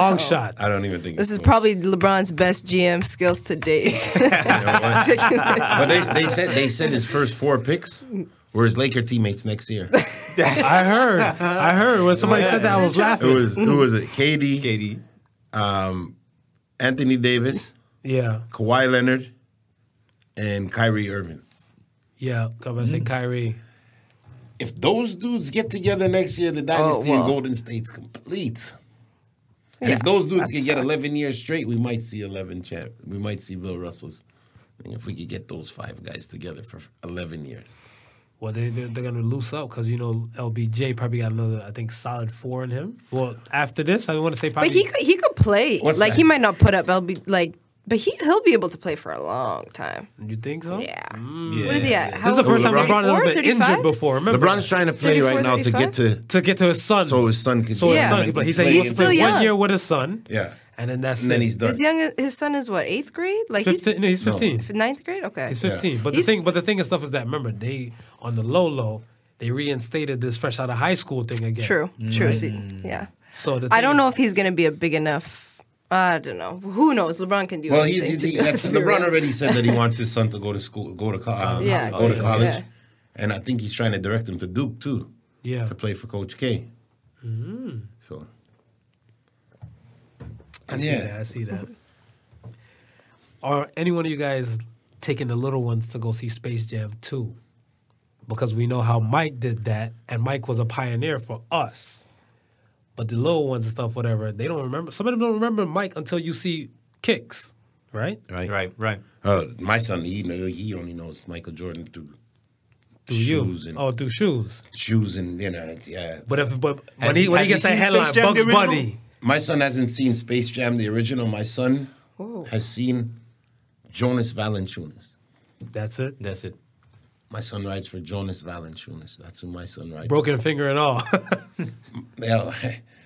Speaker 3: long
Speaker 5: Oh.
Speaker 3: shot.
Speaker 4: I don't even think
Speaker 5: This
Speaker 4: it's
Speaker 5: is
Speaker 4: close.
Speaker 5: probably LeBron's best GM skills to date.
Speaker 4: You know what? but they, they said they said his first four picks were his Laker teammates next year. It
Speaker 3: I heard. I heard when somebody said that, I was laughing.
Speaker 4: was who was it? KD,
Speaker 2: Katie,
Speaker 4: Anthony Davis,
Speaker 3: Yeah,
Speaker 4: Kawhi Leonard, and Kyrie Irving.
Speaker 3: yeah. Come on, say Kyrie.
Speaker 4: If those dudes get together next year, the dynasty
Speaker 5: Oh, well.
Speaker 4: in Golden State's complete. And if those dudes can get 11 years straight, we might see 11 champ. We might see Bill Russell's. And if we could get those five guys together for 11 years.
Speaker 3: Well, they they're, they're gonna loose up because you know LBJ probably got another I think solid four in him. Well, after this, I want to say
Speaker 5: But
Speaker 3: probably.
Speaker 5: he could, he could play.
Speaker 4: What's
Speaker 5: like
Speaker 4: that?
Speaker 5: he might not put up LB like, but he he'll be able to play for a long time.
Speaker 3: you think so?
Speaker 5: Yeah.
Speaker 2: yeah.
Speaker 5: Mm. What is he at? How
Speaker 3: This is the
Speaker 5: old
Speaker 3: first time LeBron has
Speaker 5: 34,
Speaker 3: been
Speaker 5: 35?
Speaker 3: injured before. Remember
Speaker 4: LeBron's trying to play right now to get to
Speaker 5: 34,
Speaker 3: to get to his son.
Speaker 4: so his son can
Speaker 3: so his
Speaker 5: Yeah.
Speaker 3: son could play. He said he
Speaker 5: He's
Speaker 3: wants to
Speaker 5: still
Speaker 3: play one
Speaker 5: young.
Speaker 3: year with his son,
Speaker 4: Yeah.
Speaker 3: and then that's
Speaker 4: And then
Speaker 3: it.
Speaker 4: he's done.
Speaker 5: His young his son is what eighth grade? Like
Speaker 3: Fifteen, no, he's
Speaker 4: No.
Speaker 3: fifteen.
Speaker 5: he's ninth grade. Okay.
Speaker 3: He's fifteen. But
Speaker 5: He's-
Speaker 3: the thing, but the thing and stuff is that remember they on the low low they reinstated this fresh out of high school thing again.
Speaker 5: True. True. So, yeah.
Speaker 3: So Mm. the
Speaker 5: I
Speaker 3: thing
Speaker 5: don't
Speaker 3: is-
Speaker 5: know if he's gonna be a big enough. I don't know. Who knows? LeBron can do.
Speaker 4: Well, he,
Speaker 5: anything.
Speaker 4: he,
Speaker 5: to
Speaker 4: he,
Speaker 5: be
Speaker 4: that's-
Speaker 5: honest with you.
Speaker 4: LeBron already said that he wants his son to go to school, go to, co- uh,
Speaker 5: Yeah,
Speaker 4: go to
Speaker 5: yeah,
Speaker 4: college,
Speaker 5: yeah.
Speaker 4: and I think he's trying to direct him to Duke too.
Speaker 3: Yeah.
Speaker 4: to play for Coach K. So
Speaker 3: I see
Speaker 4: Yeah.
Speaker 3: that. I see that. Are any one of you guys taking the little ones to go see Space Jam 2? Because we know how Mike did that, and Mike was a pioneer for us. But the little ones and stuff, whatever, they don't remember. Some of them don't remember Mike until you see kicks, right?
Speaker 4: right,
Speaker 2: Right, right.
Speaker 4: Uh, my son, he know, he only knows Michael Jordan through
Speaker 3: Do
Speaker 4: Shoes
Speaker 3: you?
Speaker 4: and-
Speaker 3: Oh, do shoes.
Speaker 4: shoes and you know, yeah.
Speaker 3: But if but
Speaker 2: Has
Speaker 3: when he
Speaker 2: he-
Speaker 3: when he gets
Speaker 2: has he
Speaker 3: that
Speaker 2: seen
Speaker 3: headline,
Speaker 2: Space Jam, the
Speaker 3: Bugs
Speaker 2: original?
Speaker 3: Bunny.
Speaker 4: My son hasn't seen Space Jam the original. My son has seen Jonas Valanciunas.
Speaker 3: That's it.
Speaker 2: That's it.
Speaker 4: My son writes for Jonas Valanciunas. That's who my son writes.
Speaker 3: Broken finger and all.
Speaker 4: Well,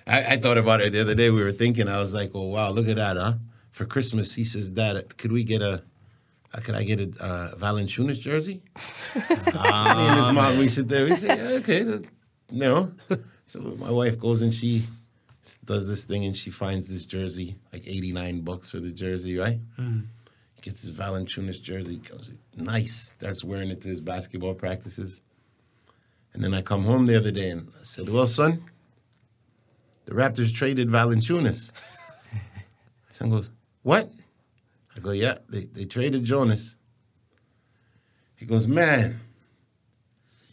Speaker 4: I, I thought about it the other day. We were thinking. I was like, "Oh wow, look at that, huh?" For Christmas, he says, "Dad, could we get a, uh, could I get a uh, Valanciunas jersey?" Me and his mom, we sit there. We say, yeah, "Okay, that, you know." So my wife goes and she does this thing and she finds this jersey, like 89 bucks for the jersey, right? Gets his Valanchunas jersey, goes, nice, starts wearing it to his basketball practices. And then I come home the other day and I said, well, son, the Raptors traded Valanchunas. son goes, what? I go, yeah, they, they traded Jonas. He goes, man.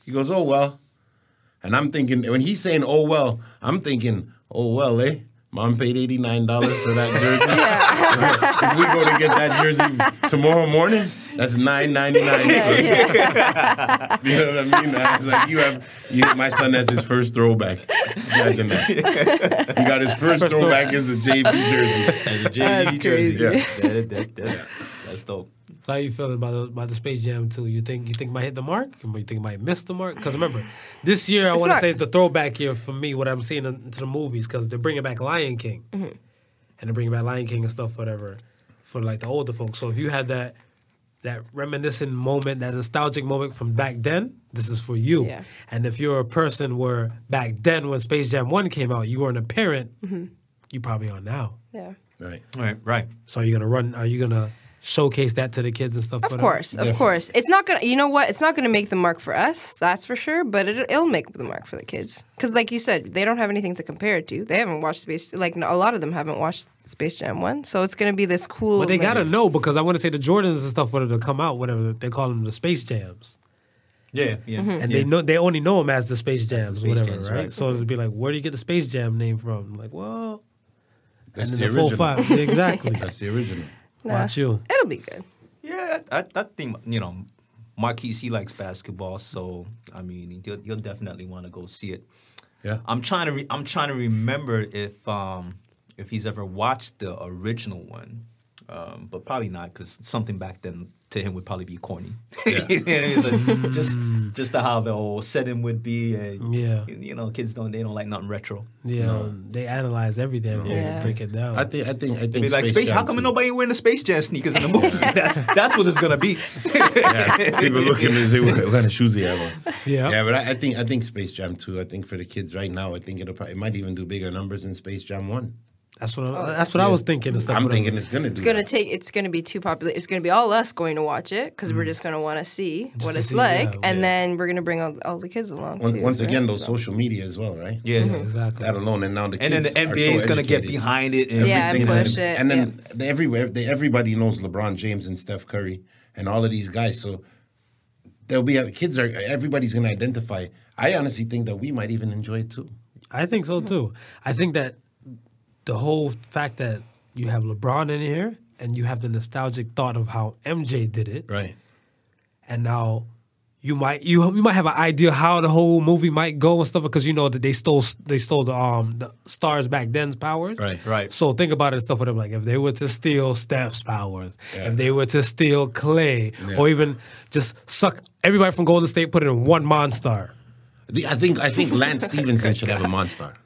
Speaker 4: He goes, oh, well. And I'm thinking, when he's saying, oh, well, I'm thinking, oh, well, eh? Mom paid $89 for that jersey. if we go to get that jersey tomorrow morning, that's nine ninety nine. You know what I mean? I was like, you have, you, my son has his first throwback. Imagine that. He got his first throwback as a JV jersey.
Speaker 2: As a JV jersey.
Speaker 4: crazy. Yeah.
Speaker 2: That- that- that's, that's dope.
Speaker 3: So how you feeling about the, about the Space Jam too? You think you think it might hit the mark? Or You think it might miss the mark? Because remember, this year I
Speaker 5: It's
Speaker 3: want to
Speaker 5: not-
Speaker 3: say it's the throwback year for me. What I'm seeing in- to the movies because they're bringing back Lion King,
Speaker 5: Mm-hmm.
Speaker 3: and they're bringing back Lion King and stuff, whatever, for like the older folks. So if you had that that reminiscent moment, that nostalgic moment from back then, this is for you.
Speaker 5: Yeah.
Speaker 3: And if you're a person where back then when Space Jam One came out, you weren't a parent,
Speaker 5: Mm-hmm.
Speaker 3: you probably are now.
Speaker 5: Yeah.
Speaker 4: Right.
Speaker 2: Right, right.
Speaker 3: So are you gonna run? Are you gonna showcase that to the kids and stuff?
Speaker 5: Of course, of course. It's not gonna. You know what? It's not gonna make the mark for us. That's for sure. But it, it'll make the mark for the kids because, like you said, they don't have anything to compare it to. They haven't watched Space. Like a lot of them haven't watched Space Jam one. So it's gonna be this cool.
Speaker 3: But they
Speaker 5: like-
Speaker 3: gotta know because I want to say the Jordans and stuff whether to come out, whatever they call them, the Space Jams,
Speaker 2: Yeah, yeah.
Speaker 3: and they know they only know them as the Space Jams,
Speaker 2: Space
Speaker 3: whatever,
Speaker 2: Jams,
Speaker 3: right?
Speaker 2: right.
Speaker 3: So it'd be like, where do you get the Space Jam name from? Like, well,
Speaker 4: That's
Speaker 3: and
Speaker 4: the
Speaker 3: then the, full
Speaker 4: original.
Speaker 3: five, Yeah, exactly.
Speaker 4: That's the original.
Speaker 3: Watch you.
Speaker 5: It'll be good.
Speaker 2: Yeah, I, I, I think you know, Marquise he likes basketball, so I mean, you'll, you'll definitely want to go see it.
Speaker 4: Yeah.
Speaker 2: I'm trying to re- I'm trying to remember if um if he's ever watched the original one, um, but probably not because something back then to him would probably be corny. It's
Speaker 4: Mm.
Speaker 2: like, just just to how the whole setting would be, and
Speaker 3: Yeah.
Speaker 2: you know, kids don't they don't like nothing retro.
Speaker 3: Yeah, um, they analyze everything
Speaker 5: Yeah.
Speaker 3: and break it down.
Speaker 4: I think. I think. I think.
Speaker 2: They'd be like, space, how
Speaker 4: Jam
Speaker 2: come
Speaker 4: too."
Speaker 2: nobody wearing the Space Jam sneakers in the movie? that's that's what it's gonna be.
Speaker 4: Yeah, people looking and say, "What what kind of shoes he have on?"
Speaker 3: Yeah.
Speaker 4: yeah, but I, I think I think Space Jam two. I think for the kids right now, I think it'll probably, it might even do bigger numbers than Space Jam one.
Speaker 3: that's what I, that's what I was thinking. And stuff,
Speaker 4: Oh, I'm
Speaker 3: whatever.
Speaker 4: thinking it's gonna.
Speaker 5: It's
Speaker 4: do
Speaker 5: gonna
Speaker 4: that.
Speaker 5: take. It's gonna be too popular. It's gonna be all us going to watch it because we're just gonna want to see what
Speaker 3: Mm. to
Speaker 5: it's
Speaker 3: see,
Speaker 5: like,
Speaker 3: yeah,
Speaker 5: and then we're gonna bring all, all the kids along.
Speaker 4: once,
Speaker 5: too,
Speaker 4: once
Speaker 5: right?
Speaker 4: again though,
Speaker 5: So-
Speaker 4: social media as well, right?
Speaker 2: Yeah.
Speaker 3: Yeah, exactly.
Speaker 4: That alone, and now the
Speaker 2: And then
Speaker 4: kids
Speaker 2: the
Speaker 4: are
Speaker 2: NBA
Speaker 4: so
Speaker 2: is gonna get
Speaker 4: educated.
Speaker 2: behind it. And,
Speaker 5: Yeah,
Speaker 2: you know,
Speaker 5: push it.
Speaker 4: And then they everywhere, they, everybody knows LeBron James and Steph Curry and all of these guys. So there'll be uh, kids are everybody's going to identify. I honestly think that we might even enjoy it too.
Speaker 3: I think so too. I think that the whole fact that you have LeBron in here and you have the nostalgic thought of how MJ did it,
Speaker 4: Right.
Speaker 3: and now you might you you might have an idea how the whole movie might go and stuff because you know that they stole they stole the um the stars back then's powers.
Speaker 4: Right.
Speaker 2: Right.
Speaker 3: So think about it and stuff with them like if they were to steal Steph's powers, if they were to steal Clay, or even just suck everybody from Golden State, put it in one Monstar.
Speaker 4: The- I think I think Lance Stevenson should have a monster.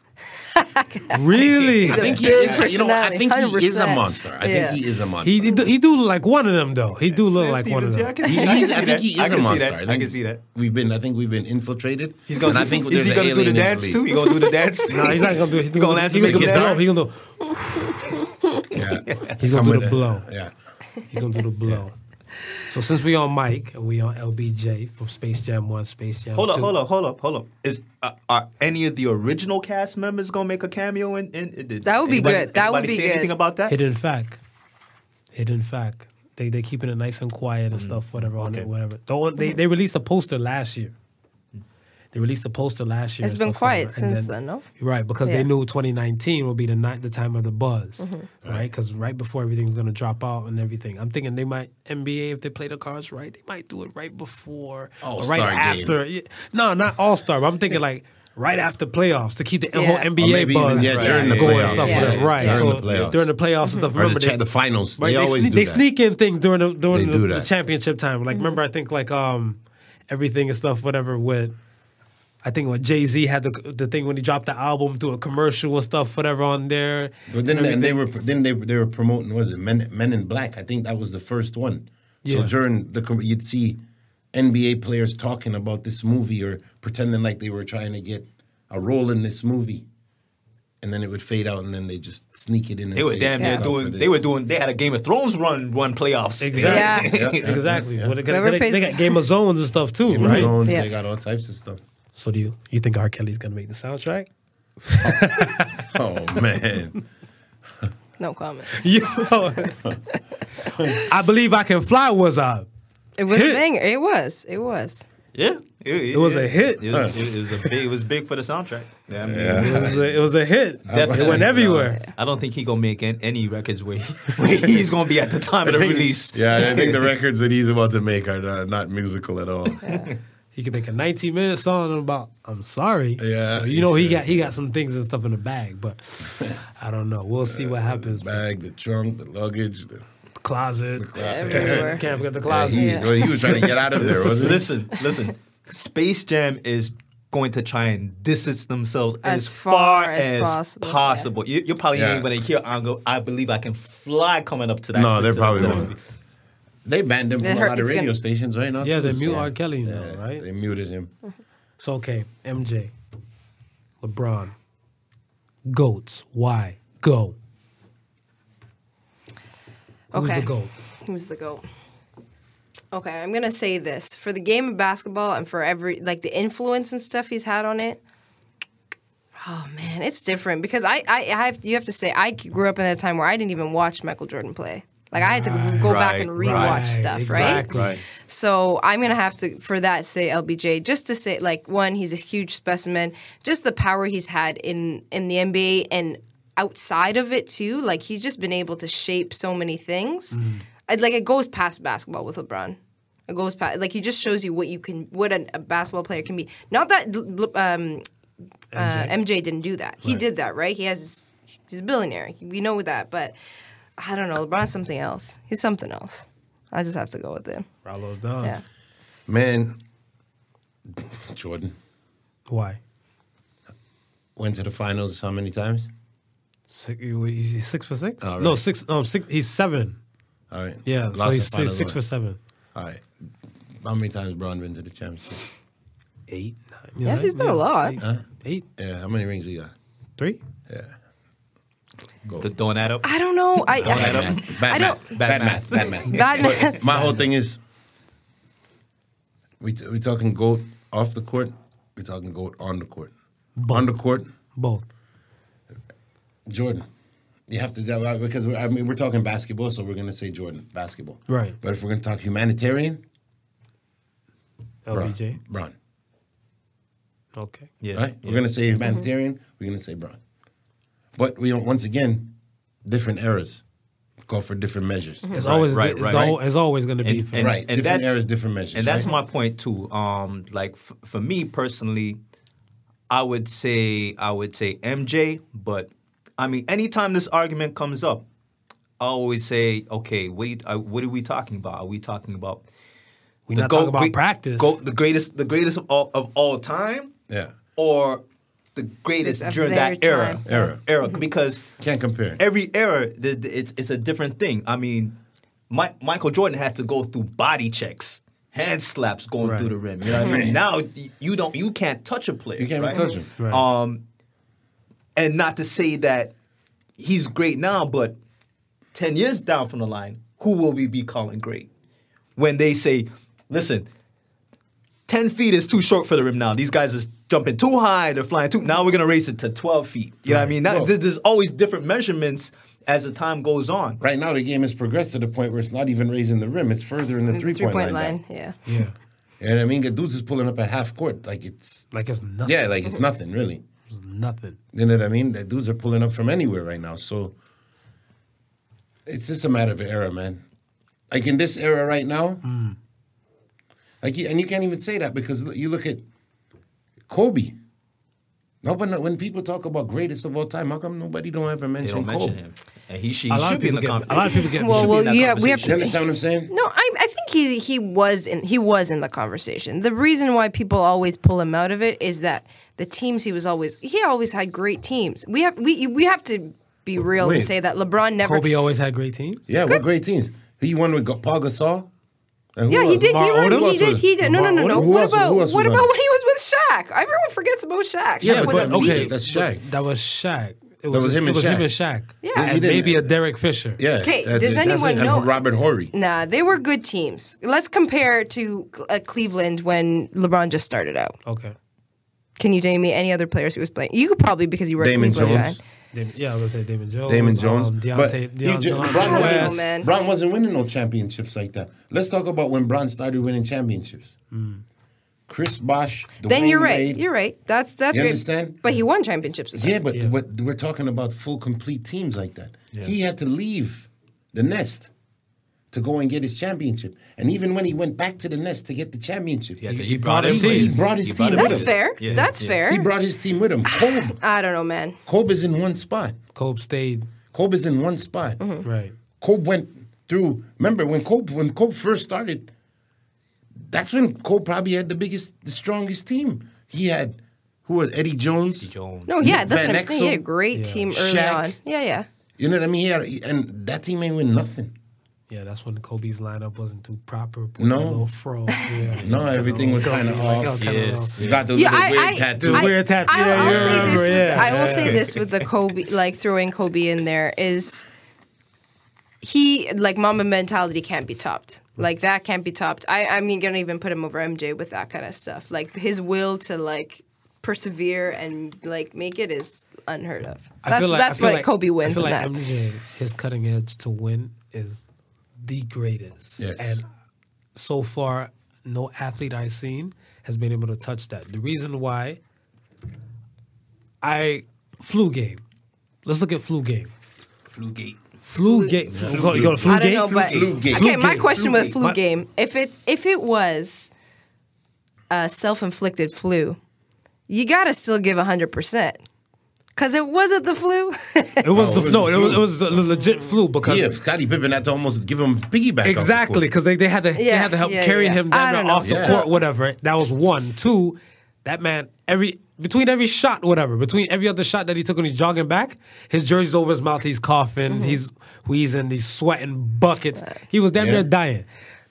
Speaker 3: Really?
Speaker 4: I think he
Speaker 5: big
Speaker 4: is. You know, I
Speaker 5: personality,
Speaker 4: think he is a
Speaker 5: 100%.
Speaker 4: monster. I
Speaker 5: Yeah.
Speaker 4: think he is a monster.
Speaker 3: He, he, do, he do look like one of them though. He do look like one of
Speaker 2: Stevens,
Speaker 3: them.
Speaker 2: yeah, I can
Speaker 4: He-
Speaker 2: see I can see
Speaker 4: he's- I think
Speaker 2: that.
Speaker 4: he is
Speaker 2: I
Speaker 4: a
Speaker 2: can see
Speaker 4: monster.
Speaker 2: that. I can see that.
Speaker 4: We've been. I think we've been infiltrated.
Speaker 2: He's gonna.
Speaker 4: And I think
Speaker 2: is
Speaker 4: there's
Speaker 2: he
Speaker 4: an
Speaker 2: gonna do
Speaker 4: alien
Speaker 2: the
Speaker 4: in
Speaker 2: dance
Speaker 4: league.
Speaker 2: too? He gonna do the dance?
Speaker 3: No, he's not gonna do it. He's
Speaker 2: He gonna
Speaker 3: gonna,
Speaker 2: dance
Speaker 3: he
Speaker 2: and
Speaker 3: gonna do
Speaker 2: make a
Speaker 3: the blow.
Speaker 2: dance.
Speaker 3: He gonna do,
Speaker 4: Yeah.
Speaker 3: he's gonna
Speaker 4: Come
Speaker 3: do
Speaker 4: with
Speaker 3: the
Speaker 4: it.
Speaker 3: blow.
Speaker 4: Yeah.
Speaker 3: He gonna do the blow. So since we on Mike and we on LBJ from Space Jam One, Space Jam
Speaker 2: Hold
Speaker 3: Two.
Speaker 2: up, hold up, hold up, hold up. Is uh, are any of the original cast members gonna make a cameo? In, in, in
Speaker 5: That would be
Speaker 2: anybody-
Speaker 5: good. That would
Speaker 2: anybody
Speaker 5: be
Speaker 2: say
Speaker 5: good.
Speaker 2: Anything about that?
Speaker 3: Hidden fact. Hidden fact. They they keeping it nice and quiet
Speaker 4: Mm.
Speaker 3: and stuff. Whatever on it.
Speaker 2: Okay.
Speaker 3: Whatever. The one- they they released a poster last year. They released a poster last year.
Speaker 5: It's
Speaker 3: and
Speaker 5: been
Speaker 3: stuff,
Speaker 5: quiet
Speaker 3: whatever. And
Speaker 5: since then, no?
Speaker 3: Right, because
Speaker 5: Yeah. Mm-hmm.
Speaker 3: they knew 2019 will be the night, the time of the buzz, right? Because right before everything's gonna drop out and everything, I'm thinking they might NBA if they play the cards right, they might do it right before, or
Speaker 4: All-Star
Speaker 3: right
Speaker 4: game.
Speaker 3: after. Yeah. No, not All Star, but I'm thinking like right after playoffs to keep the
Speaker 5: Yeah.
Speaker 3: whole
Speaker 5: Or
Speaker 3: NBA
Speaker 4: maybe even-
Speaker 3: buzz
Speaker 4: yeah,
Speaker 2: during the
Speaker 3: going
Speaker 2: playoffs,
Speaker 3: and stuff,
Speaker 5: yeah.
Speaker 3: whatever. Right,
Speaker 4: During
Speaker 3: so
Speaker 4: the playoffs.
Speaker 3: during the playoffs and stuff.
Speaker 4: Or
Speaker 3: Remember
Speaker 4: the, cha-
Speaker 3: they-
Speaker 4: the finals.
Speaker 3: Right,
Speaker 4: they,
Speaker 3: they,
Speaker 4: always
Speaker 3: sne-
Speaker 4: do
Speaker 3: they
Speaker 4: that.
Speaker 3: sneak in things during the during
Speaker 4: They
Speaker 3: the,
Speaker 4: do
Speaker 3: the
Speaker 4: that.
Speaker 3: championship time. Like remember, I think like um everything and stuff, whatever. With I think when Jay Z had the the thing when he dropped the album, do a commercial and stuff, whatever on there.
Speaker 4: But then and they were then they they were promoting what is it Men Men in Black? I think that was the first one.
Speaker 3: Yeah.
Speaker 4: So during the com- you'd see NBA players talking about this movie or pretending like they were trying to get a role in this movie, and then it would fade out, and then they just sneak it in. And
Speaker 2: They were
Speaker 4: say,
Speaker 2: damn
Speaker 5: Yeah.
Speaker 2: near
Speaker 4: "Look out
Speaker 2: doing.
Speaker 4: for
Speaker 2: They were
Speaker 4: this."
Speaker 2: doing. They had a Game of Thrones run, run playoffs.
Speaker 3: Exactly.
Speaker 4: Yeah. Yeah.
Speaker 3: Exactly. What they,
Speaker 5: Whoever
Speaker 3: got, they,
Speaker 5: pays-
Speaker 3: they got Game of Zones and stuff too,
Speaker 4: Game of
Speaker 3: right?
Speaker 4: Thrones, They
Speaker 5: Yeah.
Speaker 4: got all types of stuff.
Speaker 3: So do you you think R. Kelly's gonna make the soundtrack?
Speaker 4: Oh man,
Speaker 5: No comment.
Speaker 3: Yo, I believe I can fly was a
Speaker 5: It was a
Speaker 3: Hit.
Speaker 5: banger. It was. It was.
Speaker 2: Yeah, it,
Speaker 3: was a hit.
Speaker 2: It was, it was a big. It was big for the soundtrack. Yeah, I mean,
Speaker 3: it was a, it was a hit.
Speaker 2: Definitely.
Speaker 3: It went everywhere.
Speaker 2: I don't think he gonna make an- any records where, he- where he's gonna be at the time of the release.
Speaker 4: yeah, I think the records that he's about to make are not, not musical at all.
Speaker 3: He could make a 19 minute song about I'm sorry.
Speaker 4: Yeah,
Speaker 3: So you
Speaker 4: he
Speaker 3: know he
Speaker 4: should.
Speaker 3: got he got some things and stuff in the bag, but I don't know. We'll see what happens.
Speaker 4: His bag, the trunk, the luggage. The,
Speaker 3: Closet.
Speaker 5: Everywhere.
Speaker 3: Can't forget the
Speaker 4: he,
Speaker 3: closet.
Speaker 5: Yeah.
Speaker 4: well, he was trying to get out of there, wasn't he?
Speaker 2: Listen, listen. Space Jam is going to try and distance themselves as,
Speaker 5: As far as
Speaker 2: as
Speaker 5: possible, yeah.
Speaker 2: possible. You, you probably
Speaker 4: Yeah.
Speaker 2: ain't gonna hear "I Go." I believe I can fly coming up to that.
Speaker 4: No, they
Speaker 2: to that-
Speaker 4: probably
Speaker 2: to that
Speaker 4: won't.
Speaker 2: movie.
Speaker 4: They banned him from
Speaker 5: It
Speaker 4: a
Speaker 5: hurt-
Speaker 4: lot of
Speaker 5: it's
Speaker 4: radio
Speaker 5: gonna-
Speaker 4: stations right now.
Speaker 3: Yeah, they
Speaker 4: too,
Speaker 3: mute
Speaker 4: so-
Speaker 3: R. Kelly now,
Speaker 4: Yeah,
Speaker 3: right?
Speaker 4: They muted him.
Speaker 3: It's okay. MJ. LeBron. Goats. Why? Go. Who's
Speaker 5: Okay.
Speaker 3: the goat?
Speaker 5: Who's the GOAT? Okay, I'm going to say this. For the game of basketball and for every, like the influence and stuff he's had on it, oh man, it's different because I, I, I have, you have to say, I grew up in that time where I didn't even watch Michael Jordan play. Like I had to go back and rewatch
Speaker 3: Right,
Speaker 5: stuff, right?
Speaker 3: exactly.
Speaker 4: Right.
Speaker 5: So I'm gonna have to for that say LBJ just to say like one he's a huge specimen, just the power he's had in in the NBA and outside of it too. Like he's just been able to shape so many things. I'd like it goes past basketball with LeBron. It goes past like he just shows you what you can what an, a basketball player can be. Not that um, uh, MJ didn't do that. He did that right. He has he's a billionaire. We know that, but I don't know. LeBron's something else. He's something else. I just have to go with him.
Speaker 3: Rollo Dunn.
Speaker 5: Yeah.
Speaker 4: Man, Jordan
Speaker 3: Why?
Speaker 4: went to the finals how many times?
Speaker 3: Six, is he six for six?
Speaker 4: All
Speaker 3: No,
Speaker 4: right.
Speaker 3: six. Um, six. He's seven.
Speaker 4: All right.
Speaker 3: Yeah,
Speaker 4: Lost
Speaker 3: so
Speaker 4: the
Speaker 3: he's six,
Speaker 4: final
Speaker 3: six for
Speaker 4: one.
Speaker 3: seven.
Speaker 4: All right. How many times Braun been to the championship?
Speaker 3: Eight, nine.
Speaker 5: Yeah, he's been a lot.
Speaker 3: Eight, eight,
Speaker 4: Yeah. How many rings he got?
Speaker 3: three.
Speaker 4: Yeah. Go.
Speaker 2: The throwing that up.
Speaker 5: I don't know. I,
Speaker 4: Bad
Speaker 5: I,
Speaker 4: math. Bad
Speaker 5: I
Speaker 4: math.
Speaker 5: don't-
Speaker 4: Bad math. Bad math.
Speaker 5: bad man.
Speaker 4: My whole thing is, we we talking goat off the court. We talking goat on the court. On the court,
Speaker 3: Both.
Speaker 4: Jordan. You have to uh, because we're, I mean we're talking basketball, so we're gonna say Jordan basketball.
Speaker 3: Right.
Speaker 4: But if we're gonna talk humanitarian,
Speaker 2: Oh,
Speaker 4: Bron.
Speaker 3: LBJ.
Speaker 4: Bron.
Speaker 3: Okay.
Speaker 2: Yeah, yeah.
Speaker 4: Right.
Speaker 2: Mm-hmm.
Speaker 4: We're gonna say humanitarian. We're gonna say Bron. But we don't, once again, different eras. Go for different measures.
Speaker 3: It's
Speaker 2: Right,
Speaker 3: always
Speaker 2: right,
Speaker 3: it's,
Speaker 2: right.
Speaker 3: al- it's always going to be
Speaker 2: And-
Speaker 3: for
Speaker 2: and-
Speaker 4: right. different
Speaker 2: that's-
Speaker 4: eras, different measures.
Speaker 2: And that's
Speaker 4: right?
Speaker 2: my point too. Um, like f- for me personally, I would say I would say MJ, but I mean, anytime this argument comes up, I always say, okay, what you, uh, what are we talking about? Are we talking about
Speaker 3: we
Speaker 2: the
Speaker 3: not
Speaker 2: goat-
Speaker 3: talking about
Speaker 2: great-
Speaker 3: practice.
Speaker 2: goat- the greatest, the greatest of all, of all time,
Speaker 4: Yeah.
Speaker 2: or the greatest
Speaker 5: Of
Speaker 2: during
Speaker 5: their
Speaker 2: that era,
Speaker 5: time.
Speaker 4: Era.
Speaker 2: era, because
Speaker 4: Can't compare.
Speaker 2: every era th- th- it's it's a different thing. I mean, Mi- Michael Jordan had to go through body checks, hand slaps going through the rim. You know what I mean? Now y- you don't you can't touch a player.
Speaker 4: You can't even
Speaker 2: right?
Speaker 4: touch him.
Speaker 3: Right.
Speaker 2: Um, and not to say that he's great now, but ten years down from the line, who will we be calling great? When they say, "Listen, ten feet is too short for the rim now. These guys is jumping too high. They're flying too. Now we're gonna raise it to twelve feet. You know what I mean? Now,
Speaker 4: Well-
Speaker 2: th- there's always different measurements as the time goes on.
Speaker 4: Right now, the game has progressed to the point where it's not even raising the rim; it's further in the
Speaker 5: Three
Speaker 4: three-point
Speaker 5: point
Speaker 4: line.
Speaker 5: line.
Speaker 4: now.
Speaker 5: Yeah.
Speaker 3: yeah,
Speaker 4: You know what I mean? The dudes is pulling up at half court, like it's
Speaker 3: like it's nothing.
Speaker 4: yeah, like it's nothing really.
Speaker 3: it's nothing.
Speaker 4: You know what I mean? The dudes are pulling up from anywhere right now, so it's just a matter of era, man. Like in this era right now, like you- and you can't even say that because look- you look at Kobe. No, but no- when people talk about greatest of all time, how come nobody don't ever
Speaker 2: They
Speaker 4: mention
Speaker 2: don't mention
Speaker 4: Kobe?
Speaker 2: him, and he, she
Speaker 3: A lot
Speaker 2: should
Speaker 3: of
Speaker 2: be in
Speaker 3: people
Speaker 2: the
Speaker 3: get.
Speaker 2: conference.
Speaker 3: A lot of people get.
Speaker 5: Well,
Speaker 2: should be
Speaker 5: well,
Speaker 2: in that
Speaker 5: yeah, we have
Speaker 4: You
Speaker 5: to-
Speaker 4: understand what I'm saying?
Speaker 5: No, I, I think he he was in he was in the conversation. The reason why people always pull him out of it is that the teams he was always he always had great teams. We have we we have to be real
Speaker 4: Wait.
Speaker 5: and say that LeBron never.
Speaker 3: Kobe always had great teams.
Speaker 4: Yeah, what great teams? Who you won with Ga- Paul Gasol? And who
Speaker 5: yeah, he
Speaker 4: else?
Speaker 5: did. He,
Speaker 3: Lamar Odom?
Speaker 5: already- he
Speaker 4: Who else
Speaker 5: did.
Speaker 4: was-
Speaker 5: He did. No, no, no, no.
Speaker 4: Who
Speaker 5: What
Speaker 4: else- who
Speaker 5: about
Speaker 4: else was
Speaker 5: what
Speaker 4: on
Speaker 5: about
Speaker 4: it?
Speaker 5: when he was with Shaq? Everyone forgets about Shaq. Shaq
Speaker 4: Yeah,
Speaker 5: was
Speaker 4: but
Speaker 5: a
Speaker 4: okay,
Speaker 5: beast.
Speaker 4: that's Shaq.
Speaker 3: That was Shaq. It was,
Speaker 4: was
Speaker 3: just-
Speaker 4: him and
Speaker 3: it was
Speaker 4: Shaq.
Speaker 3: him and Shaq.
Speaker 5: Yeah.
Speaker 3: And
Speaker 5: He
Speaker 4: didn't-
Speaker 3: maybe a Derek Fisher.
Speaker 4: Yeah.
Speaker 5: Okay,
Speaker 4: that-
Speaker 5: does
Speaker 4: that's
Speaker 5: anyone
Speaker 4: it. And
Speaker 5: know-
Speaker 4: Robert Horry?
Speaker 5: Nah, they were good teams. Let's compare it to uh, Cleveland when LeBron just started out.
Speaker 3: Okay.
Speaker 5: Can you name me any other players who was playing? You could probably because you were
Speaker 4: Damon
Speaker 5: a Cleveland
Speaker 4: Jones.
Speaker 5: fan.
Speaker 3: Damon, yeah, I was gonna say Damon Jones.
Speaker 4: Damon Jones.
Speaker 3: Um,
Speaker 4: but
Speaker 3: Deontay,
Speaker 4: he
Speaker 3: Deon,
Speaker 4: ju-
Speaker 3: Deontay
Speaker 4: Bron
Speaker 5: Come on,
Speaker 4: wasn't-
Speaker 5: Eagle,
Speaker 3: West.
Speaker 5: man.
Speaker 4: Bron wasn't winning no championships like that. Let's talk about when Bron started winning championships.
Speaker 3: Hmm.
Speaker 4: Chris Bosh.
Speaker 5: Then you're right. You're right. That's that's
Speaker 4: You
Speaker 5: great.
Speaker 4: understand?
Speaker 5: But he won championships. With
Speaker 4: Yeah,
Speaker 5: them.
Speaker 4: but
Speaker 3: Yeah.
Speaker 4: What, we're talking about full, complete teams like that.
Speaker 3: Yeah.
Speaker 4: He had to leave the nest to go and get his championship. And even when he went back to the nest to get the championship,
Speaker 2: Yeah,
Speaker 3: He brought his
Speaker 2: with
Speaker 3: team.
Speaker 2: him.
Speaker 3: He
Speaker 4: brought his
Speaker 2: He
Speaker 4: team
Speaker 2: him
Speaker 4: Yeah.
Speaker 5: that's
Speaker 2: with him.
Speaker 5: fair.
Speaker 2: Yeah,
Speaker 5: That's
Speaker 2: yeah.
Speaker 5: fair.
Speaker 4: he brought his team with him. Kobe.
Speaker 5: I don't know, man.
Speaker 4: Kobe's in one spot.
Speaker 3: Kobe stayed.
Speaker 4: Kobe's in one spot.
Speaker 5: Mm-hmm.
Speaker 3: Right.
Speaker 4: Kobe went through. Remember when Kobe when Kobe first started? That's when Kobe probably had the biggest, the strongest team. He had who was Eddie Jones.
Speaker 2: Jones.
Speaker 5: No, yeah,
Speaker 4: Nick
Speaker 5: that's
Speaker 4: Van
Speaker 5: what I'm saying. He had a
Speaker 4: Exel,
Speaker 5: great team early
Speaker 4: Shaq.
Speaker 5: on. Yeah, yeah.
Speaker 4: You know what I mean? He had, and that team ain't win nothing.
Speaker 3: Yeah, that's when Kobe's lineup wasn't too proper. with
Speaker 4: No.
Speaker 3: the little fro. Yeah,
Speaker 4: No, everything was kinda off.
Speaker 3: oh,
Speaker 2: Yeah.
Speaker 4: You got those
Speaker 5: Yeah,
Speaker 4: little
Speaker 5: I,
Speaker 4: weird
Speaker 5: I,
Speaker 4: tattoos.
Speaker 5: I,
Speaker 3: weird tattoo.
Speaker 5: I,
Speaker 3: Yeah,
Speaker 5: will
Speaker 3: yeah,
Speaker 5: say
Speaker 3: remember,
Speaker 5: this with,
Speaker 3: yeah,
Speaker 5: I will say
Speaker 3: yeah.
Speaker 5: this with the Kobe, like throwing Kobe in there is he like Mamba mentality can't be topped. Like that can't be topped. I I mean, gonna even put him over MJ with that kind of stuff. Like his will to like persevere and like make it is unheard of. That's that's what Kobe wins.
Speaker 3: I feel
Speaker 5: in
Speaker 3: like
Speaker 5: that.
Speaker 3: MJ, his cutting edge to win is the greatest.
Speaker 4: Yes.
Speaker 3: And so far, no athlete I've seen has been able to touch that. The reason why I flu game. Let's look at flu game.
Speaker 2: Flu gate.
Speaker 3: Flu game. You got- you got a flu
Speaker 5: I don't
Speaker 3: game.
Speaker 5: know, but
Speaker 4: Flu game.
Speaker 5: okay. My
Speaker 3: game.
Speaker 5: question
Speaker 3: Flu
Speaker 5: with
Speaker 3: game.
Speaker 5: flu
Speaker 3: My-
Speaker 5: game, if it if it was a self inflicted flu, you gotta still give hundred percent because it wasn't the flu.
Speaker 3: It was
Speaker 4: No,
Speaker 3: the
Speaker 4: it
Speaker 3: no. It was,
Speaker 4: was the
Speaker 3: it
Speaker 4: flu.
Speaker 3: was a legit flu because
Speaker 4: Yeah, Scottie Pippen had to almost give him piggyback. off the
Speaker 3: Exactly,
Speaker 4: court.
Speaker 3: because they, they had to they
Speaker 5: Yeah,
Speaker 3: had to help
Speaker 5: yeah,
Speaker 3: carrying
Speaker 5: yeah.
Speaker 3: him
Speaker 5: I
Speaker 3: down
Speaker 5: don't
Speaker 3: there off
Speaker 5: know.
Speaker 3: the
Speaker 4: Yeah.
Speaker 3: court, whatever. That was one, two. That man every between every shot, whatever, between every other shot that he took when he's jogging back, his jersey's over his mouth. He's coughing,
Speaker 5: Mm-hmm.
Speaker 3: he's wheezing, he's sweating buckets. He was damn
Speaker 4: Yeah.
Speaker 3: near dying.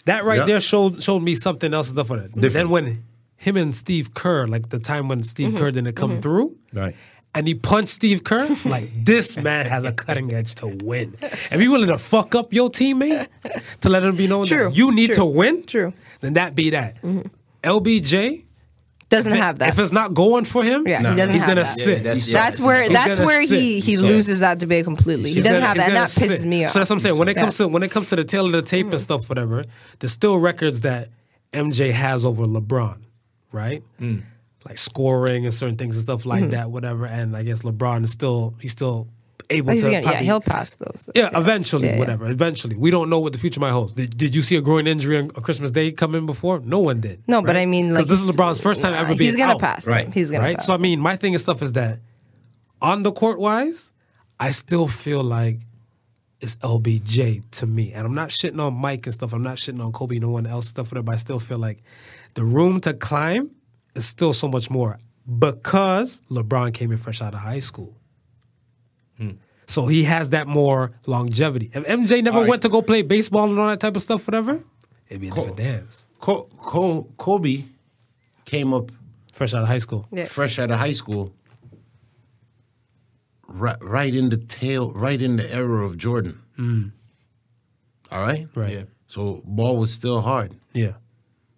Speaker 3: That right
Speaker 4: Yeah.
Speaker 3: there showed showed me something else is different. Then
Speaker 4: Different.
Speaker 3: when him and Steve Kerr, like the time when Steve
Speaker 5: Mm-hmm.
Speaker 3: Kerr didn't come through,
Speaker 4: Right.
Speaker 3: and he punched Steve Kerr, like this man has a cutting edge to win. If you're willing to fuck up your teammate to let him be known
Speaker 5: True,
Speaker 3: that you need
Speaker 5: true,
Speaker 3: to win,
Speaker 5: true. Mm-hmm.
Speaker 3: then that be that. LBJ
Speaker 5: Doesn't have that.
Speaker 3: If it's not going for him,
Speaker 5: Yeah, he No. doesn't
Speaker 3: he's
Speaker 5: have
Speaker 3: gonna
Speaker 5: that.
Speaker 3: sit.
Speaker 2: Yeah, that's-
Speaker 5: that's
Speaker 2: yeah,
Speaker 5: where
Speaker 2: he's
Speaker 5: that's
Speaker 3: gonna
Speaker 5: where he
Speaker 3: sit.
Speaker 5: he loses that debate completely. He
Speaker 3: He's
Speaker 5: doesn't
Speaker 3: gonna-
Speaker 5: have
Speaker 3: he's
Speaker 5: that, and
Speaker 3: gonna
Speaker 5: that pisses
Speaker 3: sit.
Speaker 5: me off. Mm.
Speaker 3: So that's what I'm saying. When it comes
Speaker 5: Yeah.
Speaker 3: to when it comes to the tail of the tape and stuff, whatever, there's still records that MJ has over LeBron, right?
Speaker 5: Mm.
Speaker 3: Like scoring and certain things and stuff
Speaker 5: Mm-hmm.
Speaker 3: like that, whatever. And I guess LeBron is still he's still able
Speaker 5: He's
Speaker 3: to
Speaker 5: gonna, yeah,
Speaker 3: probably-
Speaker 5: he'll pass those.
Speaker 3: yeah, eventually,
Speaker 5: Yeah, yeah.
Speaker 3: whatever. Eventually, we don't know what the future might hold. Did, did you see a groin injury on Christmas Day come in before? No one did.
Speaker 5: No, but I mean, like
Speaker 3: because this is
Speaker 5: he's-
Speaker 3: LeBron's first time
Speaker 5: nah,
Speaker 3: ever being
Speaker 5: He's gonna
Speaker 3: out,
Speaker 5: pass.
Speaker 4: Right.
Speaker 5: Right. He's gonna
Speaker 3: right?
Speaker 5: pass.
Speaker 3: So I mean, my thing and stuff is that on the court wise, I still feel like it's LBJ to me, and I'm not shitting on Mike and stuff. I'm not shitting on Kobe, no one else stuff. Whatever. But I still feel like the room to climb is still so much more because LeBron came in fresh out of high school.
Speaker 4: Hmm.
Speaker 3: So he has that more longevity. If MJ never
Speaker 4: All right.
Speaker 3: went to go play baseball and all that type of stuff, whatever, it'd be a
Speaker 4: Cool.
Speaker 3: different dance.
Speaker 4: Co- Co- Kobe came up
Speaker 3: Fresh out of high school.
Speaker 5: Yeah.
Speaker 4: fresh out of high school, right, right in the tail, right in the era of Jordan. All right,
Speaker 3: Right.
Speaker 2: Yeah.
Speaker 4: So ball was still hard.
Speaker 3: Yeah.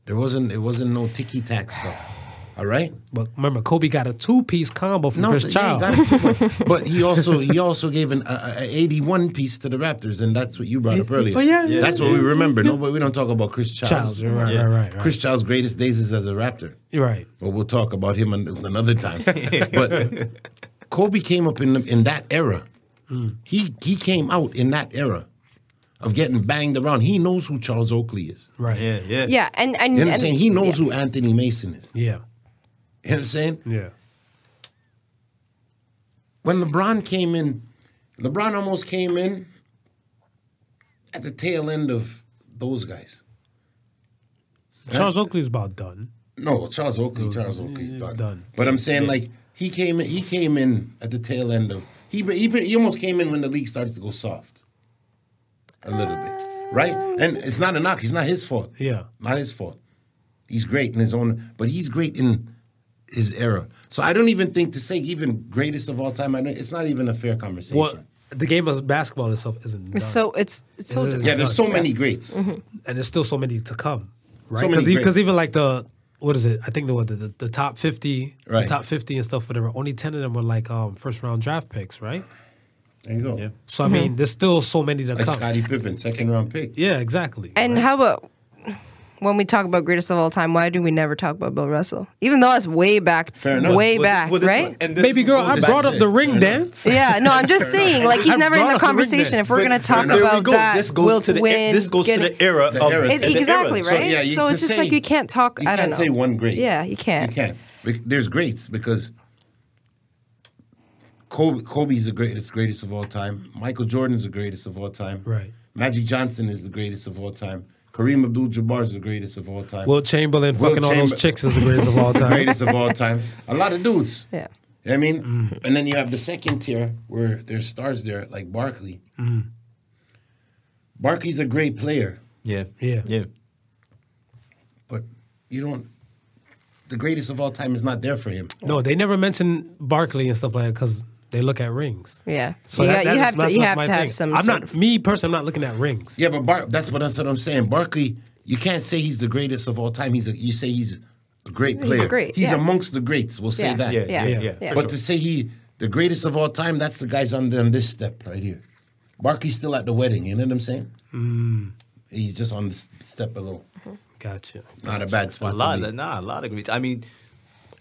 Speaker 4: There wasn't it wasn't no ticky tack stuff. All right.
Speaker 3: But remember, Kobe got a two piece combo from Chris
Speaker 4: yeah,
Speaker 3: Child.
Speaker 4: you got it. but, but he also he also gave an a, a- a 81 piece to the Raptors, and that's what you brought up earlier.
Speaker 3: Oh, yeah. Yeah.
Speaker 4: that's what we remember. No, but we don't talk about Chris Childs.
Speaker 3: Childs, you're right, right, right, right.
Speaker 4: Chris Child's greatest days is as a Raptor.
Speaker 3: You're right.
Speaker 4: Well, we'll talk about him an- another time. but Kobe came up in the, in that era.
Speaker 3: Hmm.
Speaker 4: He he came out in that era of getting banged around. He knows who Charles Oakley is.
Speaker 3: Right.
Speaker 2: Yeah, yeah.
Speaker 5: yeah, and and
Speaker 4: You know what I'm
Speaker 5: and-
Speaker 4: saying? He knows
Speaker 5: yeah.
Speaker 4: who Anthony Mason is.
Speaker 3: Yeah.
Speaker 4: You know what I'm saying?
Speaker 3: Yeah.
Speaker 4: When LeBron came in, LeBron almost came in at the tail end of those guys.
Speaker 3: Charles Oakley's about done.
Speaker 4: No, Charles Oakley. Charles Oakley's done.
Speaker 3: done.
Speaker 4: But I'm saying like he came in. He came in at the tail end of he. He, he almost came in when the league started to go soft, a little bit, right? And it's not a knock. It's not his fault.
Speaker 3: Yeah.
Speaker 4: not his fault. He's great in his own, but he's great in his era. So I don't even think to say even greatest of all time. I know it's not even a fair conversation.
Speaker 3: Well, the game of basketball itself isn't done.
Speaker 5: It's so it's it's so
Speaker 3: It is.
Speaker 5: different.
Speaker 4: yeah, there's so
Speaker 3: Yeah.
Speaker 4: many greats.
Speaker 3: and there's still so many to come, right?
Speaker 4: So many
Speaker 3: Because
Speaker 4: greats.
Speaker 3: even like the what is it? I think the what the, the, the top fifty,
Speaker 4: Right.
Speaker 3: the top fifty and stuff. Whatever. Only ten of them were like um, first round draft picks, right?
Speaker 4: There you go.
Speaker 3: So I mean, there's still so many to
Speaker 4: Hmm. Like
Speaker 3: come.
Speaker 4: Scottie Pippen, second round pick.
Speaker 3: Yeah, exactly.
Speaker 5: And how about when we talk about greatest of all time? Why do we never talk about Bill Russell? Even though that's way back,
Speaker 4: Fair enough.
Speaker 5: way
Speaker 2: Well, this-
Speaker 5: back,
Speaker 2: well, this
Speaker 5: right?
Speaker 2: one- and this
Speaker 3: baby girl,
Speaker 2: goes
Speaker 3: I
Speaker 2: back-
Speaker 3: brought up
Speaker 4: to-
Speaker 3: the ring dance.
Speaker 5: yeah, no, I'm just saying, like he's
Speaker 3: I
Speaker 5: never in
Speaker 3: brought
Speaker 5: the
Speaker 3: up the ring
Speaker 5: conversation.
Speaker 3: then.
Speaker 5: If we're gonna
Speaker 2: But
Speaker 5: talk
Speaker 2: there we
Speaker 5: about
Speaker 2: go.
Speaker 5: that,
Speaker 2: This goes
Speaker 5: Wilt
Speaker 2: to the e-
Speaker 5: Win,
Speaker 2: this goes to
Speaker 5: getting-
Speaker 2: the era
Speaker 4: The
Speaker 2: of
Speaker 4: era.
Speaker 2: the
Speaker 5: It- exactly
Speaker 2: era.
Speaker 5: right.
Speaker 4: you-
Speaker 5: So
Speaker 4: to
Speaker 5: it's just like you can't talk-
Speaker 4: You
Speaker 5: I don't
Speaker 4: can't
Speaker 5: know.
Speaker 4: say one great.
Speaker 5: Yeah, you can't.
Speaker 4: You can't. Be- There's greats because Kobe, Kobe's the greatest, greatest of all time. Michael Jordan's the greatest of all time.
Speaker 3: Right.
Speaker 4: Magic Johnson is the greatest of all time. Kareem Abdul-Jabbar is the greatest of all time.
Speaker 3: Will Chamberlain
Speaker 4: Wilt
Speaker 3: fucking all
Speaker 4: Chamber-
Speaker 3: those chicks is the greatest of all time.
Speaker 4: greatest of all time. A lot of dudes.
Speaker 5: Yeah. Mm.
Speaker 4: You know what I mean? And then you have the second tier where there's stars there, like Barkley.
Speaker 5: Mm.
Speaker 4: Barkley's a great player,
Speaker 2: Yeah,
Speaker 3: Yeah.
Speaker 2: yeah.
Speaker 4: but you don't. The greatest of all time is not there for him.
Speaker 3: no, they never mention Barkley and stuff like that because they look at rings.
Speaker 5: yeah.
Speaker 3: So
Speaker 5: you,
Speaker 3: that-
Speaker 5: got-
Speaker 3: that
Speaker 5: you
Speaker 3: is-
Speaker 5: have to
Speaker 3: that's-
Speaker 5: you
Speaker 3: that's
Speaker 5: have
Speaker 3: my
Speaker 5: to have
Speaker 3: thing.
Speaker 5: some.
Speaker 3: I'm
Speaker 5: sort
Speaker 3: not
Speaker 5: of-
Speaker 3: me personally. I'm not looking at rings.
Speaker 4: Yeah, but Bar- that's what that's what I'm saying. Barkley, you can't say he's the greatest of all time. He's a, you say he's a great
Speaker 5: He's
Speaker 4: player.
Speaker 5: great, yeah.
Speaker 4: amongst the greats. We'll say
Speaker 5: Yeah,
Speaker 4: that.
Speaker 2: Yeah, yeah,
Speaker 5: Yeah.
Speaker 2: yeah.
Speaker 5: Yeah.
Speaker 2: for
Speaker 4: But
Speaker 2: sure.
Speaker 4: to say he the greatest of all time, that's the guys on, the, on this step right here. Barkley's still at the wedding. You know what I'm saying?
Speaker 2: Hmm.
Speaker 4: He's just on the s- step below.
Speaker 5: Mm-hmm.
Speaker 3: Gotcha.
Speaker 4: Not a bad spot.
Speaker 2: a
Speaker 4: to
Speaker 2: lot,
Speaker 4: be.
Speaker 2: of, nah, a lot of greats. I mean,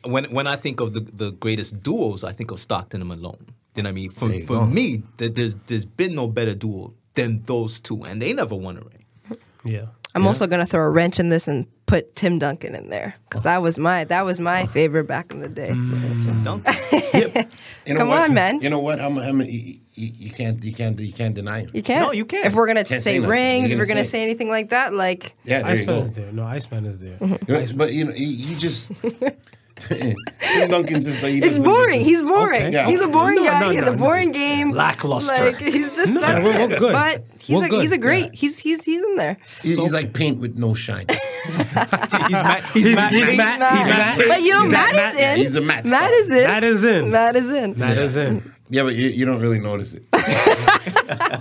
Speaker 2: when when I think of the, the greatest duos, I think of Stockton and Malone. You know what I mean? For,
Speaker 4: you
Speaker 2: for me, th- there's there's been no better duo than those two, and they never won a ring.
Speaker 3: Yeah.
Speaker 5: I'm also gonna throw a wrench in this and put Tim Duncan in there because that was my that was my favorite back in the day.
Speaker 2: Duncan.
Speaker 4: Yep. You know
Speaker 5: Come
Speaker 4: what?
Speaker 5: on, man.
Speaker 4: You know what? I'm. I'm you, you can't. You can't. You can't deny him.
Speaker 5: You can't.
Speaker 2: No, you can't.
Speaker 5: If we're gonna
Speaker 4: Can't say
Speaker 5: say
Speaker 4: nothing.
Speaker 5: rings,
Speaker 4: You're
Speaker 5: if we're
Speaker 4: gonna
Speaker 5: gonna
Speaker 4: say-
Speaker 5: say anything like that, like
Speaker 4: Yeah, there you
Speaker 3: Iceman
Speaker 4: go.
Speaker 3: is there. No, Iceman is there.
Speaker 4: You know, But you know, he, he just Tim Duncan just. He
Speaker 5: it's
Speaker 4: just-
Speaker 5: boring. He's boring.
Speaker 3: Okay.
Speaker 4: Yeah.
Speaker 5: He's a boring
Speaker 3: No,
Speaker 5: guy.
Speaker 3: no,
Speaker 5: he has
Speaker 3: no,
Speaker 5: a
Speaker 3: no.
Speaker 5: boring game.
Speaker 2: Lackluster.
Speaker 5: Like he's just that's
Speaker 3: we're-
Speaker 5: it.
Speaker 3: we're good.
Speaker 5: But he's
Speaker 3: We're
Speaker 5: a, he's a
Speaker 3: good.
Speaker 5: great. He's he's he's in there.
Speaker 4: He's, he's like paint with no shine.
Speaker 2: See, he's Matt. He's, Matt.
Speaker 3: he's
Speaker 2: He's
Speaker 3: Matt.
Speaker 2: Matt.
Speaker 3: He's Matt.
Speaker 5: But you know,
Speaker 3: He's that
Speaker 5: Matt is
Speaker 4: Matt.
Speaker 5: in.
Speaker 4: He's a Matt
Speaker 5: Matt
Speaker 4: Scott.
Speaker 5: is in.
Speaker 3: Matt is in.
Speaker 5: Matt is in.
Speaker 3: That is in.
Speaker 4: yeah, but you, you don't really notice it.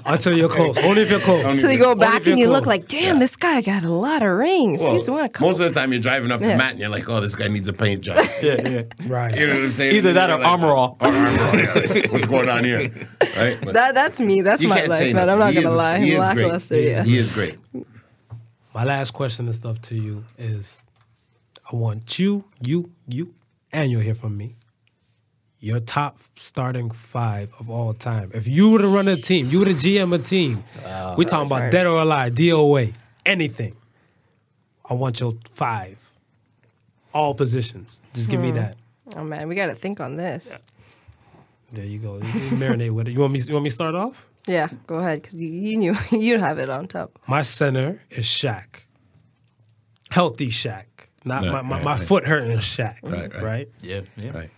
Speaker 3: Until you're close. Only if you're close.
Speaker 5: So you go back
Speaker 3: if you're
Speaker 5: and you look
Speaker 3: close.
Speaker 5: like, damn, this guy got a lot of rings. he's won a couple.
Speaker 4: most of the time, you're driving up to
Speaker 5: Yeah.
Speaker 4: Matt and you're like, "Oh, this guy needs a paint job."
Speaker 2: Yeah, yeah.
Speaker 4: You
Speaker 3: Right.
Speaker 4: know what I'm saying?
Speaker 2: Either that or
Speaker 4: Like,
Speaker 2: Armor All.
Speaker 4: Or Armor All. yeah. Like, What's going on here? Right? But
Speaker 5: that, that's me. That's
Speaker 4: you
Speaker 5: my
Speaker 4: can't say
Speaker 5: life, man. I'm not
Speaker 4: nothing. He
Speaker 5: gonna
Speaker 4: is-
Speaker 5: lie.
Speaker 4: he
Speaker 5: I'm
Speaker 4: is great.
Speaker 5: lackluster. Yeah.
Speaker 4: He is great.
Speaker 3: My last question and stuff to you is I want you, you, you, and you'll hear from me. Your top starting five of all time. If you were to run a team, you were to GM a team. We're talking about dead or alive, DOA, anything. I want your five. All positions. Just give me that.
Speaker 5: Oh man, we gotta think on this.
Speaker 3: There you go. You marinate with it. You want me you want me to start off?
Speaker 5: Yeah, go ahead, because you, you knew you have it on top.
Speaker 3: My center is Shaq. Healthy Shaq. Not
Speaker 4: Right,
Speaker 3: my, my,
Speaker 4: right,
Speaker 3: my
Speaker 4: right.
Speaker 3: foot hurting Shaq.
Speaker 4: Right, right.
Speaker 2: Yeah, yeah.
Speaker 4: Right.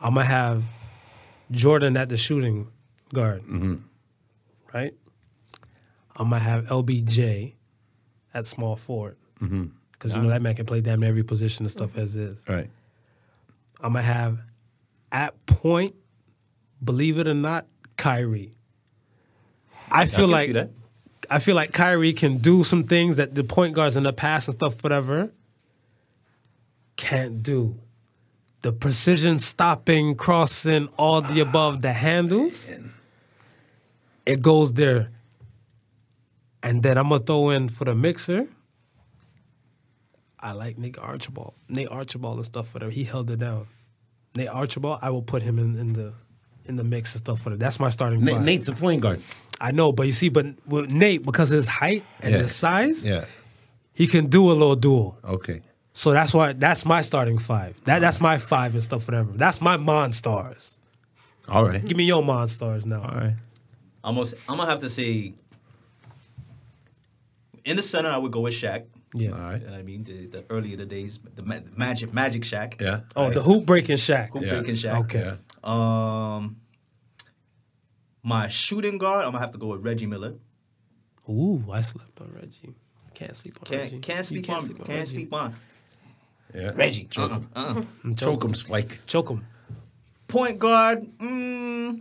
Speaker 3: I'm gonna have Jordan at the shooting guard.
Speaker 2: Mm-hmm.
Speaker 3: Right? I'm gonna have LBJ at small forward. Because
Speaker 2: Mm-hmm.
Speaker 3: you know that man can play damn near every position and stuff as is.
Speaker 4: Right.
Speaker 3: I'm gonna have at point, believe it or not, Kyrie. I feel
Speaker 2: can
Speaker 3: like
Speaker 2: see that.
Speaker 3: I feel like Kyrie can do some things that the point guards in the past and stuff, whatever, can't do. The precision stopping, crossing, all the above, the handles, it goes there. And then I'm gonna throw in for the mixer. I like Nick Archibald. Nate Archibald and stuff, whatever. He held it down. Nate Archibald, I will put him in, in the in the mix and stuff for that. That's my starting
Speaker 4: Na-
Speaker 3: five.
Speaker 4: Nate's a point guard.
Speaker 3: I know, but you see, but with Nate, because of his height and
Speaker 4: Yeah.
Speaker 3: his size, he can do a little duel.
Speaker 4: Okay.
Speaker 3: So that's why that's my starting five. That that's my five and stuff, whatever. That's my Monstars.
Speaker 4: All right.
Speaker 3: Give me your Monstars now.
Speaker 4: All right.
Speaker 2: I'm gonna, s- I'm gonna have to say. In the center, I would go with Shaq.
Speaker 3: Yeah.
Speaker 2: You
Speaker 4: All right.
Speaker 2: know what I mean? The, the earlier the days, the ma- Magic Magic Shack.
Speaker 4: Yeah.
Speaker 3: Oh, the hoop breaking Shack.
Speaker 2: Hoop
Speaker 4: Yeah.
Speaker 2: breaking Shack.
Speaker 3: Okay.
Speaker 4: Yeah.
Speaker 2: Um, my shooting guard, I'm gonna have to go with Reggie Miller.
Speaker 3: Ooh, I slept on Reggie. Can't sleep on
Speaker 2: Can't
Speaker 3: Reggie.
Speaker 2: can't
Speaker 3: You
Speaker 2: sleep on can't
Speaker 3: Reggie.
Speaker 2: sleep on.
Speaker 4: Yeah.
Speaker 2: Reggie. Uh-uh.
Speaker 4: Choke him, Spike.
Speaker 3: Choke him.
Speaker 2: Point guard, mm,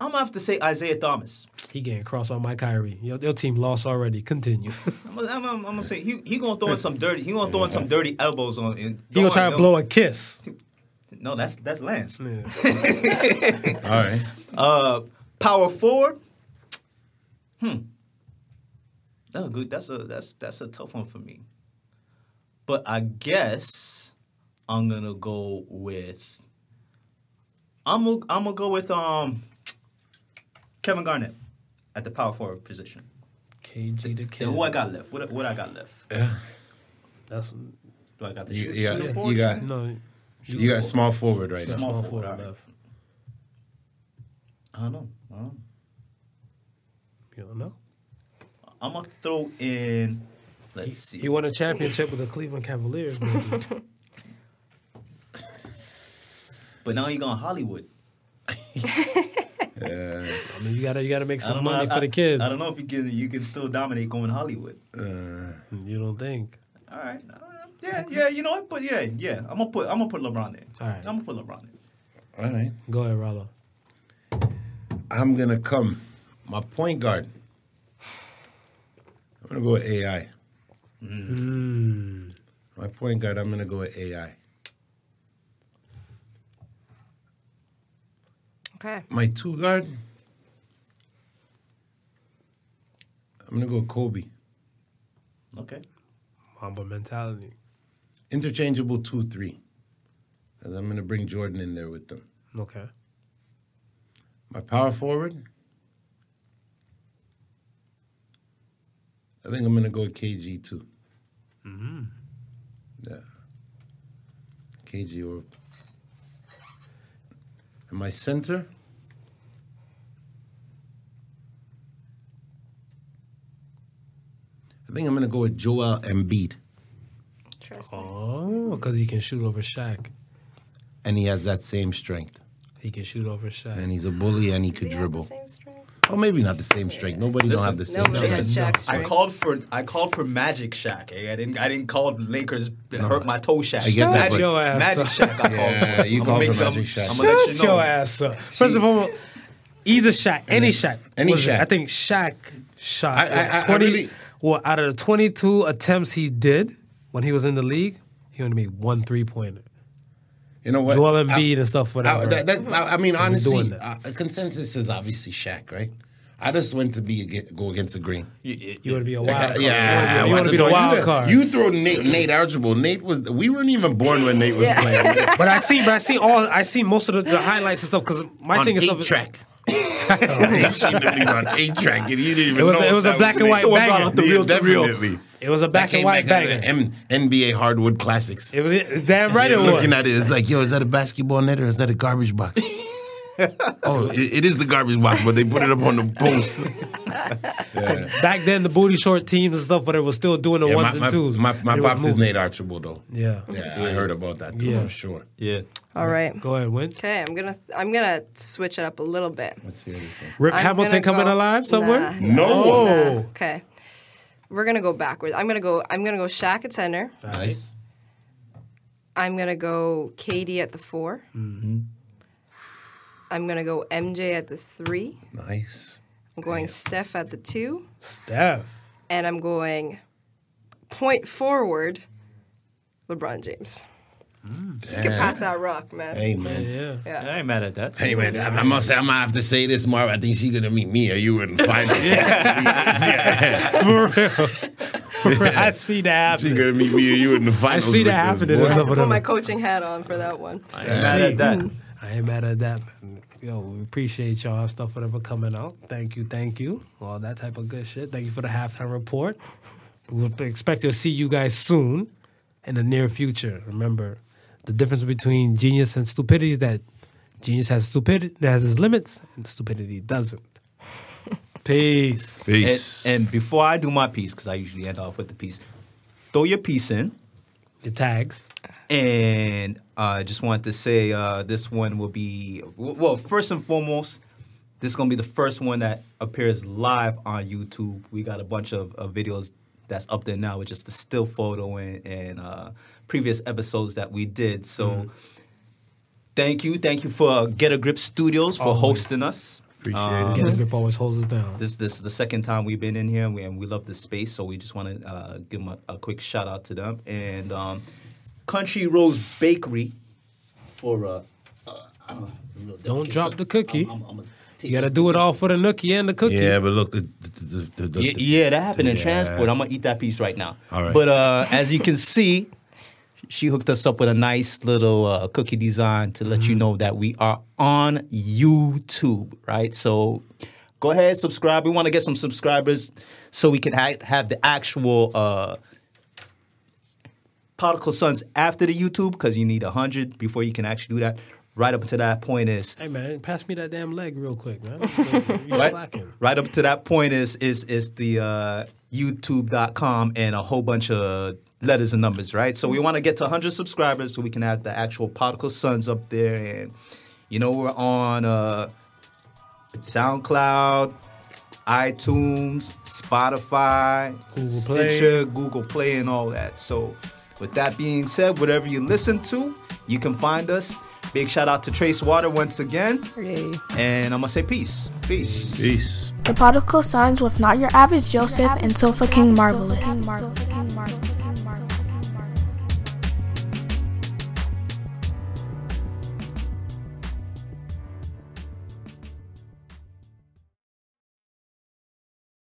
Speaker 2: I'm gonna have to say Isaiah Thomas.
Speaker 3: He getting crossed by Mike Kyrie. Your, your team lost already. Continue.
Speaker 2: I'm gonna, I'm gonna- I'm gonna say he, he gonna throw in some dirty. He gonna throw in some dirty elbows on. And
Speaker 3: he gonna try to
Speaker 2: no,
Speaker 3: blow a kiss.
Speaker 2: No, that's that's Lance.
Speaker 4: All right.
Speaker 2: Uh, power forward. Hmm. Oh, good. That's a that's that's a tough one for me. But I guess I'm gonna go with. I'm gonna, I'm gonna go with um. Kevin Garnett at the power forward position.
Speaker 3: KG the
Speaker 2: And who I
Speaker 3: kid.
Speaker 2: got left? What what I got left?
Speaker 3: That's
Speaker 2: Do I got the
Speaker 4: You,
Speaker 2: shoot,
Speaker 4: you
Speaker 2: shooting
Speaker 4: got,
Speaker 2: forward?
Speaker 4: you got
Speaker 3: no.
Speaker 4: you got small forward right now.
Speaker 2: Small
Speaker 3: Small
Speaker 2: forward,
Speaker 3: forward
Speaker 2: alright.
Speaker 3: left.
Speaker 2: I don't know. I don't know.
Speaker 3: You don't know.
Speaker 2: I'm gonna throw in. Let's see.
Speaker 3: He won a championship with the Cleveland Cavaliers. baby.
Speaker 2: but now he gone Hollywood.
Speaker 3: I mean, you gotta you gotta make
Speaker 2: I
Speaker 3: some
Speaker 2: know,
Speaker 3: money
Speaker 2: I-
Speaker 3: for the kids.
Speaker 2: I, I don't know if you can you can still dominate going Hollywood.
Speaker 3: You don't think?
Speaker 2: All right. Uh, yeah, yeah. You know what? But yeah, yeah. I'm gonna put I'm gonna put LeBron there.
Speaker 3: Alright.
Speaker 2: I'm gonna put LeBron there.
Speaker 4: All right.
Speaker 3: Go ahead, Rollo.
Speaker 4: I'm gonna come. My point guard. I'm gonna go with AI. My point guard. I'm gonna go with AI.
Speaker 5: Okay.
Speaker 4: My two guard. I'm gonna go with Kobe.
Speaker 2: Okay.
Speaker 3: Mamba mentality.
Speaker 4: Interchangeable two three. Cause I'm gonna bring Jordan in there with them.
Speaker 3: Okay.
Speaker 4: My power forward. I think I'm gonna go with KG too. Mm-hmm. Yeah. KG or and my center. I think I'm gonna go with Joel Embiid,
Speaker 5: Interesting.
Speaker 3: Oh, because he can shoot over Shaq.
Speaker 4: and he has that same strength,
Speaker 3: He can shoot over Shaq.
Speaker 4: and he's a bully, and he could dribble. Or maybe not the same strength. Nobody don't have the same.
Speaker 5: No, but
Speaker 4: strength.
Speaker 5: it's Shaq's
Speaker 2: I
Speaker 5: strength.
Speaker 2: called for I called for Magic Shack. Eh? I didn't I didn't call Lakers hurt my toe Shack.
Speaker 4: I get that,
Speaker 2: Magic,
Speaker 4: but-
Speaker 3: Your ass
Speaker 2: Magic
Speaker 3: up.
Speaker 2: Shack. I called.
Speaker 4: Yeah,
Speaker 2: for.
Speaker 4: you
Speaker 2: I'ma
Speaker 4: called
Speaker 2: make
Speaker 4: for
Speaker 2: you-
Speaker 4: Magic Shaq.
Speaker 2: I'ma let you
Speaker 3: Shut
Speaker 2: know.
Speaker 3: your ass up. First of all, either Shaq, any Shaq,
Speaker 4: any
Speaker 3: was it?
Speaker 4: Shaq.
Speaker 3: I think Shaq shot
Speaker 4: I- I- I- I
Speaker 3: twenty.
Speaker 4: really-
Speaker 3: well, out of the twenty-two attempts he did when he was in the league, he only made one three-pointer.
Speaker 4: You know what?
Speaker 3: Joel
Speaker 4: I-
Speaker 3: Embiid and stuff, whatever.
Speaker 4: I, that, that, I, I mean, honestly,
Speaker 3: doing that.
Speaker 4: uh, consensus is obviously Shaq, right? I just went to be aga go against the green.
Speaker 3: you want to be a wild card.
Speaker 4: yeah,
Speaker 3: you
Speaker 4: I
Speaker 3: want to be
Speaker 4: thought
Speaker 3: the wild
Speaker 4: you,
Speaker 3: card.
Speaker 4: You throw Nate, Nate Archibald. Nate was. We weren't even born when Nate was playing.
Speaker 3: but I see, but I see all, I see most of the, the highlights and stuff because my
Speaker 4: on
Speaker 3: thing is
Speaker 4: eight
Speaker 3: stuff is-
Speaker 4: track. He seemed to be on eight track, and you didn't even
Speaker 3: It was
Speaker 4: know.
Speaker 3: a- it was a
Speaker 4: that
Speaker 3: black and white
Speaker 4: Someone brought
Speaker 3: banger.
Speaker 4: out the real to real. Definitely.
Speaker 3: It was a
Speaker 4: That
Speaker 3: black and
Speaker 4: came
Speaker 3: white
Speaker 4: back out of
Speaker 3: banger.
Speaker 4: the M- NBA hardwood classics.
Speaker 3: It was damn right it
Speaker 4: You're
Speaker 3: was.
Speaker 4: looking at it, it's like, yo, is that a basketball net or is that a garbage box? oh, it, it is the garbage box, but they put it up on the post.
Speaker 3: Back then, the booty short teams and stuff, but it was still doing the
Speaker 4: Yeah,
Speaker 3: ones
Speaker 4: my,
Speaker 3: and twos.
Speaker 4: my, my, my
Speaker 3: It was
Speaker 4: pops is
Speaker 3: moving.
Speaker 4: Nate Archibald, though.
Speaker 3: Yeah.
Speaker 4: Yeah, I heard about that, too,
Speaker 3: Yeah.
Speaker 4: for sure.
Speaker 2: Yeah.
Speaker 5: All right.
Speaker 3: Go ahead, win.
Speaker 5: Okay, I'm gonna I'm gonna switch it up a little bit.
Speaker 4: Let's hear this one.
Speaker 3: Rip
Speaker 5: I'm
Speaker 3: Hamilton
Speaker 5: gonna
Speaker 3: coming
Speaker 5: go-
Speaker 3: alive somewhere?
Speaker 5: Nah.
Speaker 4: No.
Speaker 3: Oh.
Speaker 5: Okay. We're gonna go backwards. I'm gonna go. I'm gonna go Shaq at center.
Speaker 4: Nice.
Speaker 5: I'm gonna go KD at the 4 Mm-hmm. I'm gonna go MJ at the three.
Speaker 4: Nice.
Speaker 5: I'm going Steph at the two,
Speaker 3: Steph.
Speaker 5: and I'm going point forward, LeBron James. You can pass that rock, man.
Speaker 4: Hey, man.
Speaker 3: Yeah.
Speaker 2: I ain't mad at that.
Speaker 4: Hey man, I I must say I'm gonna have to say this, Marv. I think she's gonna meet me, or you wouldn't find us.
Speaker 3: For real. I see that
Speaker 4: She's
Speaker 3: happening.
Speaker 4: gonna meet me, or you in the
Speaker 3: I
Speaker 4: finals.
Speaker 3: see
Speaker 4: with
Speaker 3: that
Speaker 4: us,
Speaker 3: happening.
Speaker 4: boy.
Speaker 3: and stuff,
Speaker 5: I put my
Speaker 3: whatever.
Speaker 5: coaching hat on for that one.
Speaker 2: I ain't mad at that.
Speaker 3: I ain't mad at that. man. Yo, we appreciate y'all and stuff, whatever coming out. Thank you, thank you. All that type of good shit. Thank you for the halftime report. We will expect to see you guys soon in the near future. Remember, the difference between genius and stupidity is that genius has stupidity that has its limits and stupidity doesn't. Peace.
Speaker 2: And,
Speaker 4: Peace.
Speaker 2: and before I do my piece, because I usually end off with the piece, throw your piece in.
Speaker 3: The tags.
Speaker 2: And I just wanted to say uh, this one will be, w- well, first and foremost, this is going to be the first one that appears live on YouTube. We got a bunch of, of videos that's up there now, which is the still photo and, and uh, previous episodes that we did. So thank you. Thank you for Get a Grip Studios for
Speaker 3: Always.
Speaker 2: hosting us.
Speaker 4: Appreciate
Speaker 2: Uh-huh.
Speaker 4: it.
Speaker 3: Get a grip always holds us down.
Speaker 2: This this is the second time we've been in here, and we, and we love this space. So we just want to uh, give them a, a quick shout out to them and um, Country Rose Bakery for uh, uh, I don't, know, real
Speaker 3: Don't
Speaker 2: dedication.
Speaker 3: drop the cookie.
Speaker 2: gonna take
Speaker 3: you got to
Speaker 2: this-
Speaker 3: do it all for the nookie and the cookie.
Speaker 4: Yeah, but look, the, the, the, the,
Speaker 2: Yeah, yeah, that happened in
Speaker 4: Yeah.
Speaker 2: transport. I'm gonna eat that piece right now.
Speaker 4: All right.
Speaker 2: But uh, as you can see, she hooked us up with a nice little uh, cookie design to let
Speaker 4: Mm-hmm.
Speaker 2: you know that we are on YouTube, right? So go ahead, subscribe. We want to get some subscribers so we can ha- have the actual uh, Particle Sons after the YouTube because you need hundred before you can actually do that. Right up to that point is
Speaker 3: Hey man, pass me that damn leg real quick, man. You slacking.
Speaker 2: right up to that point is is is the uh, YouTube.com and a whole bunch of letters and numbers, right? So we
Speaker 3: Mm-hmm.
Speaker 2: want to get to 100 subscribers so we can have the actual Particle Sons up there, and you know we're on uh, SoundCloud, iTunes, Spotify,
Speaker 3: Google Play.
Speaker 2: Stitcher, Google Play, and all that. So with that being said, whatever you listen to, you can find us. Big shout out to Trace Water once again.
Speaker 5: Yay.
Speaker 2: And I'm gonna say peace. Peace.
Speaker 4: Peace.
Speaker 1: The Particle Sons with Not Your Average Joseph and Sofa King Marvelous.